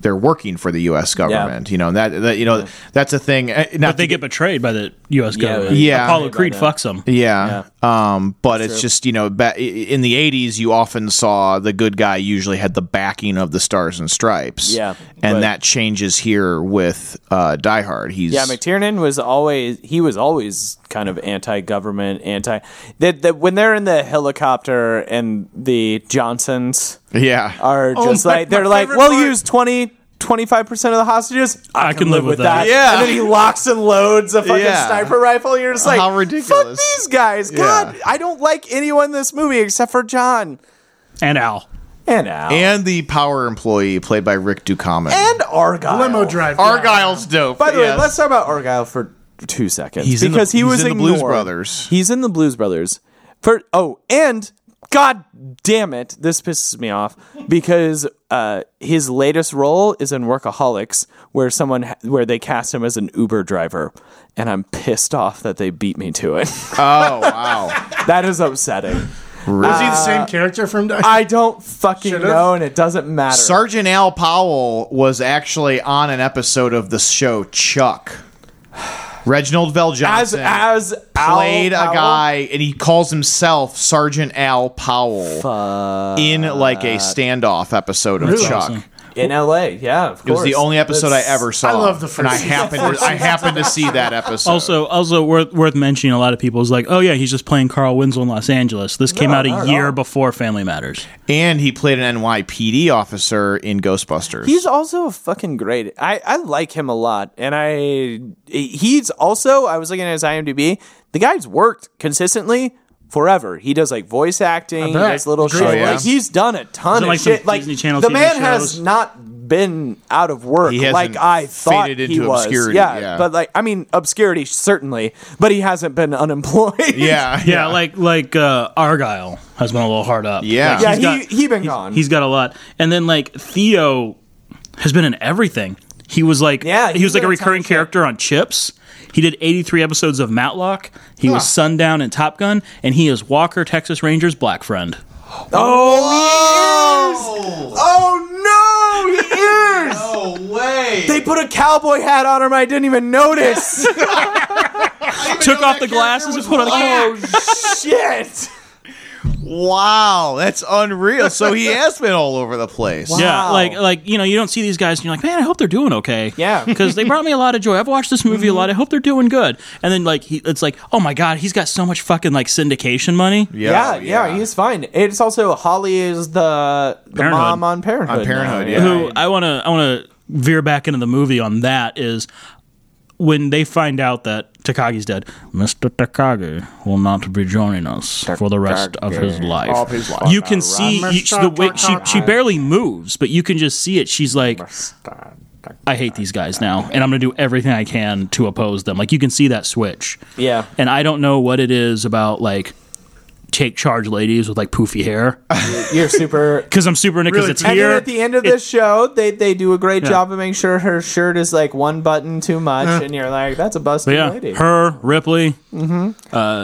They're working for the U.S. government, you know and that, that. You know that's a thing. uh, Not But they to get betrayed by the U.S. government. Yeah. Apollo By Creed fucks them. Yeah. Um, but it's just, you know, ba- i- in the 80s, you often saw the good guy usually had the backing of the Stars and Stripes. Yeah, And but- that changes here with uh, Die Hard. He's. Yeah, McTiernan was always he was always kind of anti-government, anti. That that when they're in the helicopter and the Johnsons yeah. are Oh, just my- like they're my like, favorite we'll part- use 20 25 percent of the hostages. I, can, live, with that. Yeah. and then he locks and loads a fucking Yeah. sniper rifle. You're just like, How ridiculous. Fuck these guys! God, I don't like anyone in this movie except for John And Al. and Al and, and the power employee played by Rick Ducommun. Argyle. limo drive. Argyle's dope. By the yes. way, let's talk about Argyle for two seconds He's in the- because he he's was in the Blues ignored. Brothers. He's in the Blues Brothers. For oh, and God damn it, this pisses me off because uh, his latest role is in Workaholics, where someone ha- where they cast him as an Uber driver, and I'm pissed off that they beat me to it. Oh, wow. that is upsetting. Was he the same character from? Uh, I don't fucking Should've. know, and it doesn't matter. Sergeant Al Powell was actually on an episode of the show Chuck. Reginald Vell as Johnson. as Al played a Powell? guy and he calls himself Sergeant Al Powell in like a standoff episode of Chuck. awesome. in L.A. Yeah, of course. It was the only episode I ever saw. I love the and I first- happened to, I happened to see that episode. Also, also worth worth mentioning. A lot of people is like, oh yeah, he's just playing Carl Winslow in Los Angeles. This came out not a at year all. before Family Matters. and he played an NYPD officer in Ghostbusters. He's also a fucking great. I, I like him a lot, and I he's also. I was looking at his IMDb. The guy's worked consistently forever. He does like voice acting. He bet. does little shit. Great voice. Like he's done a ton Isn't it of like some shit. Like Disney Channel the TV man shows? has not been out of work He hasn't like I thought faded he into was. obscurity, Yeah, yeah. but like I mean, obscurity certainly, but he hasn't been unemployed. yeah, Yeah, like like uh, Argyle has been a little hard up. Yeah. Like, yeah. he's He got- he been gone. he's got a lot. And then like Theo has been in everything. He was like Yeah, he he's was like a been in a ton recurring of shit. character on Chips. He did 83 episodes of Matlock. He was Sundown in Top Gun, and he is Walker, Texas Rangers, Black Friend. oh, he is! Oh no, he is! way. They put a cowboy hat on him. I didn't even notice. took off the glasses and put on the Oh shit! Wow, that's unreal. So he has been all over the place. Yeah, like like you know, you don't see these guys, and you're like, man, I hope they're doing okay. Yeah. Mm-hmm. because they brought me a lot of joy. I've watched this movie a lot. I hope they're doing good. And then like, he, it's like, oh my god, he's got so much fucking like syndication money. Yeah, yeah, he's fine. It's also Holly is the, the Parenthood. mom on Parenthood. on Parenthood. now. Yeah. Who I want to I want to veer back into the movie on that is when they find out that Takagi's dead. Mr. Takagi will not be joining us for the rest of his life. Of his life. You can see you, the way she she barely moves, but you can just see it. She's like. I hate these guys now, and I'm going to do everything I can to oppose them. Like you can see that switch, Yeah. and I don't know what it is about like take charge ladies with like poofy hair You're super. because I'm super into because it's And here. then at the end of the show, they, they do a great job of making sure her shirt is like one button too much, and you're like, that's a busted Yeah, lady. Mm-hmm. her Ripley, uh,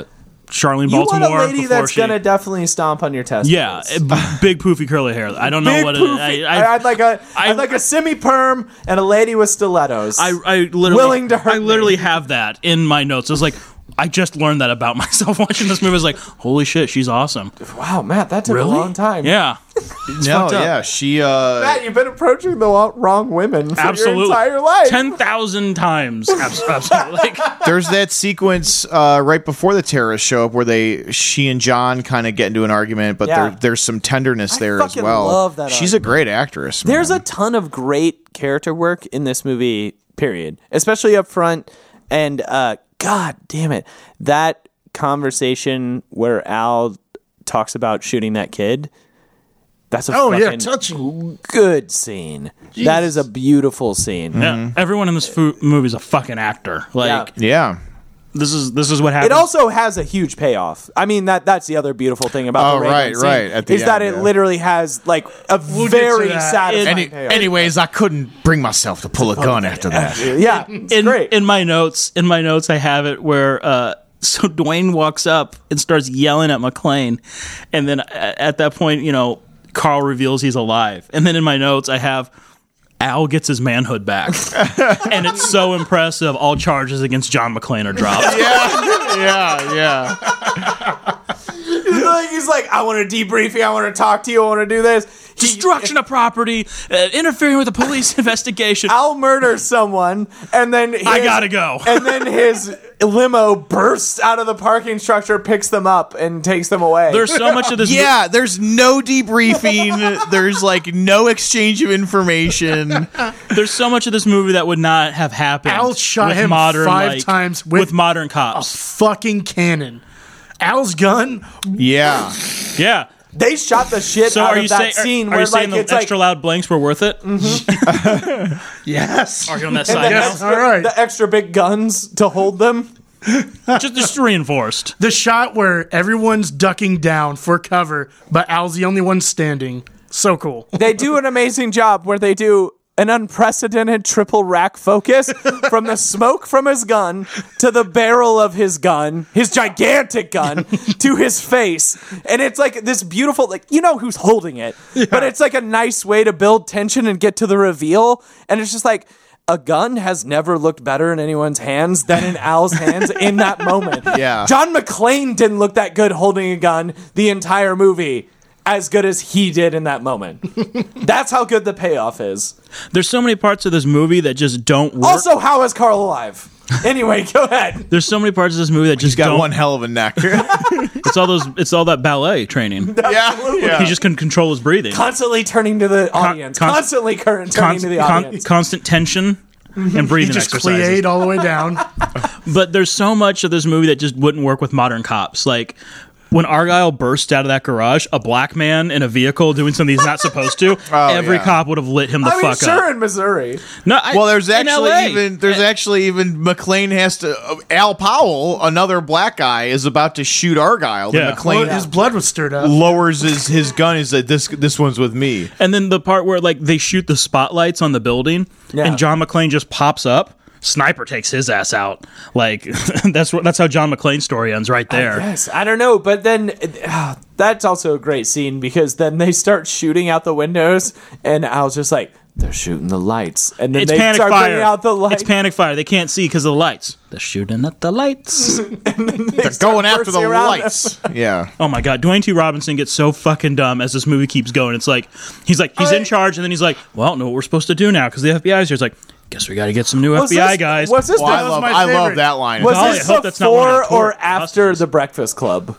Charlene you Baltimore. want a lady before that's she- gonna definitely stomp on your testicles. yeah, eh, b- big poofy curly hair. I don't know Big what it, poofy. I, I, I, would like a I- would like a semi perm and a lady with stilettos. I, I literally Willing to hurt I literally have that in my notes. I was like, I just learned that about myself watching this movie. I was like, holy shit, she's awesome. wow, Matt, that took a long time. Yeah, no, yeah. She uh Matt, you've been approaching the wa- wrong women for absolutely. your entire life. ten thousand times. Abs- Absolutely. Like, there's that sequence uh, right before the terrorists show up where they she and John kind of get into an argument, but Yeah. there, there's some tenderness there as fucking well. love that She's a great actress. man. There's a ton of great character work in this movie, period. Especially up front. And uh god damn it. That conversation where Al talks about shooting that kid. That's a Oh, yeah, fucking touching. good scene. That is a beautiful scene. yeah, everyone in this fu- movie is a fucking actor. Like yeah. this is this is what happens. It also has a huge payoff. I mean that that's the other beautiful thing Oh, about the Reagan right, scene, right, at the is that end, it yeah. literally has like a get to very that. satisfying Any, payoff. anyways, I couldn't bring myself to pull a gun after that. yeah, it's in, great. in my notes in my notes i have it where uh so dwayne walks up and starts yelling at mclean and then a- at that point you know carl reveals he's alive and then in my notes i have al gets his manhood back and it's so impressive all charges against john mcclain are dropped yeah, yeah. Like, he's like, I want to debrief you. I want to talk to you. I want to do this. He- destruction of property uh, interfering with a police investigation I'll murder someone, and then his, i gotta go and then his limo bursts out of the parking structure, picks them up, and takes them away. there's so much of this Yeah, there's no debriefing. there's like no exchange of information. There's so much of this movie that would not have happened. Al shot with him five times with- modern cops. Fucking cannon. Al's gun. Yeah. Oh. yeah. they shot the shit So out are of you saying that scene are, where you saying like Mm-hmm. the it's extra like loud blanks were worth it? Yes. Are you on that side the now? extra, All right. the extra big guns to hold them. just, just reinforced. The shot where everyone's ducking down for cover, but Al's the only one standing. So cool. They do an amazing job where they do. An unprecedented triple rack focus from the smoke from his gun to the barrel of his gun, his gigantic gun, to his face. And it's like this beautiful, like, you know who's holding it, but it's like a nice way to build tension and get to the reveal. And it's just like, a gun has never looked better in anyone's hands than in Al's hands in that moment. Yeah. John McClane didn't look that good holding a gun the entire movie as good as he did in that moment. That's how good the payoff is. There's so many parts of this movie that just don't work. Also, how is Carl alive? Anyway, go ahead. There's so many parts of this movie that just He's got don't. one hell of a neck. yeah. It's all those. It's all that ballet training. yeah. He just can control his breathing. Constantly turning to the audience. con- constantly current turning Const- to the con- audience. Mm-hmm. constant tension and breathing Just exercises. plied all the way down. but there's so much of this movie that just wouldn't work with modern cops. Like when Argyle burst out of that garage, a black man in a vehicle doing something he's not supposed to, every yeah. cop would have lit him the Oh, I mean, fuck sure, up. in Missouri. No, I- Well, there's in actually LA. even Uh, there's actually even McLean has to uh, Al Powell, another black guy, is about to shoot Argyle. Yeah. Yeah. McLean His blood was stirred up. lowers his his gun. Is that this this one's with me? and then the part where like they shoot the spotlights on the building, Yeah. and John McClane just pops up. Sniper takes his ass out. Like that's what that's how John McClane's story ends right there. Yes, I don't know, but then uh, that's also a great scene because then they start shooting out the windows, and I was just like, they're shooting the lights, and then It's they panic start fire. bringing out the lights. It's panic fire. They can't see because of the lights. They're shooting at the lights. They're going after the bursting around lights. yeah. oh my god, Dwayne T. Robinson gets so fucking dumb as this movie keeps going. It's like he's like he's in charge, and then he's like, "Well, I don't know what we're supposed to do now because the FBI's here." It's like, guess we got to get some new Was FBI this- guys. Was this Well, I the- love my I love favorite. that line. was Golly, I this hope that's not one of before the tour or after customers. the Breakfast Club?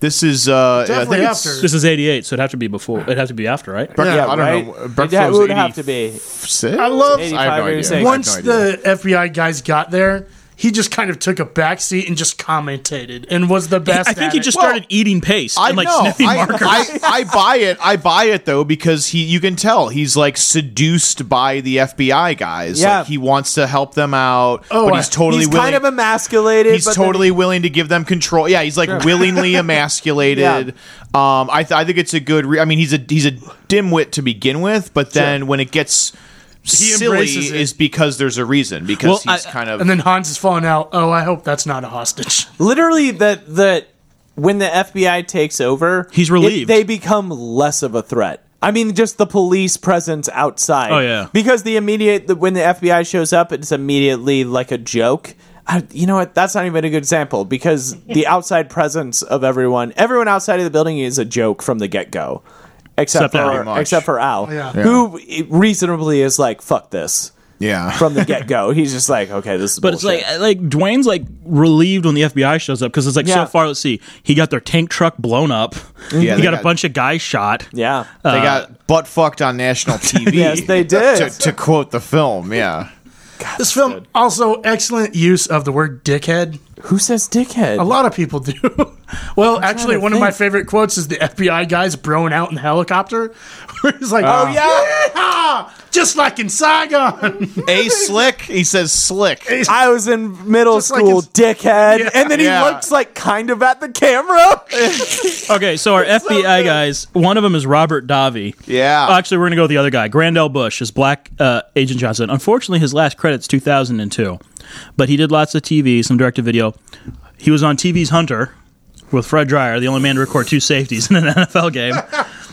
this is uh, I Definitely think it's- after. this is '88, so it'd have to be before. It'd have to be after, right? Breakfast- Yeah, I don't right? know. It Breakfast ha- Club's would have to be. 86? I love- I have no 85, idea. 86. I have Once no idea. the FBI guys got there, he just kind of took a back seat and just commentated and was the best. I think at he it. just Well, started eating paste I and like know. sniffing I, markers. I, I buy it. I buy it though because he you can tell he's like seduced by the FBI guys. Yeah. Like he wants to help them out, Oh, but I- he's totally He's willing. kind of emasculated. he's but then totally willing to give them control. Yeah, he's like willingly emasculated. Um, I, th- I think it's a good. Re- I mean, he's a he's a dimwit to begin with, but then when it gets silly, embraces is it. because there's a reason. Because Well, he's I- kind of And then Hans is falling out. Oh, I hope that's not a hostage. literally that that when the FBI takes over, He's relieved. they become less of a threat. I mean, just the police presence outside. Oh, yeah. because the immediate the, when the FBI shows up, it's immediately like a joke. I, you know what? That's not even a good example because the outside presence of everyone, everyone outside of the building, is a joke from the get go, except, Except for Pretty much. except for Al, Oh, Yeah. Yeah. who reasonably is like, "Fuck this." yeah. From the get go, he's just like, "Okay, this is." But it's like like Dwayne's like relieved when the FBI shows up because it's like so Yeah. far. Let's see, he got their tank truck blown up. Yeah, he they got, a got- bunch of guys shot. yeah, uh, they got butt fucked on national TV. uh, Yes, they To, did. to quote the film, yeah. This film also excellent use of the word dickhead. who says dickhead? A lot of people do. well, actually, to one of my think. favorite quotes is the FBI guys broing out in the helicopter, where he's like, Oh yeah. "Yeehaw! just like in Saigon." A slick, he says slick. I was in middle like school, it's- dickhead. Yeah. and then he Yeah. looks like kind of at the camera. Okay, so our FBI guys, one of them is Robert Davi. Yeah. Oh, actually, we're going to go with the other guy. Grandel Bush is Black uh, Agent Johnson. Unfortunately, his last credit's 2002, but he did lots of TV, some direct to video. He was on TV's Hunter with Fred Dreyer, the only man to record two safeties in an NFL game.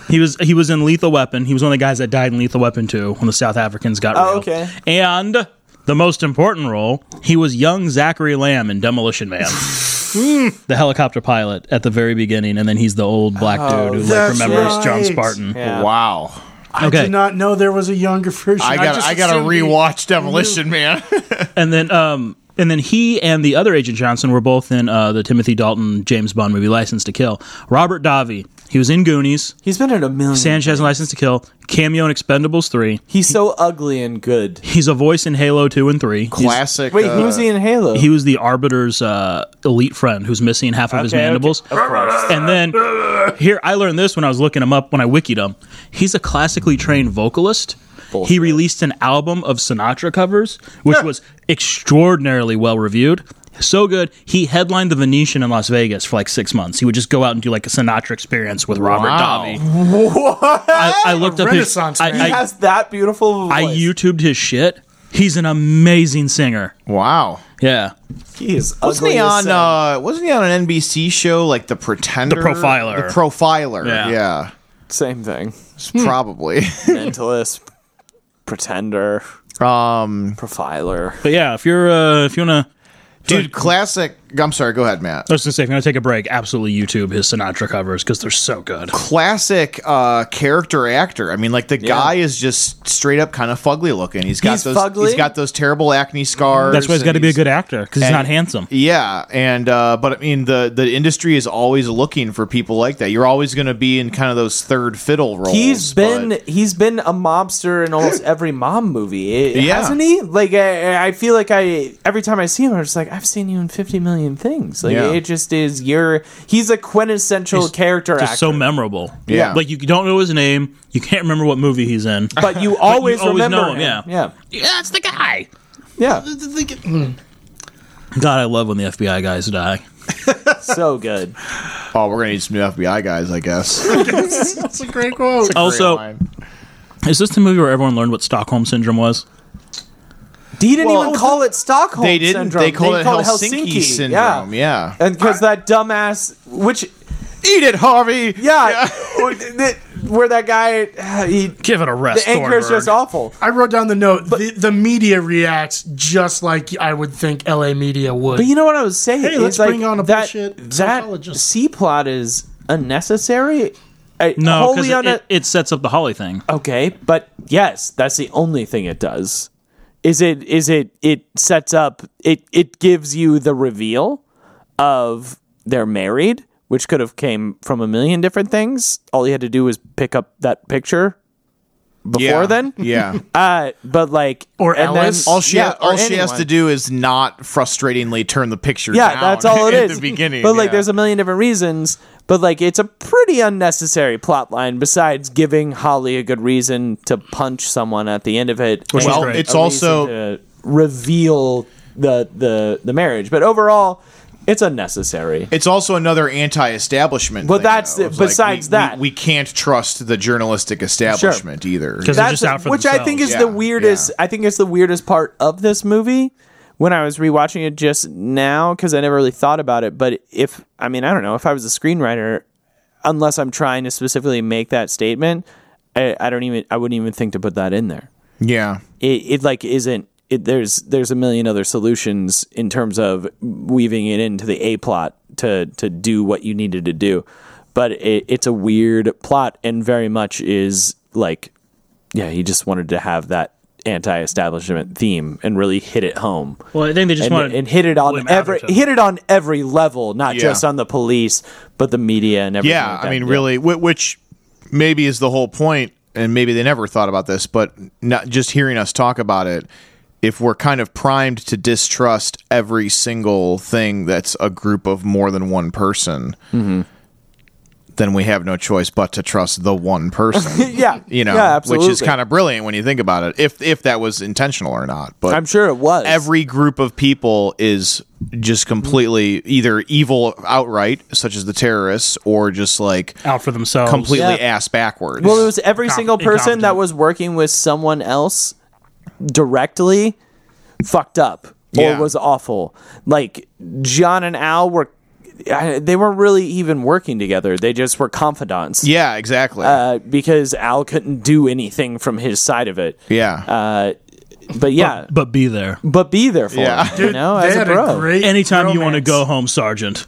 He was he was in Lethal Weapon. He was one of the guys that died in Lethal Weapon 2 when the South Africans got Oh, real. okay. And the most important role, he was young Zachary Lamb in Demolition Man. the helicopter pilot at the very beginning, and then he's the old black dude who like Oh, that's remembers John right. Spartan. Wow. I Okay, did not know there was a younger version. I got just I, gotta assumed he- rewatch Demolition Man. and then um, and then he and the other Agent Johnson were both in uh, the Timothy Dalton James Bond movie License to Kill. Robert Davi, he was in Goonies, He's been in a million. Sanchez in License to Kill, cameo in Expendables three. He's so ugly and good. He's a voice in Halo two and three. He's- Classic. Wait, uh, who's he in Halo? he was the Arbiter's uh, elite friend who's missing half of his Okay, okay. mandibles. Of course. And then here, I learned this when I was looking him up when I wikied him. He's a classically trained vocalist. He released an album of Sinatra covers, which was extraordinarily well reviewed. So good, he headlined the Venetian in Las Vegas for like six months. He would just go out and do like a Sinatra experience with Robert Wow. Davi. What? I, I looked A up his. renaissance I, man. He I, has that beautiful voice. I YouTubed his shit. He's an amazing singer. Wow. Yeah. he is Wasn't ugly he as on sin. uh wasn't he on an NBC show like The Pretender? The Profiler. The Profiler. Yeah. Yeah. uh, Same thing. It's probably. Mentalist, pretender, um profiler. But yeah, if you're uh, if you wanna dude, classic I'm sorry, go ahead, Matt. I was gonna say, if you want to take a break, absolutely YouTube his Sinatra covers because they're so good. Classic uh character actor. I mean, like the guy is just straight up kind of fugly looking. He's got He's those fugly? he's got those terrible acne scars. That's why he's got to and be a good actor because he's and- not handsome. Yeah, and uh, but I mean the the industry is always looking for people like that. You're always going to be in kind of those third fiddle roles. He's been but- he's been a mobster in almost every mob movie, eh, Yeah. hasn't he? Like I, I feel like I every time I see him, I'm just like I've seen you in fifty million things. Like Yeah. it just is you're he's a quintessential character Just actor. so memorable. Yeah. like you don't know his name, you can't remember what movie he's in. but you always always remember know him, him. yeah. yeah, Yeah, that's the guy. yeah, God, I love when the FBI guys die. so good. oh, we're going to need some new FBI guys, I guess. That's a great quote. Also, Great is this the movie where everyone learned what Stockholm syndrome was? Didn't Well, even call it Stockholm. they didn't. Syndrome. They called it Helsinki, syndrome. Yeah. Uh, and because that dumbass, which Eat it, Harvey. yeah, or th- th- where that guy he Give it a rest. the anchor is Thornburg. just awful. I wrote down the note. the, the media reacts just like I would think LA media would. But you know what I was saying? Hey, is, let's like, bring on a that, bullshit That psychologist. C plot is unnecessary. I- No, because wholly it, on it, it sets up the Holly thing. Okay, but yes, that's the only thing it does. Is it is it it sets up it it gives you the reveal of they're married, which could have came from a million different things. All you had to do was pick up that picture before yeah. then. Yeah. Uh but like Or and then Ellis. all All she, yeah, all or she has anyone. to do is not frustratingly turn the picture Yeah, down that's all it at is. the beginning. But like, yeah. there's a million different reasons. But like, it's a pretty unnecessary plot line. Besides giving Holly a good reason to punch someone at the end of it, which is Well, great. it's also- reveal the the the marriage. But overall, it's unnecessary. It's also another anti-establishment. But thing, that's though. the- It's like, besides we- that. we, we can't trust the journalistic establishment either. Because they're just out for which I think is themselves. Yeah, the weirdest. yeah. I think it's the weirdest part of this movie. When I was rewatching it just now, because I never really thought about it, but if I mean I don't know if I was a screenwriter, unless I'm trying to specifically make that statement, I, I don't even I wouldn't even think to put that in there. Yeah, It, it like isn't it, there's there's a million other solutions in terms of weaving it into the a plot to to do what you needed to do, but it, it's a weird plot and very much is like yeah, he just wanted to have that anti-establishment theme and really hit it home Well, Oh, I think they just and, want and hit it on every hit it on every level, not Yeah. just on the police, but the media and everything. yeah. like I that. mean, really, whi- which maybe is the whole point, and maybe they never thought about this, but not just hearing us talk about it. If we're kind of primed to distrust every single thing that's a group of more than one person, Mm-hmm. then we have no choice but to trust the one person. yeah, You know, yeah, which is absolutely. kind of brilliant when you think about it. If if that was intentional or not, but I'm sure it was every group of people is just completely either evil outright, such as the terrorists, or just like out for themselves. completely Yeah. ass backwards. Well, it was every Com- single person incompetent. that was working with someone else directly fucked up Yeah. or was awful. Like John and Al were, I- they weren't really even working together. They just were confidants. yeah, exactly. Uh, because Al couldn't do anything from his side of it. yeah, Uh, but yeah, but, but be there be there for Yeah. him, you know, they as a had bro. great anytime you want to go romance. home, Sergeant.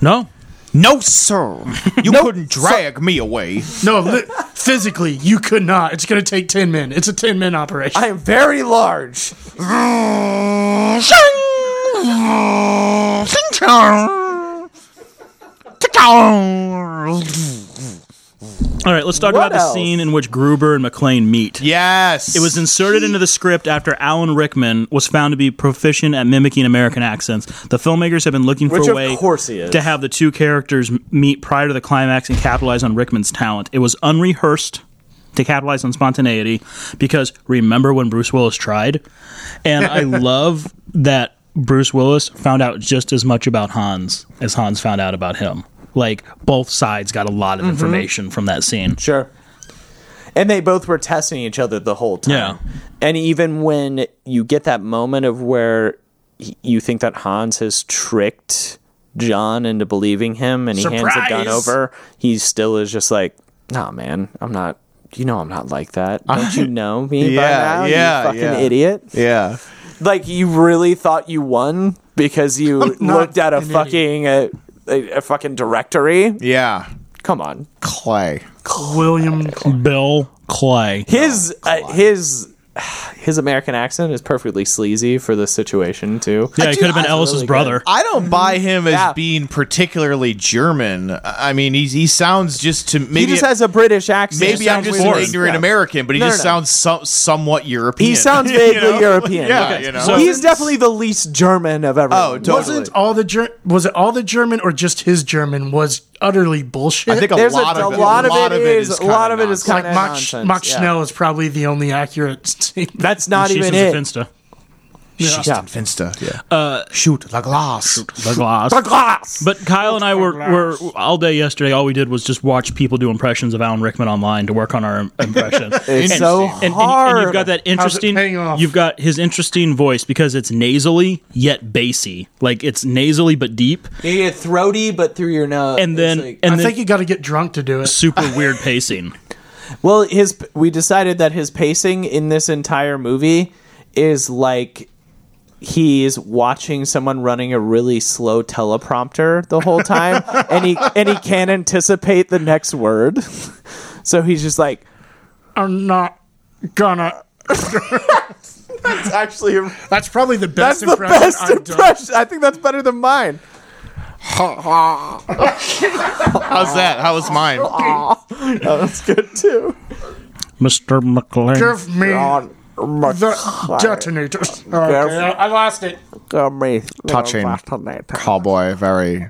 No, no, sir, you couldn't drag me away. No, li- physically you could not. It's gonna take ten men. It's a ten men operation. I am very large. all right. Let's talk What about the else? scene in which Gruber and McLean meet. Yes, It was inserted into the script after Alan Rickman was found to be proficient at mimicking American accents. The filmmakers have been looking Which for a of way course he is. to have the two characters m- meet prior to the climax and capitalize on Rickman's talent. It was unrehearsed to capitalize on spontaneity because remember when Bruce Willis tried? And I love that Bruce Willis found out just as much about Hans as Hans found out about him. Like both sides got a lot of Mm-hmm. information from that scene. Sure. And they both were testing each other the whole time. Yeah. And even when you get that moment of where y- you think that Hans has tricked John into believing him and he hands a gun Surprise! over, he still is just like, nah, man, I'm not, you know, I'm not like that. Don't you know me by Yeah, now, yeah, you fucking yeah. idiot? yeah. Like, you really thought you won because you not looked at a an idiot. fucking, uh a, a fucking directory? Yeah, Come on. Clay. William Bill Clay. his uh, his his American accent is perfectly sleazy for this situation too. Yeah, he do- could have been that's Ellis's really good. brother. I don't buy him as Mm-hmm. Yeah. being particularly German. I mean, he's, he sounds just to maybe He just has a British accent. Maybe I'm just an foreign. ignorant American, but he No, no, just no. sounds so, somewhat European. He sounds You vaguely know? European. Yeah, Okay. you know. So- he's definitely the least German of everyone. Oh, totally. wasn't all the Ger- was it all the German or just his German was utterly bullshit. I think a There's a, lot, a of, it, lot of it is, a kinda lot of it is nonsense. kind of Mach, Mach Schnell is probably the only accurate statement. That's not She's even just a it. Finsta. Yeah. Finsta. Yeah. shoot la glass. The glass. Glass. But Kyle and I were, were all day yesterday. All we did was just watch people do impressions of Alan Rickman online to work on our impression. It's And- so and- And, and, hard. and you've got that interesting. paying off? You've got his interesting voice because it's nasally yet bassy. Like it's nasally but deep, You get throaty, but through your nose. and then It's like- and I then think you got to get drunk to do it. super weird pacing. Well, his we decided that his pacing in this entire movie is like he's watching someone running a really slow teleprompter the whole time and he and he can't anticipate the next word. So he's just like I'm not gonna. it's actually a, That's probably the that's best the impression best I've done. impression. I think that's better than mine. How's that? How was mine? Oh, that's good too. Mr. McLean. Give me the detonators. Okay, I I lost it. Touching. Cowboy, very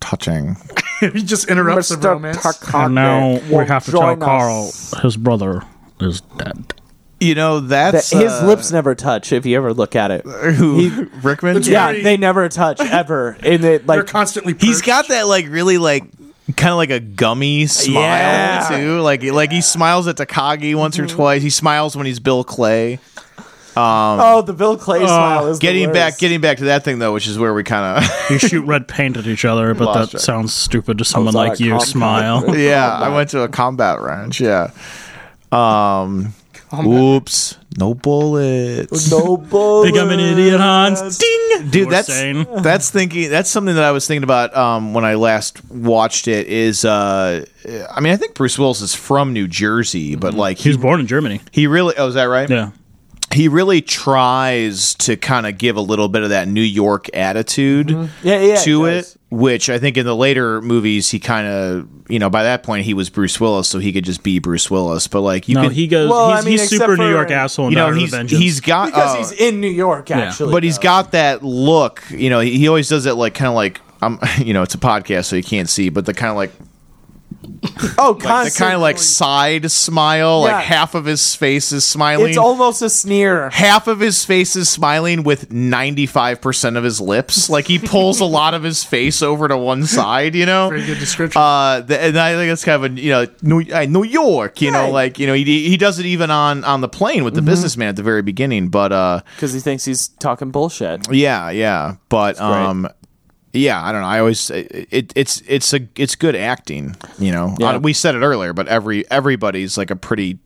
touching. he just interrupts the romance. And now we have to tell Carl his brother is dead. You know, that's His uh, lips never touch. If you ever look at it, who Rickman. It's yeah, very- they never touch ever. And it They're like constantly. He's perched. got that like really like kind of like a gummy smile Yeah. too. Like like he smiles at Takagi once or twice. He smiles when he's Bill Clay. oh, the Bill Clay smile is the Getting back worst. getting back to that thing though, which is where we kind of You shoot red paint at each other, but Lost that track. sounds stupid to someone on like a you. compound. Smile. yeah. I went to a combat range. Yeah. Um. Oops. No bullets. no bull. Think I'm an idiot, Hans? Ding, dude. Or That's sane. that's thinking. That's something that I was thinking about um, when I last watched it. Is uh, I mean, I think Bruce Willis is from New Jersey, but like He was he born in Germany. he really. Oh, is that right? Yeah. he really tries to kind of give a little bit of that New York attitude Mm-hmm. Yeah, yeah, to he it, does. which I think in the later movies he kind of, you know, by that point he was Bruce Willis, so he could just be Bruce Willis. But like you No, can, he goes. Well, he's I mean, he's except super New for- York asshole. And you know, Daughter of he's Vengeance. he's got because uh, he's in New York actually. but he's though. got that look. You know, he, he always does that like kind of like I'm, you know, it's a podcast, so you can't see, but the kind of like oh, the kind of like side smile, Yeah. like half of his face is smiling. it's almost a sneer. half of his face is smiling with 95% of his lips like he pulls a lot of his face over to one side you know Very good description. uh th- and i think it's kind of a you know new, uh, new york you know Right. like you know he, he does it even on on the plane with the Mm-hmm. businessman at the very beginning but uh because he thinks he's talking bullshit. yeah yeah but great. um yeah i don't know i always it, it's it's a it's good acting you know Yeah. Uh, we said it earlier but every everybody's like a pretty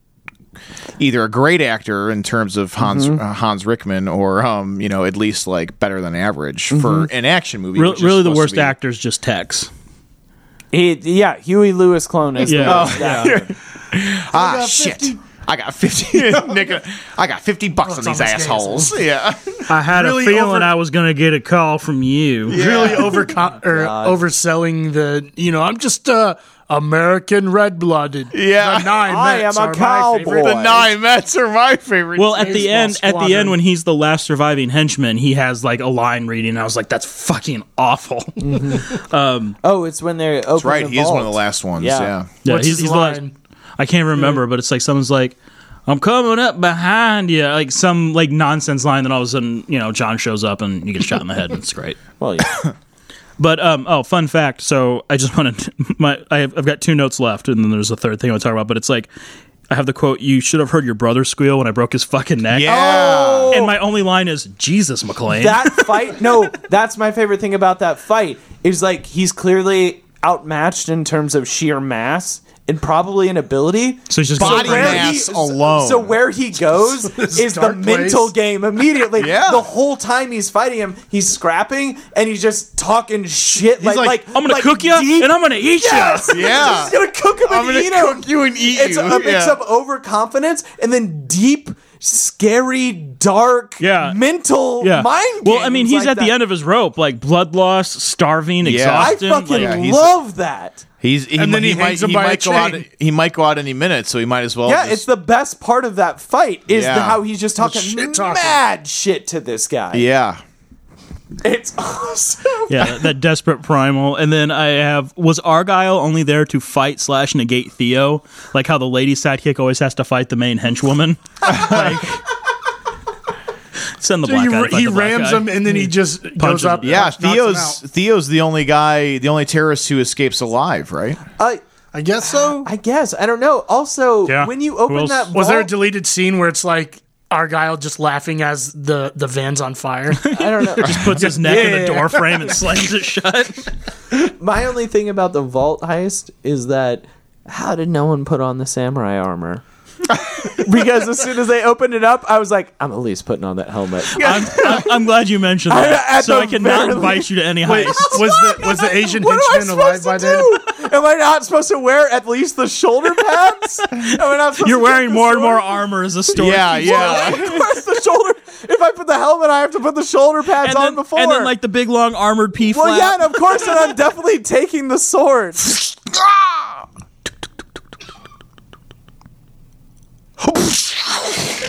either a great actor in terms of Hans uh, Hans Rickman or um you know at least like better than average for an action movie Re- which is really the supposed to worst be- actor is just Tex. He, yeah, Huey Lewis clone is Yeah. Oh, yeah. yeah. ah shit I got 50 nigga I got 50 bucks on it's these almost gay, assholes yeah I had Really a feeling over- I was going to get a call from you. really overco- or overselling the you know i'm just uh american red-blooded Yeah. the nine I Mets am a are my favorite. cowboy. the nine Mets are my favorite Well, at the Baseball end, at the squadron. end, when he's the last surviving henchman, he has like a line reading. I was like, "That's fucking awful." Oh, it's when they're open right the he is one of the vault. last ones Yeah. yeah, yeah, What's he's, his he's the last- line? I can't remember, but it's like someone's like, "I'm coming up behind you," like some like nonsense line. Then all of a sudden, you know, John shows up and you get shot in the head. and It's great. Well, yeah. But um, oh, fun fact. So I just want to my I have, I've got two notes left, and then there's a third thing I want to talk about. But it's like I have the quote: "You should have heard your brother squeal when I broke his fucking neck." yeah. And my only line is, "Jesus, McLean." that fight. No, that's my favorite thing about that fight. Is like he's clearly outmatched in terms of sheer mass and probably an ability. so he's just Body gonna- where mass he- Oh. alone. So where he goes This is the dark place. mental game immediately. Yeah. The whole time he's fighting him, he's scrapping and he's just talking shit. like, like, like, I'm gonna like cook you deep- and I'm gonna eat Yes! you. Yeah. He's gonna cook him and I'm gonna eat him. cook you and eat it's you. a mix Yeah. of overconfidence and then deep, scary, dark, Yeah. mental Yeah. mind. well, I mean, games he's like at the that. end of his rope, like blood loss, starving, I exhaustion. fucking like- Yeah, he's- love that. He's he, And mi- then he he might hangs him he by a might go out chain. he might go out any minute, so he might as well. Yeah, just- it's the best part of that fight is Yeah. the, how he's just talking shit talking. mad shit to this guy. yeah. It's awesome. yeah, that, that desperate primal. And then I have was Argyle only there to fight slash negate Theo, like how the lady sidekick always has to fight the main henchwoman. like, send the he, black guy. to fight he the black rams guy. him and then he just Punches goes up him. Yeah, knocks him Theo's out. Theo's the only guy, the only terrorist who escapes alive, right? I i guess so I guess I don't know. Also, Yeah. when you open Who else- that, was there a vault, deleted scene where it's like Argyle just laughing as the the van's on fire. I don't know. Puts his neck in Yeah. the door frame and slams it shut. My only thing about the vault heist is that how did no one put on the samurai armor? because as soon as they opened it up, I was like, I'm at least putting on that helmet. I'm, I'm, I'm glad you mentioned I- that, at so the I cannot very invite you to any Wait, heist. was the was the Asian What am I henchman alive supposed by to then? do? Am I not supposed to wear at least the shoulder pads? Am I not supposed You're to get wearing the more and sword? more armor as the story. Yeah, keeps yeah. going. Of course, the shoulder. If I put the helmet, I have to put the shoulder pads And on then, before. and then, like the big long armored P well, flap. yeah, and of course, and I'm definitely taking the sword.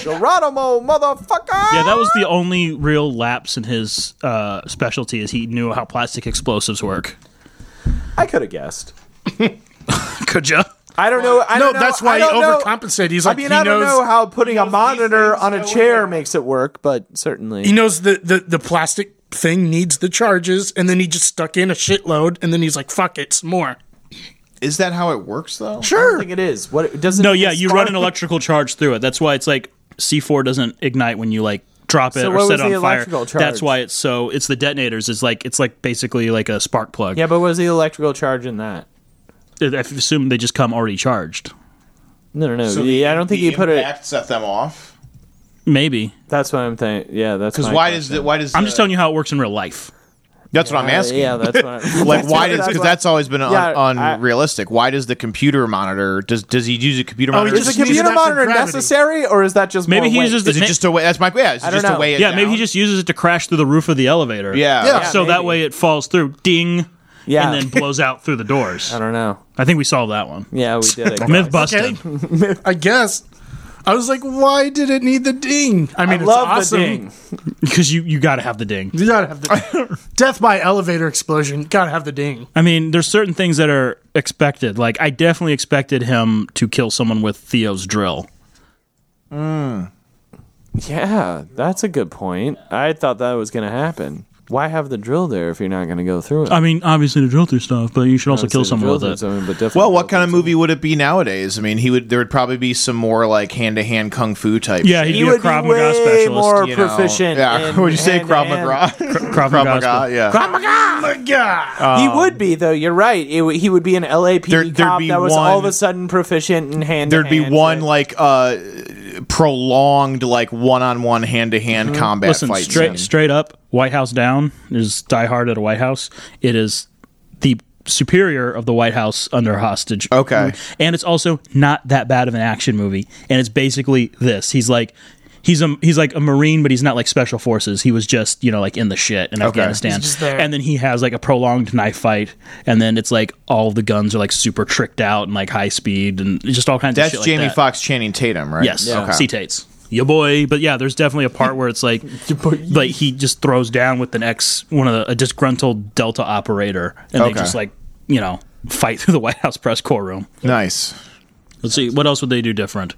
Geronimo, motherfucker! Yeah, that was the only real lapse in his uh, specialty is he knew how plastic explosives work. I could have guessed. Could ya? I don't know. I No, don't know. that's I why he don't know. overcompensated. He's I like mean, he I don't knows know how putting a monitor on a chair makes it work, but certainly. he knows the, the the plastic thing needs the charges, and then he just stuck in a shitload, and then he's like, "Fuck it, some more." Is that how it works though? I don't think it is. What it doesn't. No, yeah, you it's- run an electrical charge through it. That's why it's like C4 doesn't ignite when you like drop it So or what set was it the on fire. electrical charge? That's why it's so it's the detonators is like it's like basically like a spark plug. Yeah, but what is the electrical charge in that? I I assume they just come already charged. No, no, no. yeah, I don't think the you put it. impact set them off. Maybe. That's what I'm thinking. Yeah, that's Because my why question. does the, why does Uh, I'm just telling you how it works in real life. That's what I'm asking. Yeah, that's what. I'm, like why what- does because what- that's always been un- Yeah, I- unrealistic. why does the computer monitor does does he use a computer Oh, he monitor? Is just a uses that computer for monitor gravity. necessary, or is that just Maybe more he weight? uses the is it just a way? That's my yeah. Is it don't just a know. way? It Yeah, maybe down? he just uses it to crash through the roof of the elevator. yeah. Yeah. so that maybe. way it falls through, ding, Yeah. and then blows out through the doors. I don't know. I think we solved that one. Yeah, we did it. Myth busted. Okay, I guess. I was like, "Why did it need the ding?" I mean, I it's love awesome. the ding. Because you, you got to have the ding. You gotta have the death by elevator explosion. Gotta have the ding. I mean, there's certain things that are expected. Like, I definitely expected him to kill someone with Theo's drill. Yeah, that's a good point. I thought that was going to happen. Why have the drill there if you're not going to go through it? I mean, obviously to drill through stuff, but you should also kill someone with it. Well, Oh, what kind of movie would it be nowadays? I mean, he would. There would probably be some more like hand to hand kung fu type. Yeah, shit, he'd He be a would be Krav way Maga specialist. more you know? proficient. Yeah, in would you say Krav hand-to-hand- Maga? Krav Krav Maga. Uh, specialist. Maga, yeah. he Um, would be though. You're right. It w- he would be an LAPD There- there'd cop be that was one- all of a sudden proficient in hand. There'd be one like uh prolonged like one on one hand to hand combat Mm-hmm. Listen, fight. straight, scene. straight up, White House down is Die Hard at a White House. It is the superior of the White House under hostage. Okay. and it's also not that bad of an action movie. And it's basically this: he's like. He's a he's like a marine, but he's not like special forces. He was just you know like in the shit in Afghanistan, just there. and then he has like a prolonged knife fight, and then it's like all the guns are like super tricked out and like high speed and just all kinds That's of shit Jamie like that. Foxx Channing Tatum, right? Yes, Okay. C Tates. Your boy, but yeah, there's definitely a part where it's like, like he just throws down with an ex, one of the, a disgruntled Delta operator, and Okay. they just like, you know, fight through the White House press corps room. Nice. Let's see, what else would they do different?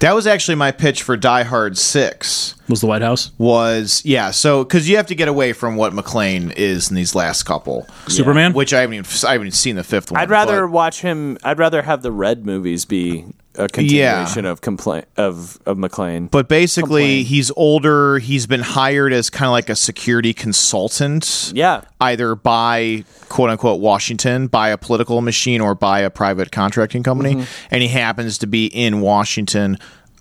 That was actually my pitch for Die Hard Six. Was the White House was yeah so because you have to get away from what mclean is in these last couple Superman? which i haven't even i haven't even seen the fifth one I'd rather but- watch him. I'd rather have the red movies be a continuation of complaint of of McLean. but basically he's older he's been hired as kind of like a security consultant yeah, either by quote unquote washington by a political machine or by a private contracting company Mm-hmm. and he happens to be in washington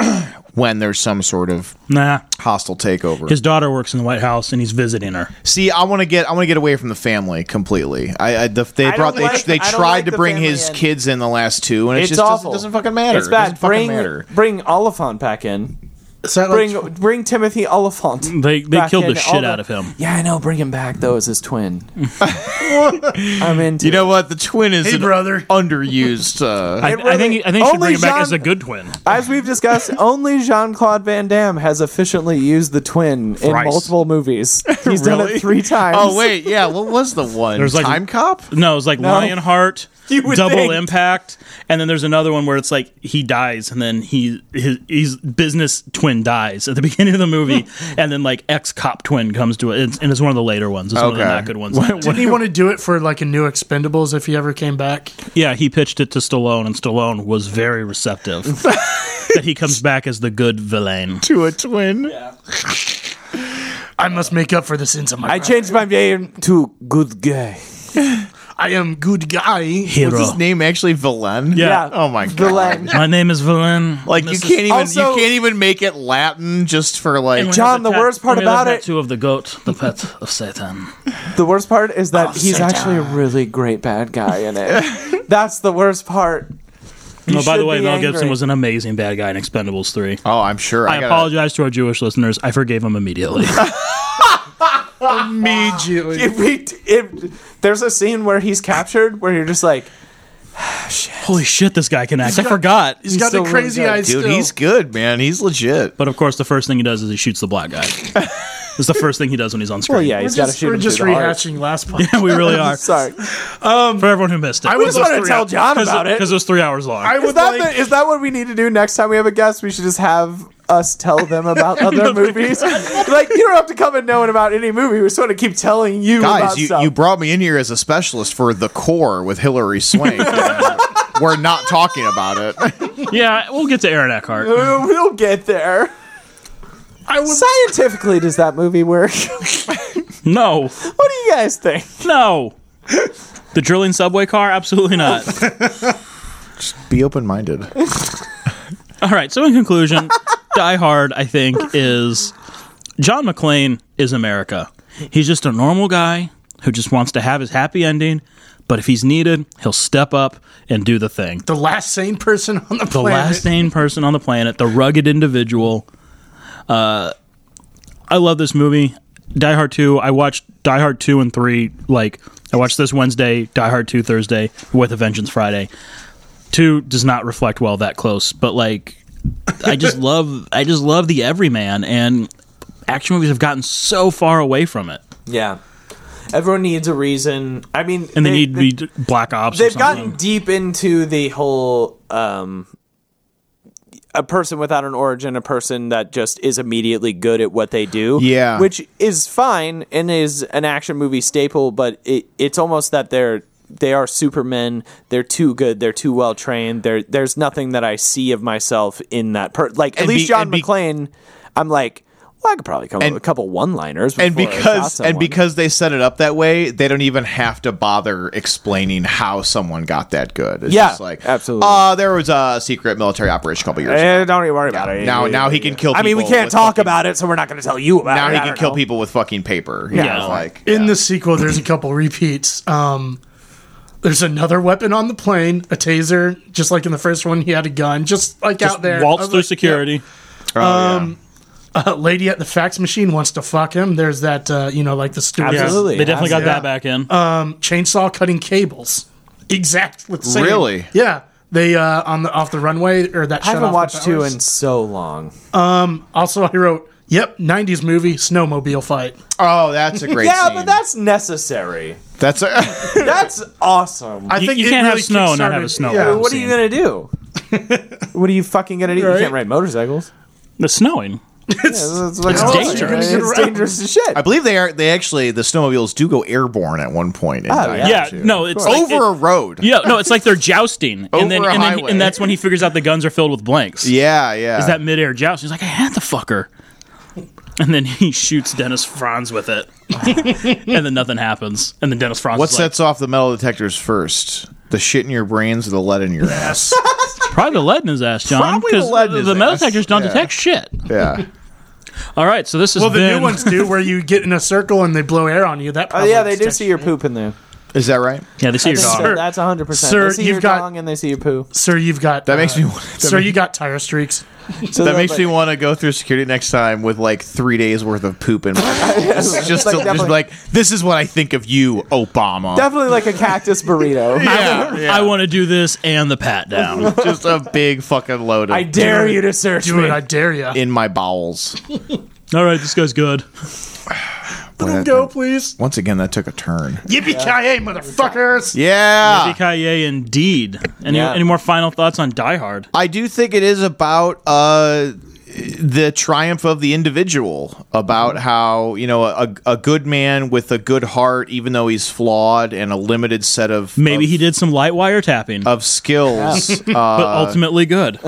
when there's some sort of Nah, hostile takeover his daughter works in the White House, and he's visiting her. See, I want to get I want to get away from the family completely. I, I the, they don't brought they, like- they I don't tried like to the bring family his in. kids in the last two, and it it's just doesn't, awful. doesn't fucking matter. It's bad. It doesn't bring fucking matter. bring Oliphant back in. Is that like Bring bring Timothy Oliphant. They they back killed the in. shit All out of him. Yeah, I know. Bring him back though as his twin. I'm into. You know what? The twin is Hey, an brother. underused. Uh, I, really- I think I think you should only bring him back Jean- as a good twin. As we've discussed, only Jean Claude Van Damme has efficiently used the twin in Thrice. multiple movies. He's done it three times. oh wait, yeah. What was the one? There's like- Time Cop. No, it's like Lionheart, would Double think. Impact, and then there's another one where it's like he dies, and then he his, his business twin dies at the beginning of the movie, and then like ex cop twin comes to it, and it's one of the later ones. It's one of the Okay. not good ones. Didn't he want to do it for like a new Expendables if he ever came back? yeah, he pitched it to Stallone, and Stallone was very receptive. that he comes back as the good villain. To a twin. I must make up for the sins of my. I changed my name to Good Guy. I am good guy. Hero. Is his name actually Valen? Yeah. Oh my god. Villain. My name is Valen. Like you This can't is- even Also- you can't even make it Latin just for like. John, the worst part And we have about a it- tattoo of the goat, the pet of Satan. The worst part is Oh, that he's actually a really great bad guy in it. That's the worst part. No, Oh, by should the way, be Mel angry. Gibson was an amazing bad guy in Expendables Three. Oh, I'm sure. I gotta- apologize to our Jewish listeners. I forgave him immediately. Immediately. If we, if there's a scene where he's captured, where you're just like, Holy shit, this guy can act. I forgot. He's got the still really crazy good. eyes. Dude, still. he's good, man. He's legit. But of course, the first thing he does is he shoots the black guy. It's the first thing he does when he's on screen. well, "Oh, yeah, We're he's got to just- shoot We're him just through the heart. rehashing last part. we really are. Sorry, For everyone who missed it, I would just wanted to tell John because about it. because it was three hours long. I Is would that, like. the, is that what we need to do next time we have a guest? We should just have us tell them about other movies. like you don't have to come and knowing about any movie. We sort of keep telling you about Guys, you, stuff. you brought me in here as a specialist for the core with Hillary Swank. and We're not talking about it. yeah, we'll get to Aaron Eckhart. we'll get there. Scientifically, does that movie work? what No, do you guys think? no. The drilling subway car? Absolutely not. Be open minded. All right. So in conclusion, Die Hard, I think, is John McClane is America. He's just a normal guy who just wants to have his happy ending, but if he's needed, he'll step up and do the thing. the last sane person on the, The planet. last sane person on the planet, the rugged individual. Uh, I love this movie. Die Hard 2, I watched Die Hard 2 and 3. Like, I watched this Wednesday, Die Hard 2 Thursday, with a Vengeance Friday. 2 does not reflect well that close, but like, I just love, I just love the everyman, and action movies have gotten so far away from it. Yeah. Everyone needs a reason. I mean, And they, need to be d- Black Ops or They've something. gotten deep into the whole um, a person without an origin, a person that just is immediately good at what they do. Yeah. which is fine and is an action movie staple, but it, it's almost that they're they are supermen. They're too good. They're too well trained. There, there's nothing that I see of myself in that person. Like at And least be- John and be- McClane, I'm like, well, I could probably come up And- with a couple one liners. and because and because they set it up that way, they don't even have to bother explaining how someone got that good. It's Yeah, just like absolutely. Uh, there was a secret military operation a couple years ago. Eh, don't even worry about it. Now, now he can kill. I mean, we people can't with talk fucking- about it, so we're not going to tell you about Now it. he I can don't kill know. people with fucking paper. You Yeah. know, like In yeah. the sequel, there's a couple repeats. Um, there's another weapon on the plane, a taser, just like in the first one. He had a gun, just like Just out there. I waltz was through like, security. Oh, yeah. um, yeah. A lady at the fax machine wants to fuck him. There's that, uh, you know, like the steward Yeah, Absolutely. They definitely got Yeah. that back in. Uh, chainsaw cutting cables. Exactly. Same. Really? Yeah. They uh, on the off the runway or that. I haven't watched two two in so long. also I wrote. Yep, '90s movie snowmobile fight. Oh, that's a great. Yeah, scene. but that's necessary. that's a, That's awesome. I You- think you it can't have really snow and not have a kickstarted- snow Yeah. battle. what are scene. you gonna do? what are you fucking gonna do? You can't ride motorcycles. the snowing. It's, like- It's dangerous. You're gonna get It's around. dangerous as shit. I believe they are. They actually the snowmobiles do go airborne at one point. Oh, In Die Hard Yeah, two. no, it's like over it- a road. Yeah, no, it's like they're jousting, and then Over a and then highway. and that's when he figures out the guns are filled with blanks. yeah, yeah. is that midair joust? He's like, I had the fucker, and then he shoots Dennis Franz with it, and then nothing happens, and then Dennis Franz. what is like, sets off the metal detectors first? The shit in your brains or the lead in your ass? probably the lead in his ass, John, Probably the because lead in the, his metal ass. detectors don't Yeah. detect shit. yeah. All right, so this is Well, the been, new ones do, where you get in a circle and they blow air on you. That Oh, probably yeah, they do detects- see your poop in there. Is that right? Yeah, they see your dog. So that's 100%. Sir, they see you've your got- dong and they see your poo. Sir, you've got That makes uh, me. That, Sir, ma- you got tire streaks. So that they're makes like- me want to go through security next time with like three days worth of poop in my just just, Like, to, just be definitely- like this is what I think of you, Obama. Definitely like a cactus burrito. Yeah, I want to do this and the pat down. just a big fucking load of I dare you to search Do me. it, I dare you. in my bowels. All right, this guy's good. Boy, that- Go, please. Once again, that took a turn. Yippee ki motherfuckers! Yeah. Yippee indeed. Any Yeah. any more final thoughts on Die Hard? I do think it is about uh, the triumph of the individual, about how you know a, a good man with a good heart, even though he's flawed and a limited set of Maybe of, he did some light wiretapping, of skills, uh, but ultimately good.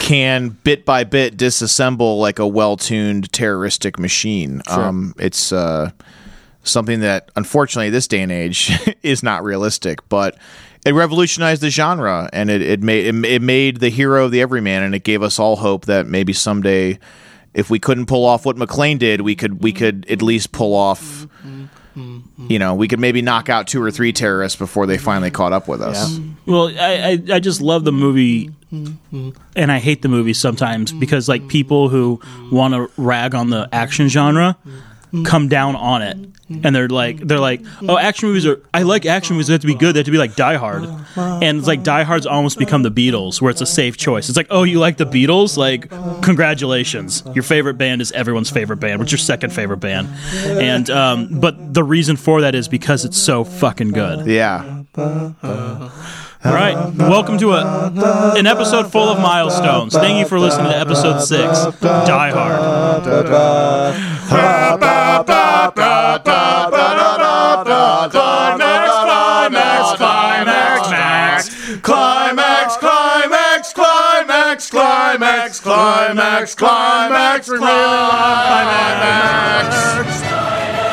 can bit by bit disassemble like a well tuned terroristic machine. Um, it's uh, something that unfortunately this day and age is not realistic, but it revolutionized the genre and it, it made it, it made the hero the everyman and it gave us all hope that maybe someday if we couldn't pull off what McLean did, we could we could at least pull off you know, we could maybe knock out two or three terrorists before they finally caught up with us. Well, I, I I just love the movie, and I hate the movie sometimes because like people who want to rag on the action genre come down on it, and they're like they're like, oh, action movies are I like action movies. They have to be good. They have to be like Die Hard, and it's like Die Hard's almost become the Beatles, where it's a safe choice. It's like, oh, you like the Beatles? Like, congratulations, your favorite band is everyone's favorite band. What's your second favorite band? And um, but the reason for that is because it's so fucking good. Yeah. All right. Welcome to a an episode full of milestones. Thank you for listening to episode six, Die Hard. Climax, climax, climax, climax, climax, climax, climax, climax.